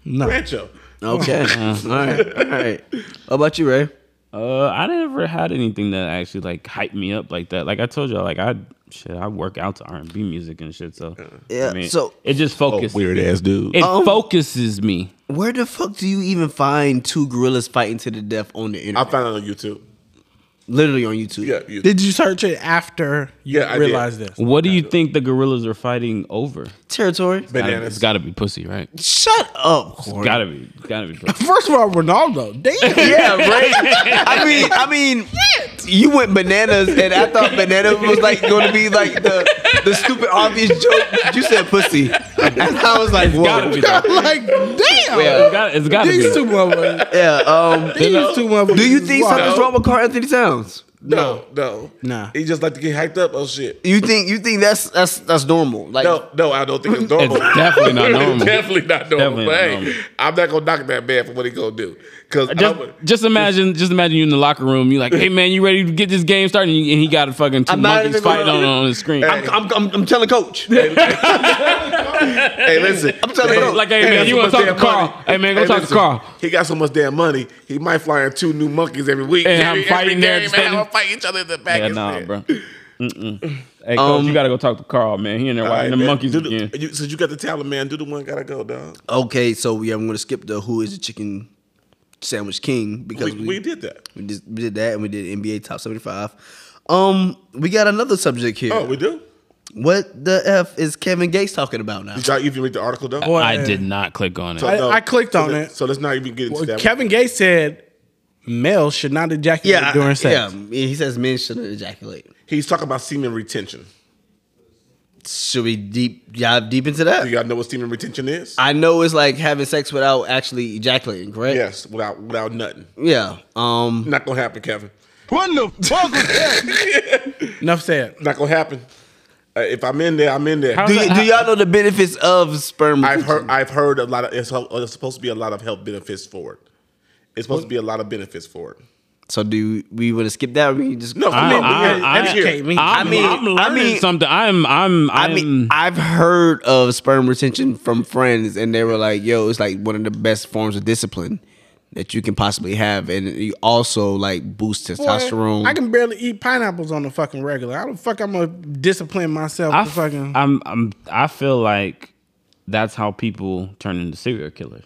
B: No.
C: Rancho.
A: okay, uh, all right, all right. How about you, Ray?
J: Uh, I never had anything that actually like hyped me up like that. Like I told y'all, like I shit, I work out to R and B music and shit. So
A: Yeah,
J: I mean,
A: so- oh, Um,
J: it just focuses.
C: ass dude.
J: It focuses me.
A: Where the fuck do you even find two gorillas fighting to the death on the
C: I
A: internet?
C: found it on YouTube.
A: Literally on YouTube.
C: Yeah, you,
B: Did you search it after you
C: Yeah, I did.
B: realized this?
J: What do you think the gorillas are fighting over?
A: Territory.
C: bananas.
J: It's got to be pussy, right? It's
A: Shut up, Corey.
J: got to be, it's got to be pussy.
B: First of all, Ronaldo. Damn.
A: Yeah, right. I mean, I mean, you went bananas, and I thought bananas was like going to be like the the stupid obvious joke. but You said pussy, and I was like,
J: gotta
A: whoa.
J: be that.
B: like damn.
A: Yeah.
J: Gotta- It's got to
B: These
J: be.
B: two motherfuckers.
A: Yeah. Um.
B: These two motherfuckers.
A: Do you think
B: is wild.
A: something's wrong with Carl Anthony Towns?
C: No, no,
B: Nah.
C: He just like to get hyped up. Oh shit.
A: You think you think that's that's that's normal? Like
C: No, no, I don't think it's normal.
D: It's definitely not normal.
C: definitely not normal.
D: Definitely
C: But
D: not
C: hey,
D: normal.
C: I'm not gonna knock that man for what he gonna do. Cause I
D: Just,
C: would-
D: just imagine, just imagine you in the locker room. You like, hey man, you ready to get this game started? And, you, and he got a fucking two
A: I'm not
D: monkeys
A: even gonna-
D: fighting on, on the screen.
A: I'm, I'm, I'm, I'm telling coach.
C: hey, listen,
A: I'm telling coach.
D: like, hey man,
C: got
D: you
C: so
D: want
C: much
D: to talk
C: damn
D: to Carl?
C: money.
D: Hey man, go
C: Hey,
D: talk to
C: listen,
D: Carl.
C: He got so much damn money. He might fly in two new monkeys every week.
D: And have
C: every,
D: them fighting there
C: every
D: at the
C: game, and have
D: stadium.
C: them fight each other in the back.
D: Yeah,
C: and
D: nah,
C: shit.
D: bro. Mm-mm. Hey, coach,
A: Um,
D: you gotta go talk to Carl, man. He in there
C: All right,
D: watching the
C: man.
D: monkeys
C: Do the-
D: again.
C: you- since you got the talent, man, do the one gotta go, dog. Oh,
A: okay, so yeah, I'm gonna skip the who is the chicken sandwich king because
C: We, we did that.
A: we, just, we did that and we did NBA top 75. Um, we got another subject here.
C: Oh, we do.
A: what the f is Kevin Gates talking about now?
C: Did y'all even read the article though?
D: Oh, I did not click on it.
B: I-
C: No.
B: I clicked
C: So
B: on
C: let's-
B: it.
C: So let's not even get into
B: Well,
C: that.
B: Kevin Gates said males should not ejaculate
A: Yeah,
B: during sex.
A: yeah. He says men shouldn't ejaculate.
C: He's talking about semen retention.
A: Should we deep dive deep into that?
C: Do y'all know what semen retention is?
A: I know it's like having sex without actually ejaculating, correct?
C: yes, without without nothing.
A: Yeah. Um.
C: Not gonna happen, Kevin.
B: Enough said.
C: Not gonna happen. Uh, if I'm in there, I'm in there.
A: Do, y- do y'all know the benefits of sperm?
C: I've
A: retention?
C: heard. I've heard a lot of. It's, hel- there's supposed to be a lot of health benefits for it. It's supposed to be a lot of benefits for it.
A: So do we want to skip that? Or we can just
C: No,
D: I-
C: come on,
D: I-
C: we-
D: I-
C: educate me.
D: I'm,
A: I mean-
D: I'm learning
A: I mean-
D: something. I'm, I'm, I'm.
A: I mean, I've heard of sperm retention from friends, and they were like, "Yo, it's like one of the best forms of discipline that you can possibly have, and you also like boost testosterone."
B: Boy, I can barely eat pineapples on the fucking regular. How the fuck I'm gonna discipline myself?
D: I
B: to fucking
D: am I'm, I feel like that's how people turn into serial killers.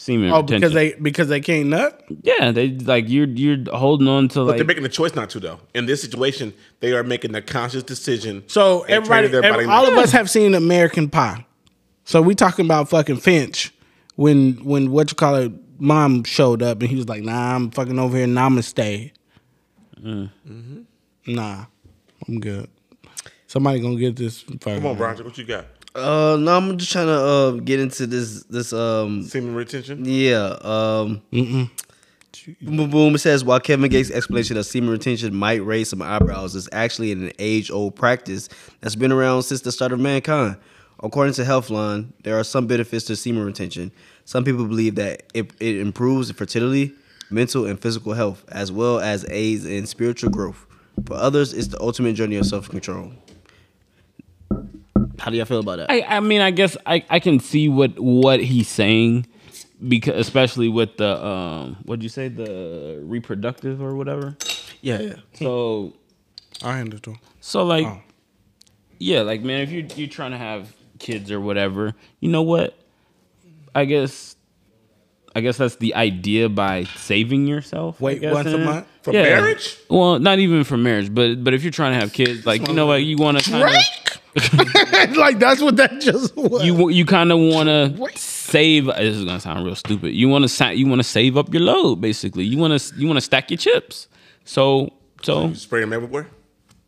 D: Semen
B: oh
D: retention.
B: because they because they can't nut.
D: yeah, they like you're you're holding on to
C: But they're
D: like
C: making a choice not to though. In this situation, they are making a conscious decision.
B: So
C: and
B: everybody,
C: training their
B: every-
C: body
B: all
C: not-
B: of us have seen American Pie. So we talking about fucking Finch when when what you call it mom showed up and he was like, Nah, I'm fucking over here. Namaste. Mm-hmm. Nah, I'm good. Somebody gonna get this. Fucking
C: Come on, Roger. What you got?
A: uh, no, I'm just trying to uh, get into this. This um,
C: Semen retention.
A: yeah. Um, boom, boom. It says while Kevin Gates' explanation of semen retention might raise some eyebrows, it's actually an age-old practice that's been around since the start of mankind. According to Healthline, there are some benefits to semen retention. Some people believe that it, it improves fertility, mental and physical health, as well as aids in spiritual growth. For others, it's the ultimate journey of self-control. How do y'all feel about that?
D: I, I mean, I guess I, I can see what what he's saying because especially with the um what'd you say the reproductive or whatever.
A: yeah, yeah.
D: So
B: I handled it.
D: so like
B: Oh.
D: yeah, like man, if you you're trying to have kids or whatever, you know what? I guess I guess that's the idea by saving yourself. I
B: Wait
D: guess,
B: once a
D: in it.
B: month?
C: From marriage?
D: Well, not even for marriage, but but if you're trying to have kids, like you know what, you want to kind of
B: like that's what that just was.
D: you wa- you kind of want to save. This is gonna sound real stupid. You want to sa- you want to save up your load basically. You want to you want to stack your chips. So so
C: Spray them everywhere.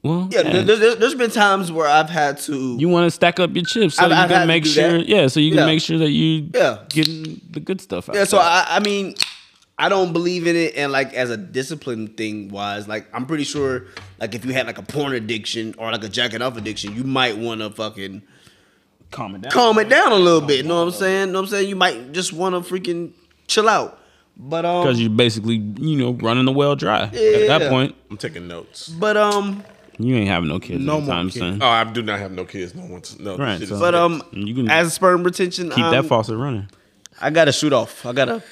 D: well
A: Yeah,
D: yeah.
A: There, there, there's been times where I've had to.
D: You want to stack up your chips so
A: I've-
D: you
A: I've had to
D: can make
A: do
D: sure
A: that.
D: yeah so you can
A: Yeah.
D: make sure that you
A: Yeah.
D: getting the good stuff out.
A: Yeah, so
D: there.
A: I, I mean, I don't believe in it, and like as a discipline thing wise, like I'm pretty sure, like if you had like a porn addiction or like a jacking off addiction, you might want to fucking
D: calm it down.
A: calm it down a little bit. You know what I'm saying? You know what I'm saying? You might just want to freaking chill out. But um,
D: because you're basically you know running the well dry at
A: Yeah.
D: that point.
C: I'm taking notes.
A: but um,
D: You ain't having no kids
B: No
D: no
B: more
D: anytime
B: kids.
D: soon.
C: Oh, I do not have no kids. No one's no. this
D: Right,
C: shit
D: so-
C: is-
A: but um,
D: You can
A: as sperm retention,
D: Keep
A: um,
D: that faucet running.
A: I gotta shoot off. I gotta,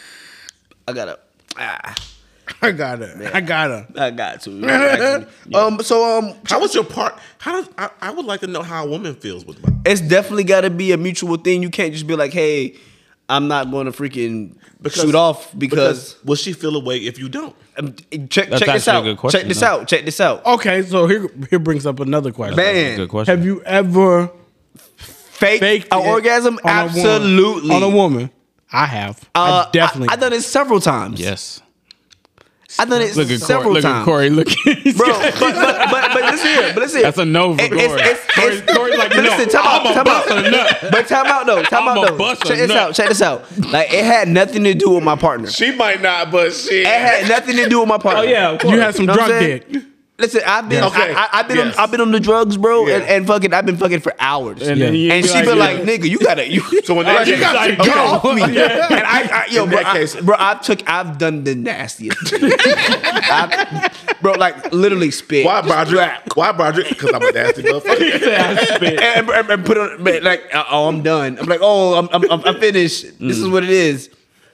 A: I gotta, ah,
B: I gotta, I gotta.
A: I got to. Actually. Um, so um,
C: How was your part? How does I, I would like to know how a woman feels with my
A: it's definitely got to be a mutual thing. You can't just be like, "Hey, I'm not going to freaking shoot off because."
C: will she feel away if you don't?
A: Um, check
D: That's
A: check this
D: actually a
A: out.
D: good question,
A: check this
D: though.
A: out. Check this out.
B: Okay, so here here brings up another question.
A: Man,
D: Good question.
B: Have you ever
A: fake
B: faked
A: an
B: it
A: orgasm?
B: on a woman-
A: Absolutely.
B: on a woman? I have.
A: Uh,
B: I definitely.
A: I, have done it several times.
D: yes.
A: I done it
D: Look at Corey.
A: several
D: Look at
A: times.
D: Corey. Look.
A: Bro, but, but, but, but listen here. But listen here.
D: That's a no for
A: It-
D: Corey.
A: it's- it's-
D: Corey,
A: it's-
D: Corey like
A: but listen, time out, time out. But time out though, time
D: I'm
A: out
D: a
A: though.
D: bust a
A: Check this
D: nut.
A: out, check this out. Like it had nothing to do with my partner.
C: She might not, but shit.
A: It had nothing to do with my partner.
D: Oh yeah, of course.
B: You had some
A: Know what I'm
B: drunk
A: saying?
B: dick.
A: Listen, I've been,
C: Okay.
A: I, I, have been,
C: Yes.
A: on, I've been on the drugs, bro,
C: Yeah.
A: and, and fucking, I've been fucking for hours. And,
D: then you-
A: she
D: you
A: been like,
D: like,
A: nigga, you gotta, you,
C: So when they
A: like, you
C: get
A: gotta
C: like,
A: get
C: go.
A: off me. And I, I yo,
C: In
A: bro,
C: that
A: I,
C: case-
A: bro, I've took, I've done the nastiest, I, bro, like literally spit.
C: Why
A: Just
C: Broderick?
A: rap.
C: Why Broderick? Because I'm a nasty motherfucker.
A: And, and, and- and put on man, like, uh, oh, I'm done. I'm like, oh, I'm, I'm, I'm, I'm finished. This is what it is.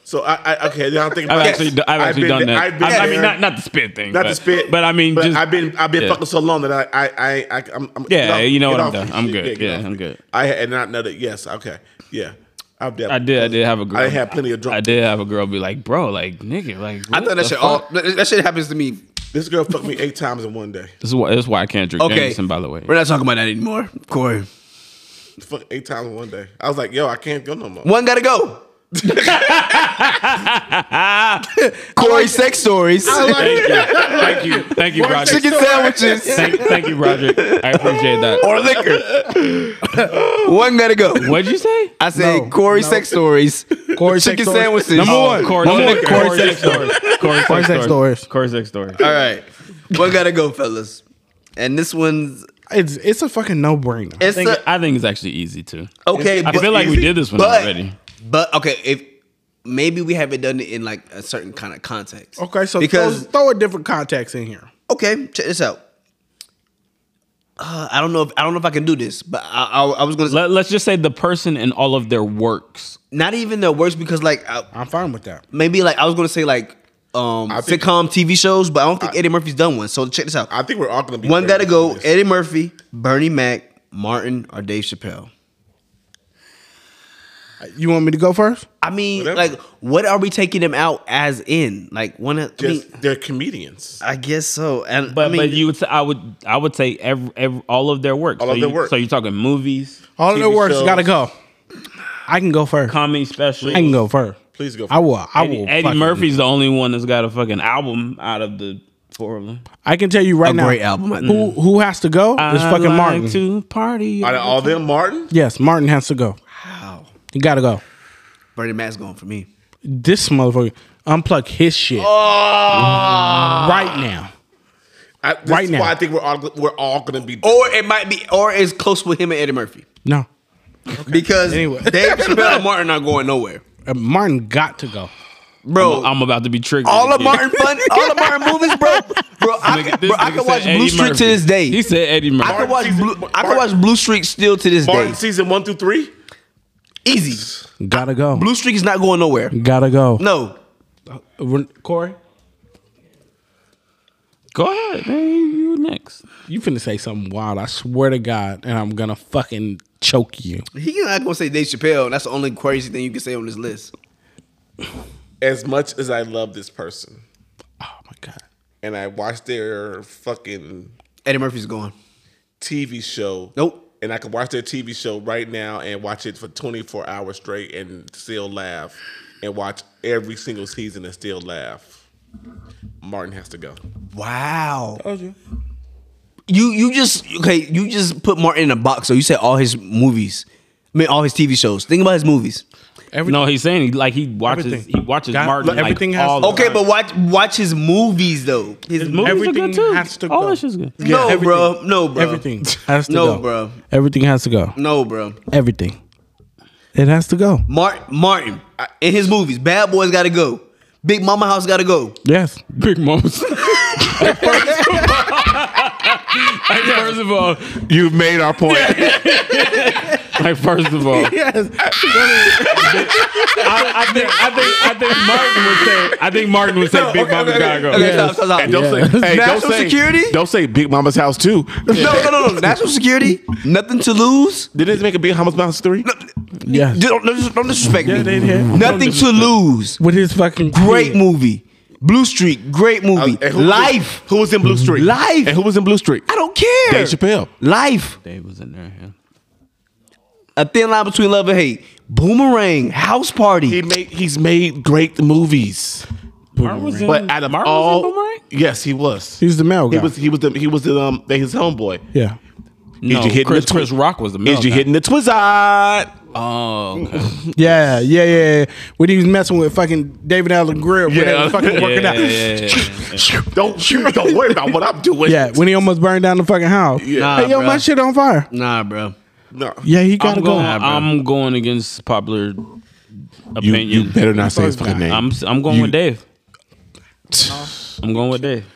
C: So I, I okay. Now I'm thinking.
D: I've
C: about
D: actually,
C: it.
D: I've actually
C: been
D: done
C: there-
D: that.
C: I've been
D: I, I mean,
C: there.
D: not not the spit thing,
C: Not
D: but,
C: to spit,
D: but I mean, just
C: I've been I've been
D: yeah.
C: fucking so long that I I I, I I'm, I'm
D: Yeah, you know
C: get
D: what, I'm
C: off
D: done.
C: me,
D: I'm
C: shit.
D: good.
C: get
D: Yeah,
C: off
D: I'm
C: me.
D: good.
C: I had not know that. Yes, okay, yeah, I've
D: I did, I did have a girl.
C: I had plenty of drunk.
D: I did have a girl be like, bro, like nigga, like
A: I thought that shit all that that shit happens to me.
C: This girl fucked me eight times in one day.
D: This is why this is why I can't drink
A: Okay,
D: Jameson. By the way,
A: we're not talking about that anymore, Corey.
C: Fuck eight times in one day. I was like, yo, I can't go no more.
A: One gotta go. Corey sex stories,
D: thank you, thank you, Roger.
A: chicken sandwiches,
D: Thank, thank you, Roger. I appreciate that.
A: or liquor. One gotta go.
D: What'd you say?
A: I say
B: No,
A: Corey sex stories,
B: Corey
A: chicken
B: sex stories.
A: sandwiches.
B: Number
A: Oh,
B: one.
D: Corey,
B: Number
D: Corey,
B: one,
D: Corey
B: Corey
D: sex stories. Corey sex,
B: sex stories.
D: Corey sex stories.
A: All right, one gotta go, fellas. And this one's
B: It's it's a fucking no brainer.
D: I
A: it's
D: think,
A: a,
D: I think it's actually easy too.
A: okay.
D: I
A: but-
D: feel like we did this one
A: but,
D: already.
A: But okay, if maybe we haven't done it in like a certain kind of context.
B: Okay, so
A: because
B: throw, throw a different context in here.
A: okay, check this out. Uh, I don't know. If, I don't know if I can do this, but I, I, I was gonna
D: Let, let's just say the person and all of their works.
A: not even the worst because like I,
B: I'm fine with that.
A: maybe like I was gonna say like um
C: think-
A: sitcom TV shows, but I don't think Eddie Murphy's done one. So check this out.
C: I think we're all gonna be
A: one gotta
C: crazy
A: go:
C: for this.
A: Eddie Murphy, Bernie Mac, Martin, or Dave Chappelle.
B: You want me to go first?
A: I mean,
C: Whatever.
A: like, what are we taking them out as in? Like, one. of- I
C: Just
A: mean,
C: they're comedians.
A: I guess so. And I
D: But
A: mean,
D: but you would say, I would I would say every, every all of their works.
C: All
D: so
C: of their
D: you,
C: work.
D: So you're talking movies,
B: All of the
C: TV
B: works
C: shows.
B: gotta go. I can go first.
D: comedy specials.
B: I can go first.
C: Please go.
B: I will. I
D: Eddie,
B: will.
D: Eddie
B: fucking-
D: Murphy's the only one that's got a fucking album out of the four of them.
B: I can tell you right
A: a
B: now.
A: great album. I
B: Who who has to go? It's
D: I
B: fucking
D: like
B: Martin.
D: To party.
C: Out of all them, Martin.
B: Yes, Martin has to go.
A: Wow.
B: He gotta go.
A: Bernie Mac's going for me.
B: This motherfucker unplug his shit
A: Oh.
B: right now.
C: I, this
B: Right
C: is
B: now. Oh,
C: Why I think we're all we're all gonna be.
A: Or it might be, or it's close with him and Eddie Murphy
B: No,
A: because
B: Anyway.
A: Dave Chappelle and Martin are going nowhere,
B: Uh, Martin got to go.
A: bro.
D: I'm about to be triggered.
A: all of
D: again.
A: Martin fun, all of Martin movies, bro. Bro, I,
D: Nigga,
A: can-
D: this
A: bro, I
D: nigga
A: can
D: said
A: watch
D: Eddie
A: Blue Streak to
D: Murphy.
A: this day.
D: He said Eddie
A: I can
D: Murphy.
A: watch
C: season-
A: Blue, I can
C: Martin-
A: watch Blue Streak still to this
C: Martin
A: day.
C: season one through three.
A: Easy.
B: Gotta go.
A: Blue Streak is not going nowhere.
D: Mm-hmm.
B: Gotta go.
A: No.
B: Ren- Corey,
D: Go ahead, man. You, you next.
B: you finna say something wild. I swear to God, and I'm gonna fucking choke you.
A: He's not gonna say Dave Chappelle. That's the only crazy thing you can say on this list.
C: As much as I love this person,
B: Oh my God.
C: and I watch their fucking
A: Eddie Murphy's going.
C: TV show.
A: Nope.
C: And I can watch their TV show right now and watch it for 24 hours straight and still laugh and watch every single season and still laugh. Martin has to go.
A: Wow. You you just okay, you just put Martin in a box, so you said all his movies. I mean all his TV shows. Think about his movies.
B: Every-
D: No, he's saying like he watches.
B: Everything.
D: He watches
B: God,
D: Martin. Like,
B: everything
D: everything
B: has
D: all
B: to-
D: the
A: Okay,
D: time.
A: but watch watch his movies though. His,
D: His movies
B: everything
D: are good too.
B: has to
D: all
B: go.
D: this shit's good.
B: Yeah,
A: No,
B: everything.
A: bro. No, bro.
B: Everything has to
A: No,
B: go.
A: bro.
B: Everything has to go.
A: No, bro.
B: Everything. It has to go.
A: Mart Martin uh, in his movies. Bad Boys gotta go. Big Mama House gotta go.
B: Yes.
D: Big moments. like, first of all,
C: You've made our point.
D: like first of all,
B: Yes.
D: I, I think I think I think Martin would say I think Martin would say Big
C: okay,
D: Mama
C: okay,
D: gotta
C: okay.
D: go.
A: Okay,
B: Yes.
A: stop, stop, stop.
C: Hey, don't say, hey,
A: National
C: don't say,
A: security?
C: Don't say Big Mama's house too.
A: No, no, no, no. National security. Nothing to lose.
C: Didn't it make a Big Mama's house three?
B: Yes.
A: Don't, don't, don't disrespect me.
B: they did.
A: Nothing to lose.
B: With his fucking
A: Great
B: kid.
A: movie. Blue Streak. Great movie.
B: Uh,
C: and who was
A: Life.
C: Who was in Blue Street?
A: Life.
C: And who was in Blue Street?
A: I don't care.
C: Dave Chappelle.
A: Life.
D: Dave was in there. Yeah.
A: A thin line between love and hate. Boomerang. House party.
C: He made, he's made great movies.
D: Martin was Um, in,
C: But out of
D: Martin
C: all,
D: was in Boomerang?
C: yes, he was.
B: He's the male guy.
C: He was he was the he was the um his homeboy.
B: yeah.
D: No,
C: you hitting
D: Chris,
C: the tw-
D: Chris Rock was the male.
C: Is you
D: guy.
C: hitting the twizzard?
D: Oh, okay.
B: Yeah, yeah, yeah. yeah. When he was messing with fucking David Allen Grill, yeah, when they
C: Yeah.
B: were fucking working
D: yeah,
B: out.
D: yeah, yeah, yeah.
C: Don't shoot. Don't worry about what I'm doing.
B: Yeah, when he almost burned down the fucking house.
A: Nah,
B: hey, yo,
A: bruh.
B: my shit on fire.
A: Nah, bro.
C: No.
B: Yeah, he gotta
D: I'm
B: go.
D: going.
A: Nah, bro.
D: I'm going against popular
C: You,
D: opinion.
C: you better not say his fucking name.
D: I'm s- I'm going
C: You-
D: with Dave. I'm going with Dave.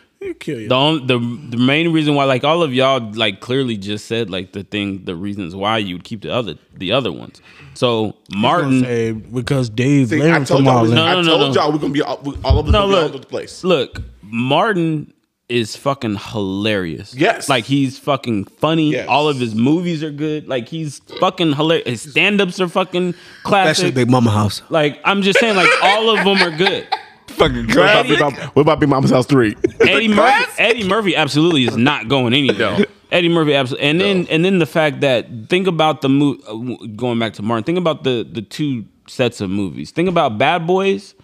B: Kill you.
D: The, only, the the main reason why, like all of y'all, like clearly just said, like the thing, the reasons why you would keep the other the other ones. So Martin,
B: Hey, because Dave
C: See, I
B: learned
C: told
B: from
C: y'all.
B: all
C: we-
B: that.
D: No,
C: I
D: no, no,
C: told
D: no.
C: y'all we're gonna be all, we- all of us
D: No,
C: gonna be all
D: look.
C: over the place.
D: Look, Martin is fucking hilarious.
C: Yes.
D: Like he's fucking funny.
C: Yes.
D: All of his movies are good. Like he's fucking hilarious. His stand-ups are fucking classic.
A: Especially Big Mama House.
D: like I'm just saying, like all of them are good.
C: Fucking crazy. What about, Big Mama- what about Big Mama's House Three?
D: Eddie Murphy, Eddie Murphy absolutely is not going anywhere. Eddie Murphy absolutely, and then and then the fact that think about the movie going back to Martin. Think about the the two sets of movies. Think about Bad Boys,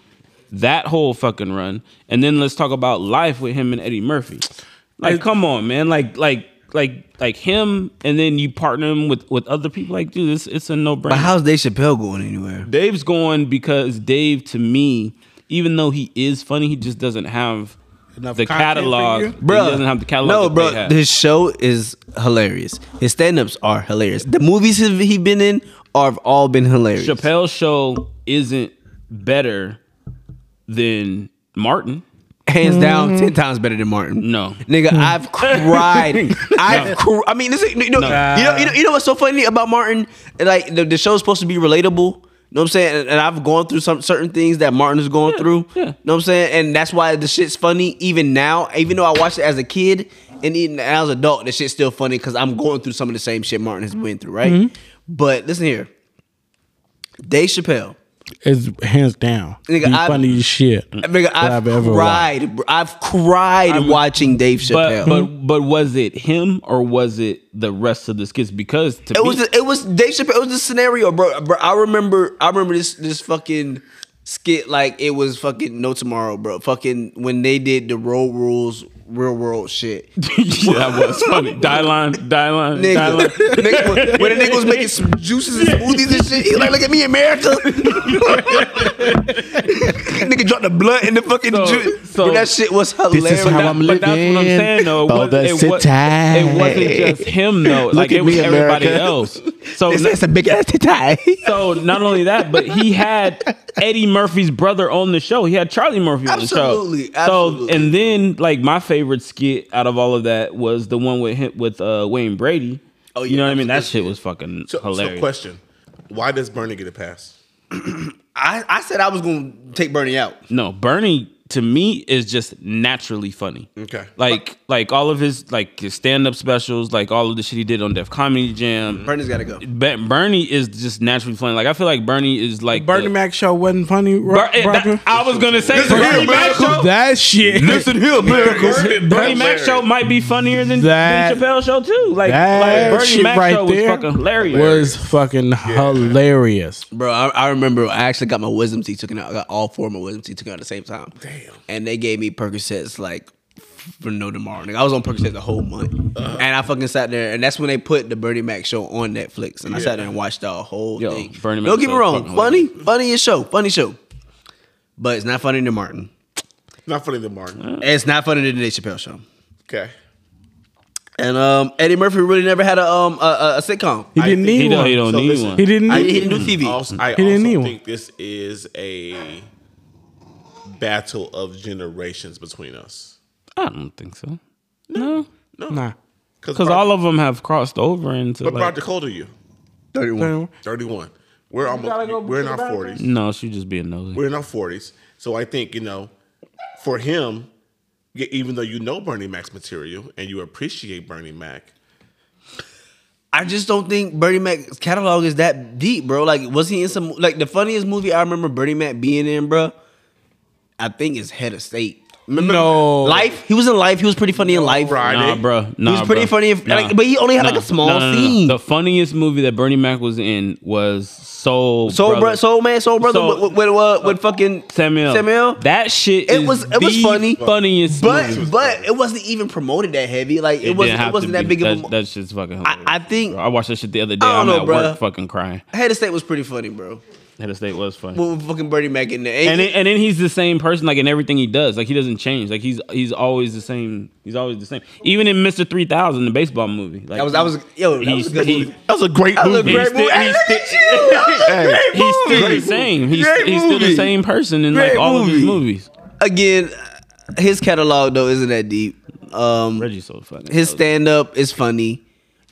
D: that whole fucking run, and then let's talk about life with him and Eddie Murphy. Like, come on, man! Like, like, like, like him, and then you partner him with with other people. Like, dude, it's it's a no
A: But
D: brainer.
A: how's Dave Chappelle going anywhere?
D: Dave's going because Dave, to me, even though he is funny, he just doesn't have
B: Enough content for you?
D: the catalog.
A: Bruh.
D: he doesn't have the catalog.
A: No,
D: that
A: bro.
D: they have.
A: His show is hilarious. His stand-ups are hilarious. The movies have he been in are have all been hilarious.
D: Chappelle's show isn't better than Martin.
A: hands down, ten times better than Martin.
D: No.
A: nigga, I've cried. I've, cr- I mean, this, you, know, you know, you know, you know what's so funny about Martin? Like the, the show's supposed to be relatable. You know what I'm saying? And, and I've gone through some certain things that Martin is going through. You
D: yeah.
A: know what I'm saying? And that's why the shit's funny even now. Even though I watched it as a kid and even as an adult, the shit's still funny because I'm going through some of the same shit Martin has been through, right? But listen here, Dave Chappelle.
B: It's hands down.
A: Nigga,
B: the
A: I-
B: funniest shit
A: Nigga,
B: that
A: I've,
B: watched.
A: cried. bro. I've cried watching Dave Chappelle.
D: But but but was it him or was it the rest of the skits? Because to
A: It
D: me,
A: was it was Dave Chappelle. It was a scenario, bro. bro. I remember I remember this this fucking skit like it was fucking no tomorrow, bro. Fucking when they did the road rules, real world shit.
D: yeah, that was funny. Die line, die line, die
A: Nigga,
D: line.
A: nigga when- when the nigga was making some juices and smoothies and shit, he was like, "Look at me, America." nigga dropped the blunt in the fucking
D: So-
A: juice.
D: so-
A: Bro, that shit was hilarious.
D: But that-
A: That-
D: But that's what I'm
C: living.
D: saying, though. It,
C: All
D: wasn't-
C: the
D: it, was,
C: satire.
D: not just him, though. like,
C: at
D: it was
C: me,
D: everybody
C: America.
D: else. So,
A: They said it's a big ass tie.
D: so not only that, but he had Eddie Murphy's brother on the show. He had Charlie Murphy on the
A: Absolutely,
D: show.
A: absolutely.
D: So and then like my favorite skit out of all of that was the one with him with uh, Wayne Brady. Oh,
A: yeah,
D: you know what I
A: that
D: mean?
A: was
D: That
A: good
D: shit was fucking
C: So, so
D: hilarious.
C: question: Why does Bernie get a pass?
A: I, I said I was gonna take Bernie out.
D: no, Bernie to me is just naturally funny.
C: Okay.
D: Like like all of his like his stand up specials, like all of the shit he did on Def Comedy Jam.
A: Bernie's gotta go.
D: Be- Bernie is just naturally funny. Like I feel like Bernie is like
B: Bernie
D: the-
B: Mac show wasn't funny, Ro-
D: Ber- eh,
B: Roger?
D: that- I was gonna say Bernie Mac show.
B: that shit.
A: Listen here, America.
D: Bernie Mac show might be funnier than,
B: That-
D: than Chappelle's show too. Like,
B: That
D: like Bernie
B: shit
D: Mac
B: right
D: show
B: there
D: was fucking hilarious.
B: was fucking hilarious.
A: Bro, I, I remember I actually got my wisdom teeth taken out. I got all four of my wisdom teeth taken out at the same time. Damn. And they gave me Percocets like for no tomorrow. Nigga, I was on Percocets the whole month, and I fucking sat there. And that's when they put the Bernie Mac show on Netflix, and I sat there and watched the whole
D: Yo,
A: thing.
D: Bernie Mac
A: Don't get me
D: show
A: wrong,
D: fucking
A: funny, funny is show, funny show, but it's not funny than Martin.
C: Not funny than
D: Uh.
C: Martin.
A: And it's not funny than the Dave Chappelle show.
C: Okay.
A: And um, Eddie Murphy really never had a um a, a, a sitcom.
B: He didn't need
D: he don't,
B: one.
D: he don't
C: So
D: need
C: listen.
D: one.
B: He didn't
A: I,
B: need.
A: he didn't do TV.
C: Also, I
B: didn't need
C: also
B: one.
C: think this is a battle of generations between us.
D: I don't think so. No,
B: Nah.
D: because all of them have crossed over into
C: But
D: like.
C: Roger, how old are you?
B: Damn.
C: Thirty-one. We're almost. we're in our forties.
D: No, she just being nosy.
C: we're in our forties, so I think you know, for him, yeah, even though you know Bernie Mac's material and you appreciate Bernie Mac,
A: I just don't think Bernie Mac's catalog is that deep, bro. Like, was he in some like the funniest movie I remember Bernie Mac being in, bro? I think is Head of State.
C: Remember-
D: No.
A: Life. He was in Life. He was pretty funny in Life.
C: Right.
D: Nah, bro. Nah,
A: he was pretty
D: bruh.
A: funny, if-
D: Nah.
A: like, but he only had like
D: Nah.
A: a small
D: No, no, no, no.
A: scene.
D: The funniest movie that Bernie Mac was in was Soul.
A: Soul
D: Brother.
A: brother, soul man, soul brother
D: Soul-
A: with, with, uh, with fucking
D: Samuel.
A: Samuel.
D: That shit.
A: It
D: is
A: was- it was
D: the
A: funny,
D: Funniest. movie.
A: but but it wasn't even promoted that heavy. Like it,
D: didn't
A: wasn't
D: have
A: it
D: to
A: wasn't
D: be.
A: that big of a.
D: That,
A: mo-
D: that shit's fucking.
A: I,
D: Hilarious.
A: I think
D: Bro, I watched that shit the other day.
A: I
D: I'm
A: don't know,
D: at
A: bruh.
D: work fucking crying.
A: Head of State was pretty funny, bro.
D: Head of State was funny.
A: With fucking Bernie Mac in there,
D: and then, and then he's the same person like in everything he does like he doesn't change like he's he's always the same he's always the same even in Mr. 3000 the baseball movie like
A: that was that was yo. That was a good movie.
C: That was a great
A: That was a
C: movie.
A: great
D: still-
A: movie. Hey,
D: he's
A: look
D: still-
A: at you. That was a great
D: he's still
A: movie.
D: the same he's,
A: Great
D: he's still
A: movie.
D: the same person in
A: Great
D: like all of his
A: movie.
D: movies
A: Again, his catalog though isn't that deep. Um,
D: Reggie's so funny
A: his stand up is funny,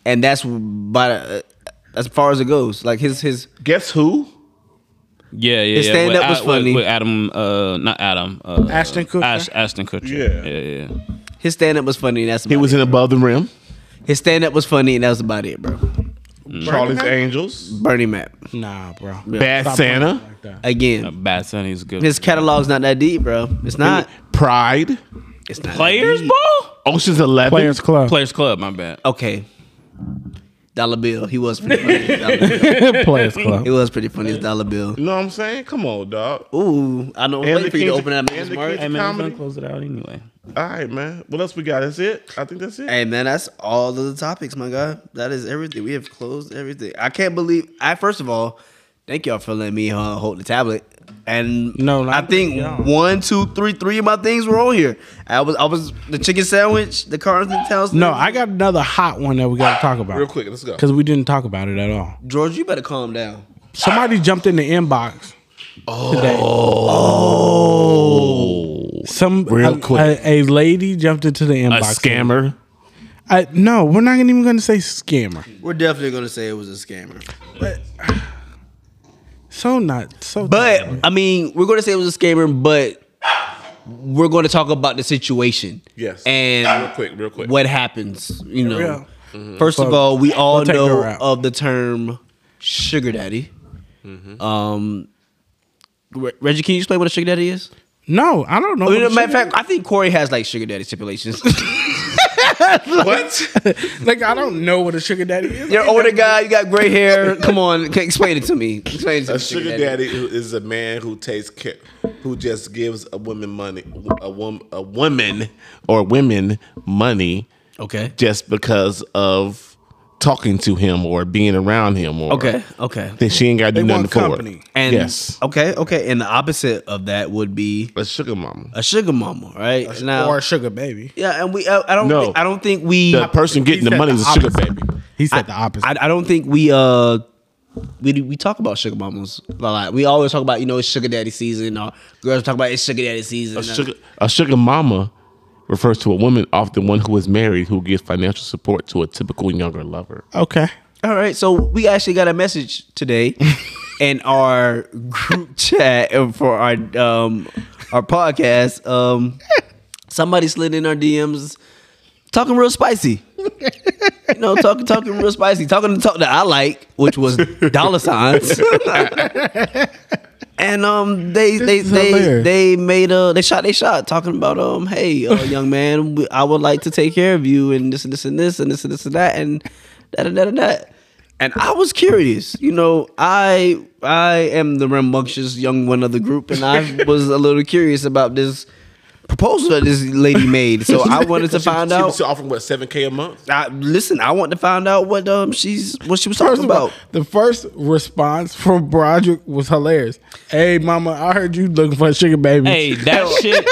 A: and that's by the, uh, as far as it goes. Like his his
C: Guess who?
D: yeah yeah
A: his
D: yeah.
A: stand-up
D: With
A: was
D: Ad- with-
A: funny.
D: with Adam uh not Adam uh,
B: Ashton Kutcher?
D: Ash, Ashton Kutcher yeah yeah, yeah.
A: his stand up was funny. And that's
C: He
A: about
C: was
A: it.
C: in Above the Rim.
A: his stand up was funny, and that was about it, bro.
C: Charlie's Angels.
A: Bernie Mac
B: Nah, bro.
C: Bad
B: Stop
C: Santa.
B: playing like that.
A: again.
D: Bad Son he's a good
A: His catalog's not that deep, bro. It's not.
C: Pride.
A: It's not
D: Players Ball
C: Ocean's Eleven.
B: Players Club.
D: Players Club my bad
A: Okay. Dollar Bill. He was pretty funny. Dollar Bill.
B: Players
A: He
B: Club.
A: was pretty funny as Dollar Bill.
C: You know what I'm saying? Come on, dog. All
A: Ooh, I don't
C: And
A: wait for
C: the
A: you to
C: Kings-
A: open that
C: and
A: man's
C: the
A: mark.
C: Kings-
D: hey man we're
C: Comedy.
D: gonna close it out anyway
C: right, man. What else we got? That's it. I think that's it.
A: Hey man, that's all of the topics, my God. That is everything. We have closed everything. I can't believe I first of all, thank y'all for letting me uh, hold the tablet. And
B: No,
A: I
B: not
A: think
B: y'all.
A: one, two, three, three of my things were on here. I was I was the chicken sandwich, the cars and towns.
B: No, I got another hot one that we got to talk about.
C: Real quick, let's go.
B: Because we didn't talk about it at all.
A: George, you better calm down.
B: Somebody jumped in the inbox. Today. Oh, some
C: Oh. Real
B: a,
C: quick.
B: A, a lady jumped into the
C: A
B: inbox.
C: scammer.
B: I, no, we're not even going to say scammer.
A: We're definitely gonna say it was a scammer.
B: So not so.
A: But
C: Um,
A: I mean, we're gonna say it was a scammer, but we're gonna talk about the situation.
C: Yes.
A: And
C: Real quick, real quick. Mm-hmm.
A: what happens. You know,
B: Yeah.
A: first of
B: But
A: all, we all
B: we'll take
A: know
B: her out.
A: of the term sugar daddy.
C: Mm-hmm.
A: Um, Re- Reggie, can you explain what a sugar daddy is?
B: no, I don't know.
A: I mean,
B: what
A: Oh, matter of
B: she-
A: fact, I think Corey has like sugar daddy stipulations.
C: What?
B: like I don't know what a sugar daddy is.
A: You're an older guy, you got gray hair. Come on, can- explain it to me. Explain it to me.
C: A sugar daddy who is a man who takes care, who just gives a woman money, a woman, a woman or women money,
A: Okay.
C: just because of talking to him or being around him. Or
A: Okay. Okay.
C: then she ain't got to do
B: They
C: nothing
B: want
C: for
B: company.
C: it.
A: And
C: yes,
A: okay, okay. And the opposite of that would be
C: a sugar mama.
A: a sugar mama, right? now,
B: or a sugar baby.
A: yeah, and we I, I don't
C: No.
A: thi- I don't think we
C: The person getting
B: He
C: the
B: said
C: money
B: the
C: is a sugar
B: opposite.
C: baby.
B: He said the opposite.
A: I, I don't think we uh we we talk about sugar mamas a lot. We always talk about you know it's sugar daddy season or girls talk about it's sugar daddy season.
C: A sugar, a sugar mama refers to a woman, often one who is married, who gives financial support to a typical younger lover.
B: okay.
A: All right, so we actually got a message today in our group chat and for our um our podcast. Um, somebody slid in our DMs talking real spicy. You know, talking talking real spicy, talking the talk that I like, which was dollar signs. and um, they they
B: is
A: they
B: hilarious.
A: they made a they shot they shot talking about um, hey, uh, young man, we- I would like to take care of you and this and this and this and this and this and that and that and that and that. And I was curious, you know, I I am the rambunctious young one of the group, and I was a little curious about this proposal that this lady made. So I wanted to find
C: she
A: out.
C: was offering what seven k a month.
A: I, listen, I want to find out what um she's what she was talking
B: First of all,
A: about.
B: the first response from Broderick was hilarious. Hey, mama, I heard you looking for a sugar baby.
D: Hey, that shit,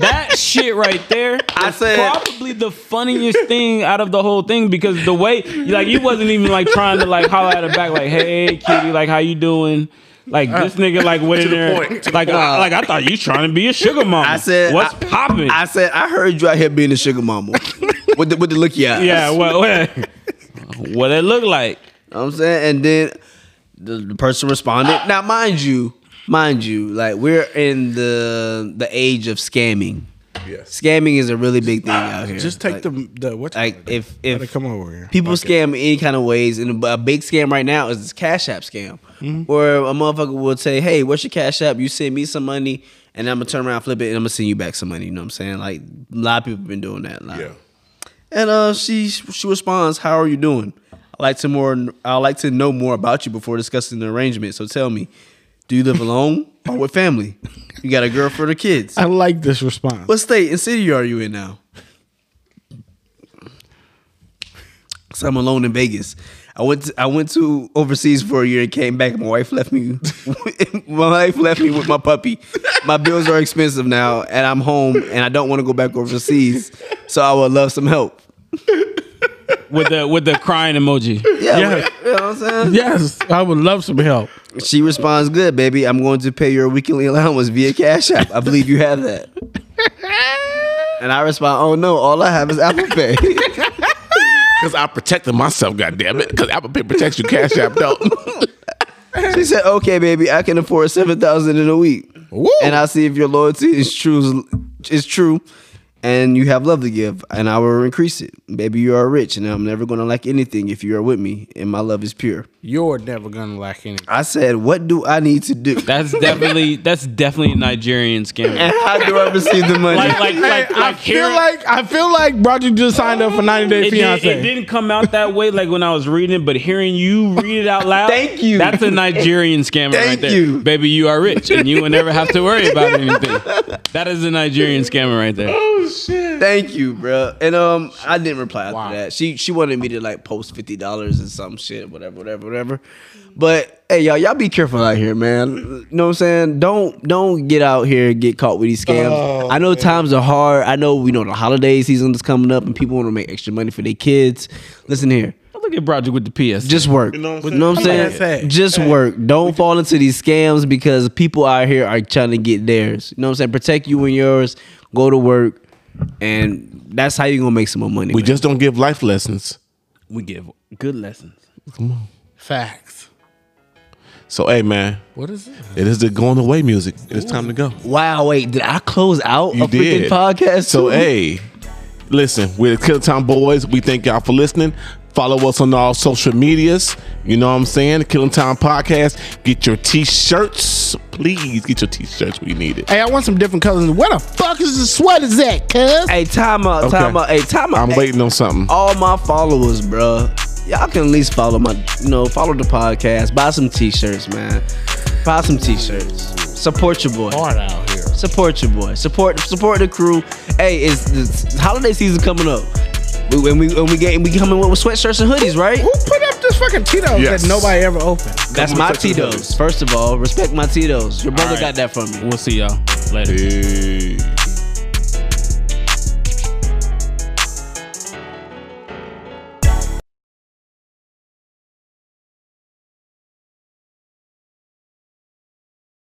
D: that shit right there. I
A: said-
D: probably the funniest thing out of the whole thing because the way, like, you wasn't even like trying to like holler at her back, like, "Hey, cutie, like, how you doing?" Like this nigga, like, went in
C: the
D: there,
C: point, Uh, to the
D: like,
C: point.
D: I, like I thought you trying to be a sugar mama.
A: I said,
D: "What's
A: I-
D: popping?"
A: I said, I heard you out here being a sugar mama with the with the looky eyes.
D: yeah, what, what, what it look like?
A: know what I'm saying? And then the, the person responded. Now, mind you, mind you, like we're in the the age of scamming.
C: Yes.
A: Scamming is a really big thing out here.
B: Just take
A: like,
B: the the what?
A: like if
B: Let
A: if
B: it come over here.
A: people scam any kind of ways, and a big scam right now
B: Mm-hmm.
A: is this Cash App scam, where a motherfucker will say, "Hey, what's your Cash App? You send me some money." and I'm gonna turn around, flip it, and I'm gonna send you back some money. You know what I'm saying? Like a lot of people been doing that. Like,
C: Yeah.
A: and uh, she she responds, "How are you doing? I like to more. I like to know more about you before discussing the arrangement. So tell me, do you live alone or with family? You got a girlfriend or kids?
B: I like this response.
A: What state and city are you in now? So I'm alone in Vegas. I went to, I went to overseas for a year and came back. My wife left me. my wife left me with my puppy. My bills are expensive now, and I'm home, and I don't want to go back overseas. So I would love some help.
J: with the with the crying emoji.
A: Yeah,
B: Yeah.
A: you know what I'm saying.
B: Yes, I would love some help.
A: She responds, "Good, baby. I'm going to pay your weekly allowance via Cash App. I believe you have that." and I respond, "Oh no, all I have is Apple Pay."
C: Because I protected myself, goddamn it. Because Apple Pay protects you, Cash App don't.
A: She said, "Okay, baby, I can afford seven thousand in a week,
C: Woo.
A: and I'll see if your loyalty is true. Is true, and you have love to give, and I will increase it. Baby, you are rich, and I'm never gonna lack anything if you are with me, and my love is pure."
B: You're never gonna lack anything.
A: I said, "What do I need to do, and
J: That's definitely that's definitely a Nigerian scam.
A: how do I receive the money?"
J: Like like like,
B: I
J: like
B: feel
J: here.
B: like I feel like Roger just signed up for 90 Day
J: it, did,
B: Fiance.
J: it didn't come out that way like when I was reading it, but hearing you read it out loud.
A: Thank you.
J: That's a Nigerian scammer right
A: Thank
J: there.
A: you.
J: Baby, you are rich and you will never have to worry about anything. That is a Nigerian scammer right there.
A: Thank you, bro. And um, I didn't reply after that. She she wanted me to like post fifty dollars and some shit, whatever, whatever, whatever. But hey, y'all, y'all be careful out here, man. You know what I'm saying? Don't don't get out here and get caught with these scams. I know times are hard. I know we know the holiday season is coming up, and people want to make extra money for their kids. Listen here,
J: Look at Broderick with the PS.
A: just work. You
C: know what I'm
A: know what I'm
B: saying?
A: saying?
B: Like I said,
A: just work. Don't fall into these scams because people out here are trying to get theirs. You know what I'm saying? Protect you and yours. Go to work, and that's how you gonna make some more money.
C: We
A: man.
C: just don't give life lessons.
J: we give good lessons.
B: Facts.
C: So, hey, man,
B: What is it?
C: it is the going away music. It's time to go.
A: wow. Wait, did I close out
C: You
A: a freaking
C: did.
A: podcast?
C: So,
A: too?
C: hey, listen, we're the Killer Time Boys. We thank y'all for listening. Follow us on all social medias. You know what I'm saying? Killing Time Podcast. Get your t shirts. Please get your t shirts. We need it.
B: Hey, I want some different colors. Where the fuck is the sweaters at, cuz?
A: hey, time out, time
C: Okay.
A: out. Hey, time out.
C: I'm
A: Hey,
C: waiting on something.
A: all my followers, bruh. Y'all can at least follow my, you know, follow the podcast. Buy some t-shirts, man. Buy some t-shirts. Support your boy.
B: Hard out here.
A: support your boy. Support support the crew. Hey, it's the holiday season coming up. We, and we and we getting we coming with sweatshirts and hoodies, right?
B: Who put up this fucking Tito's
C: Yes.
B: that nobody ever opened?
A: That's my Tito's. First of all, respect my Tito's. Your brother got
J: Alright.
A: that from me.
J: We'll see y'all later.
C: Hey.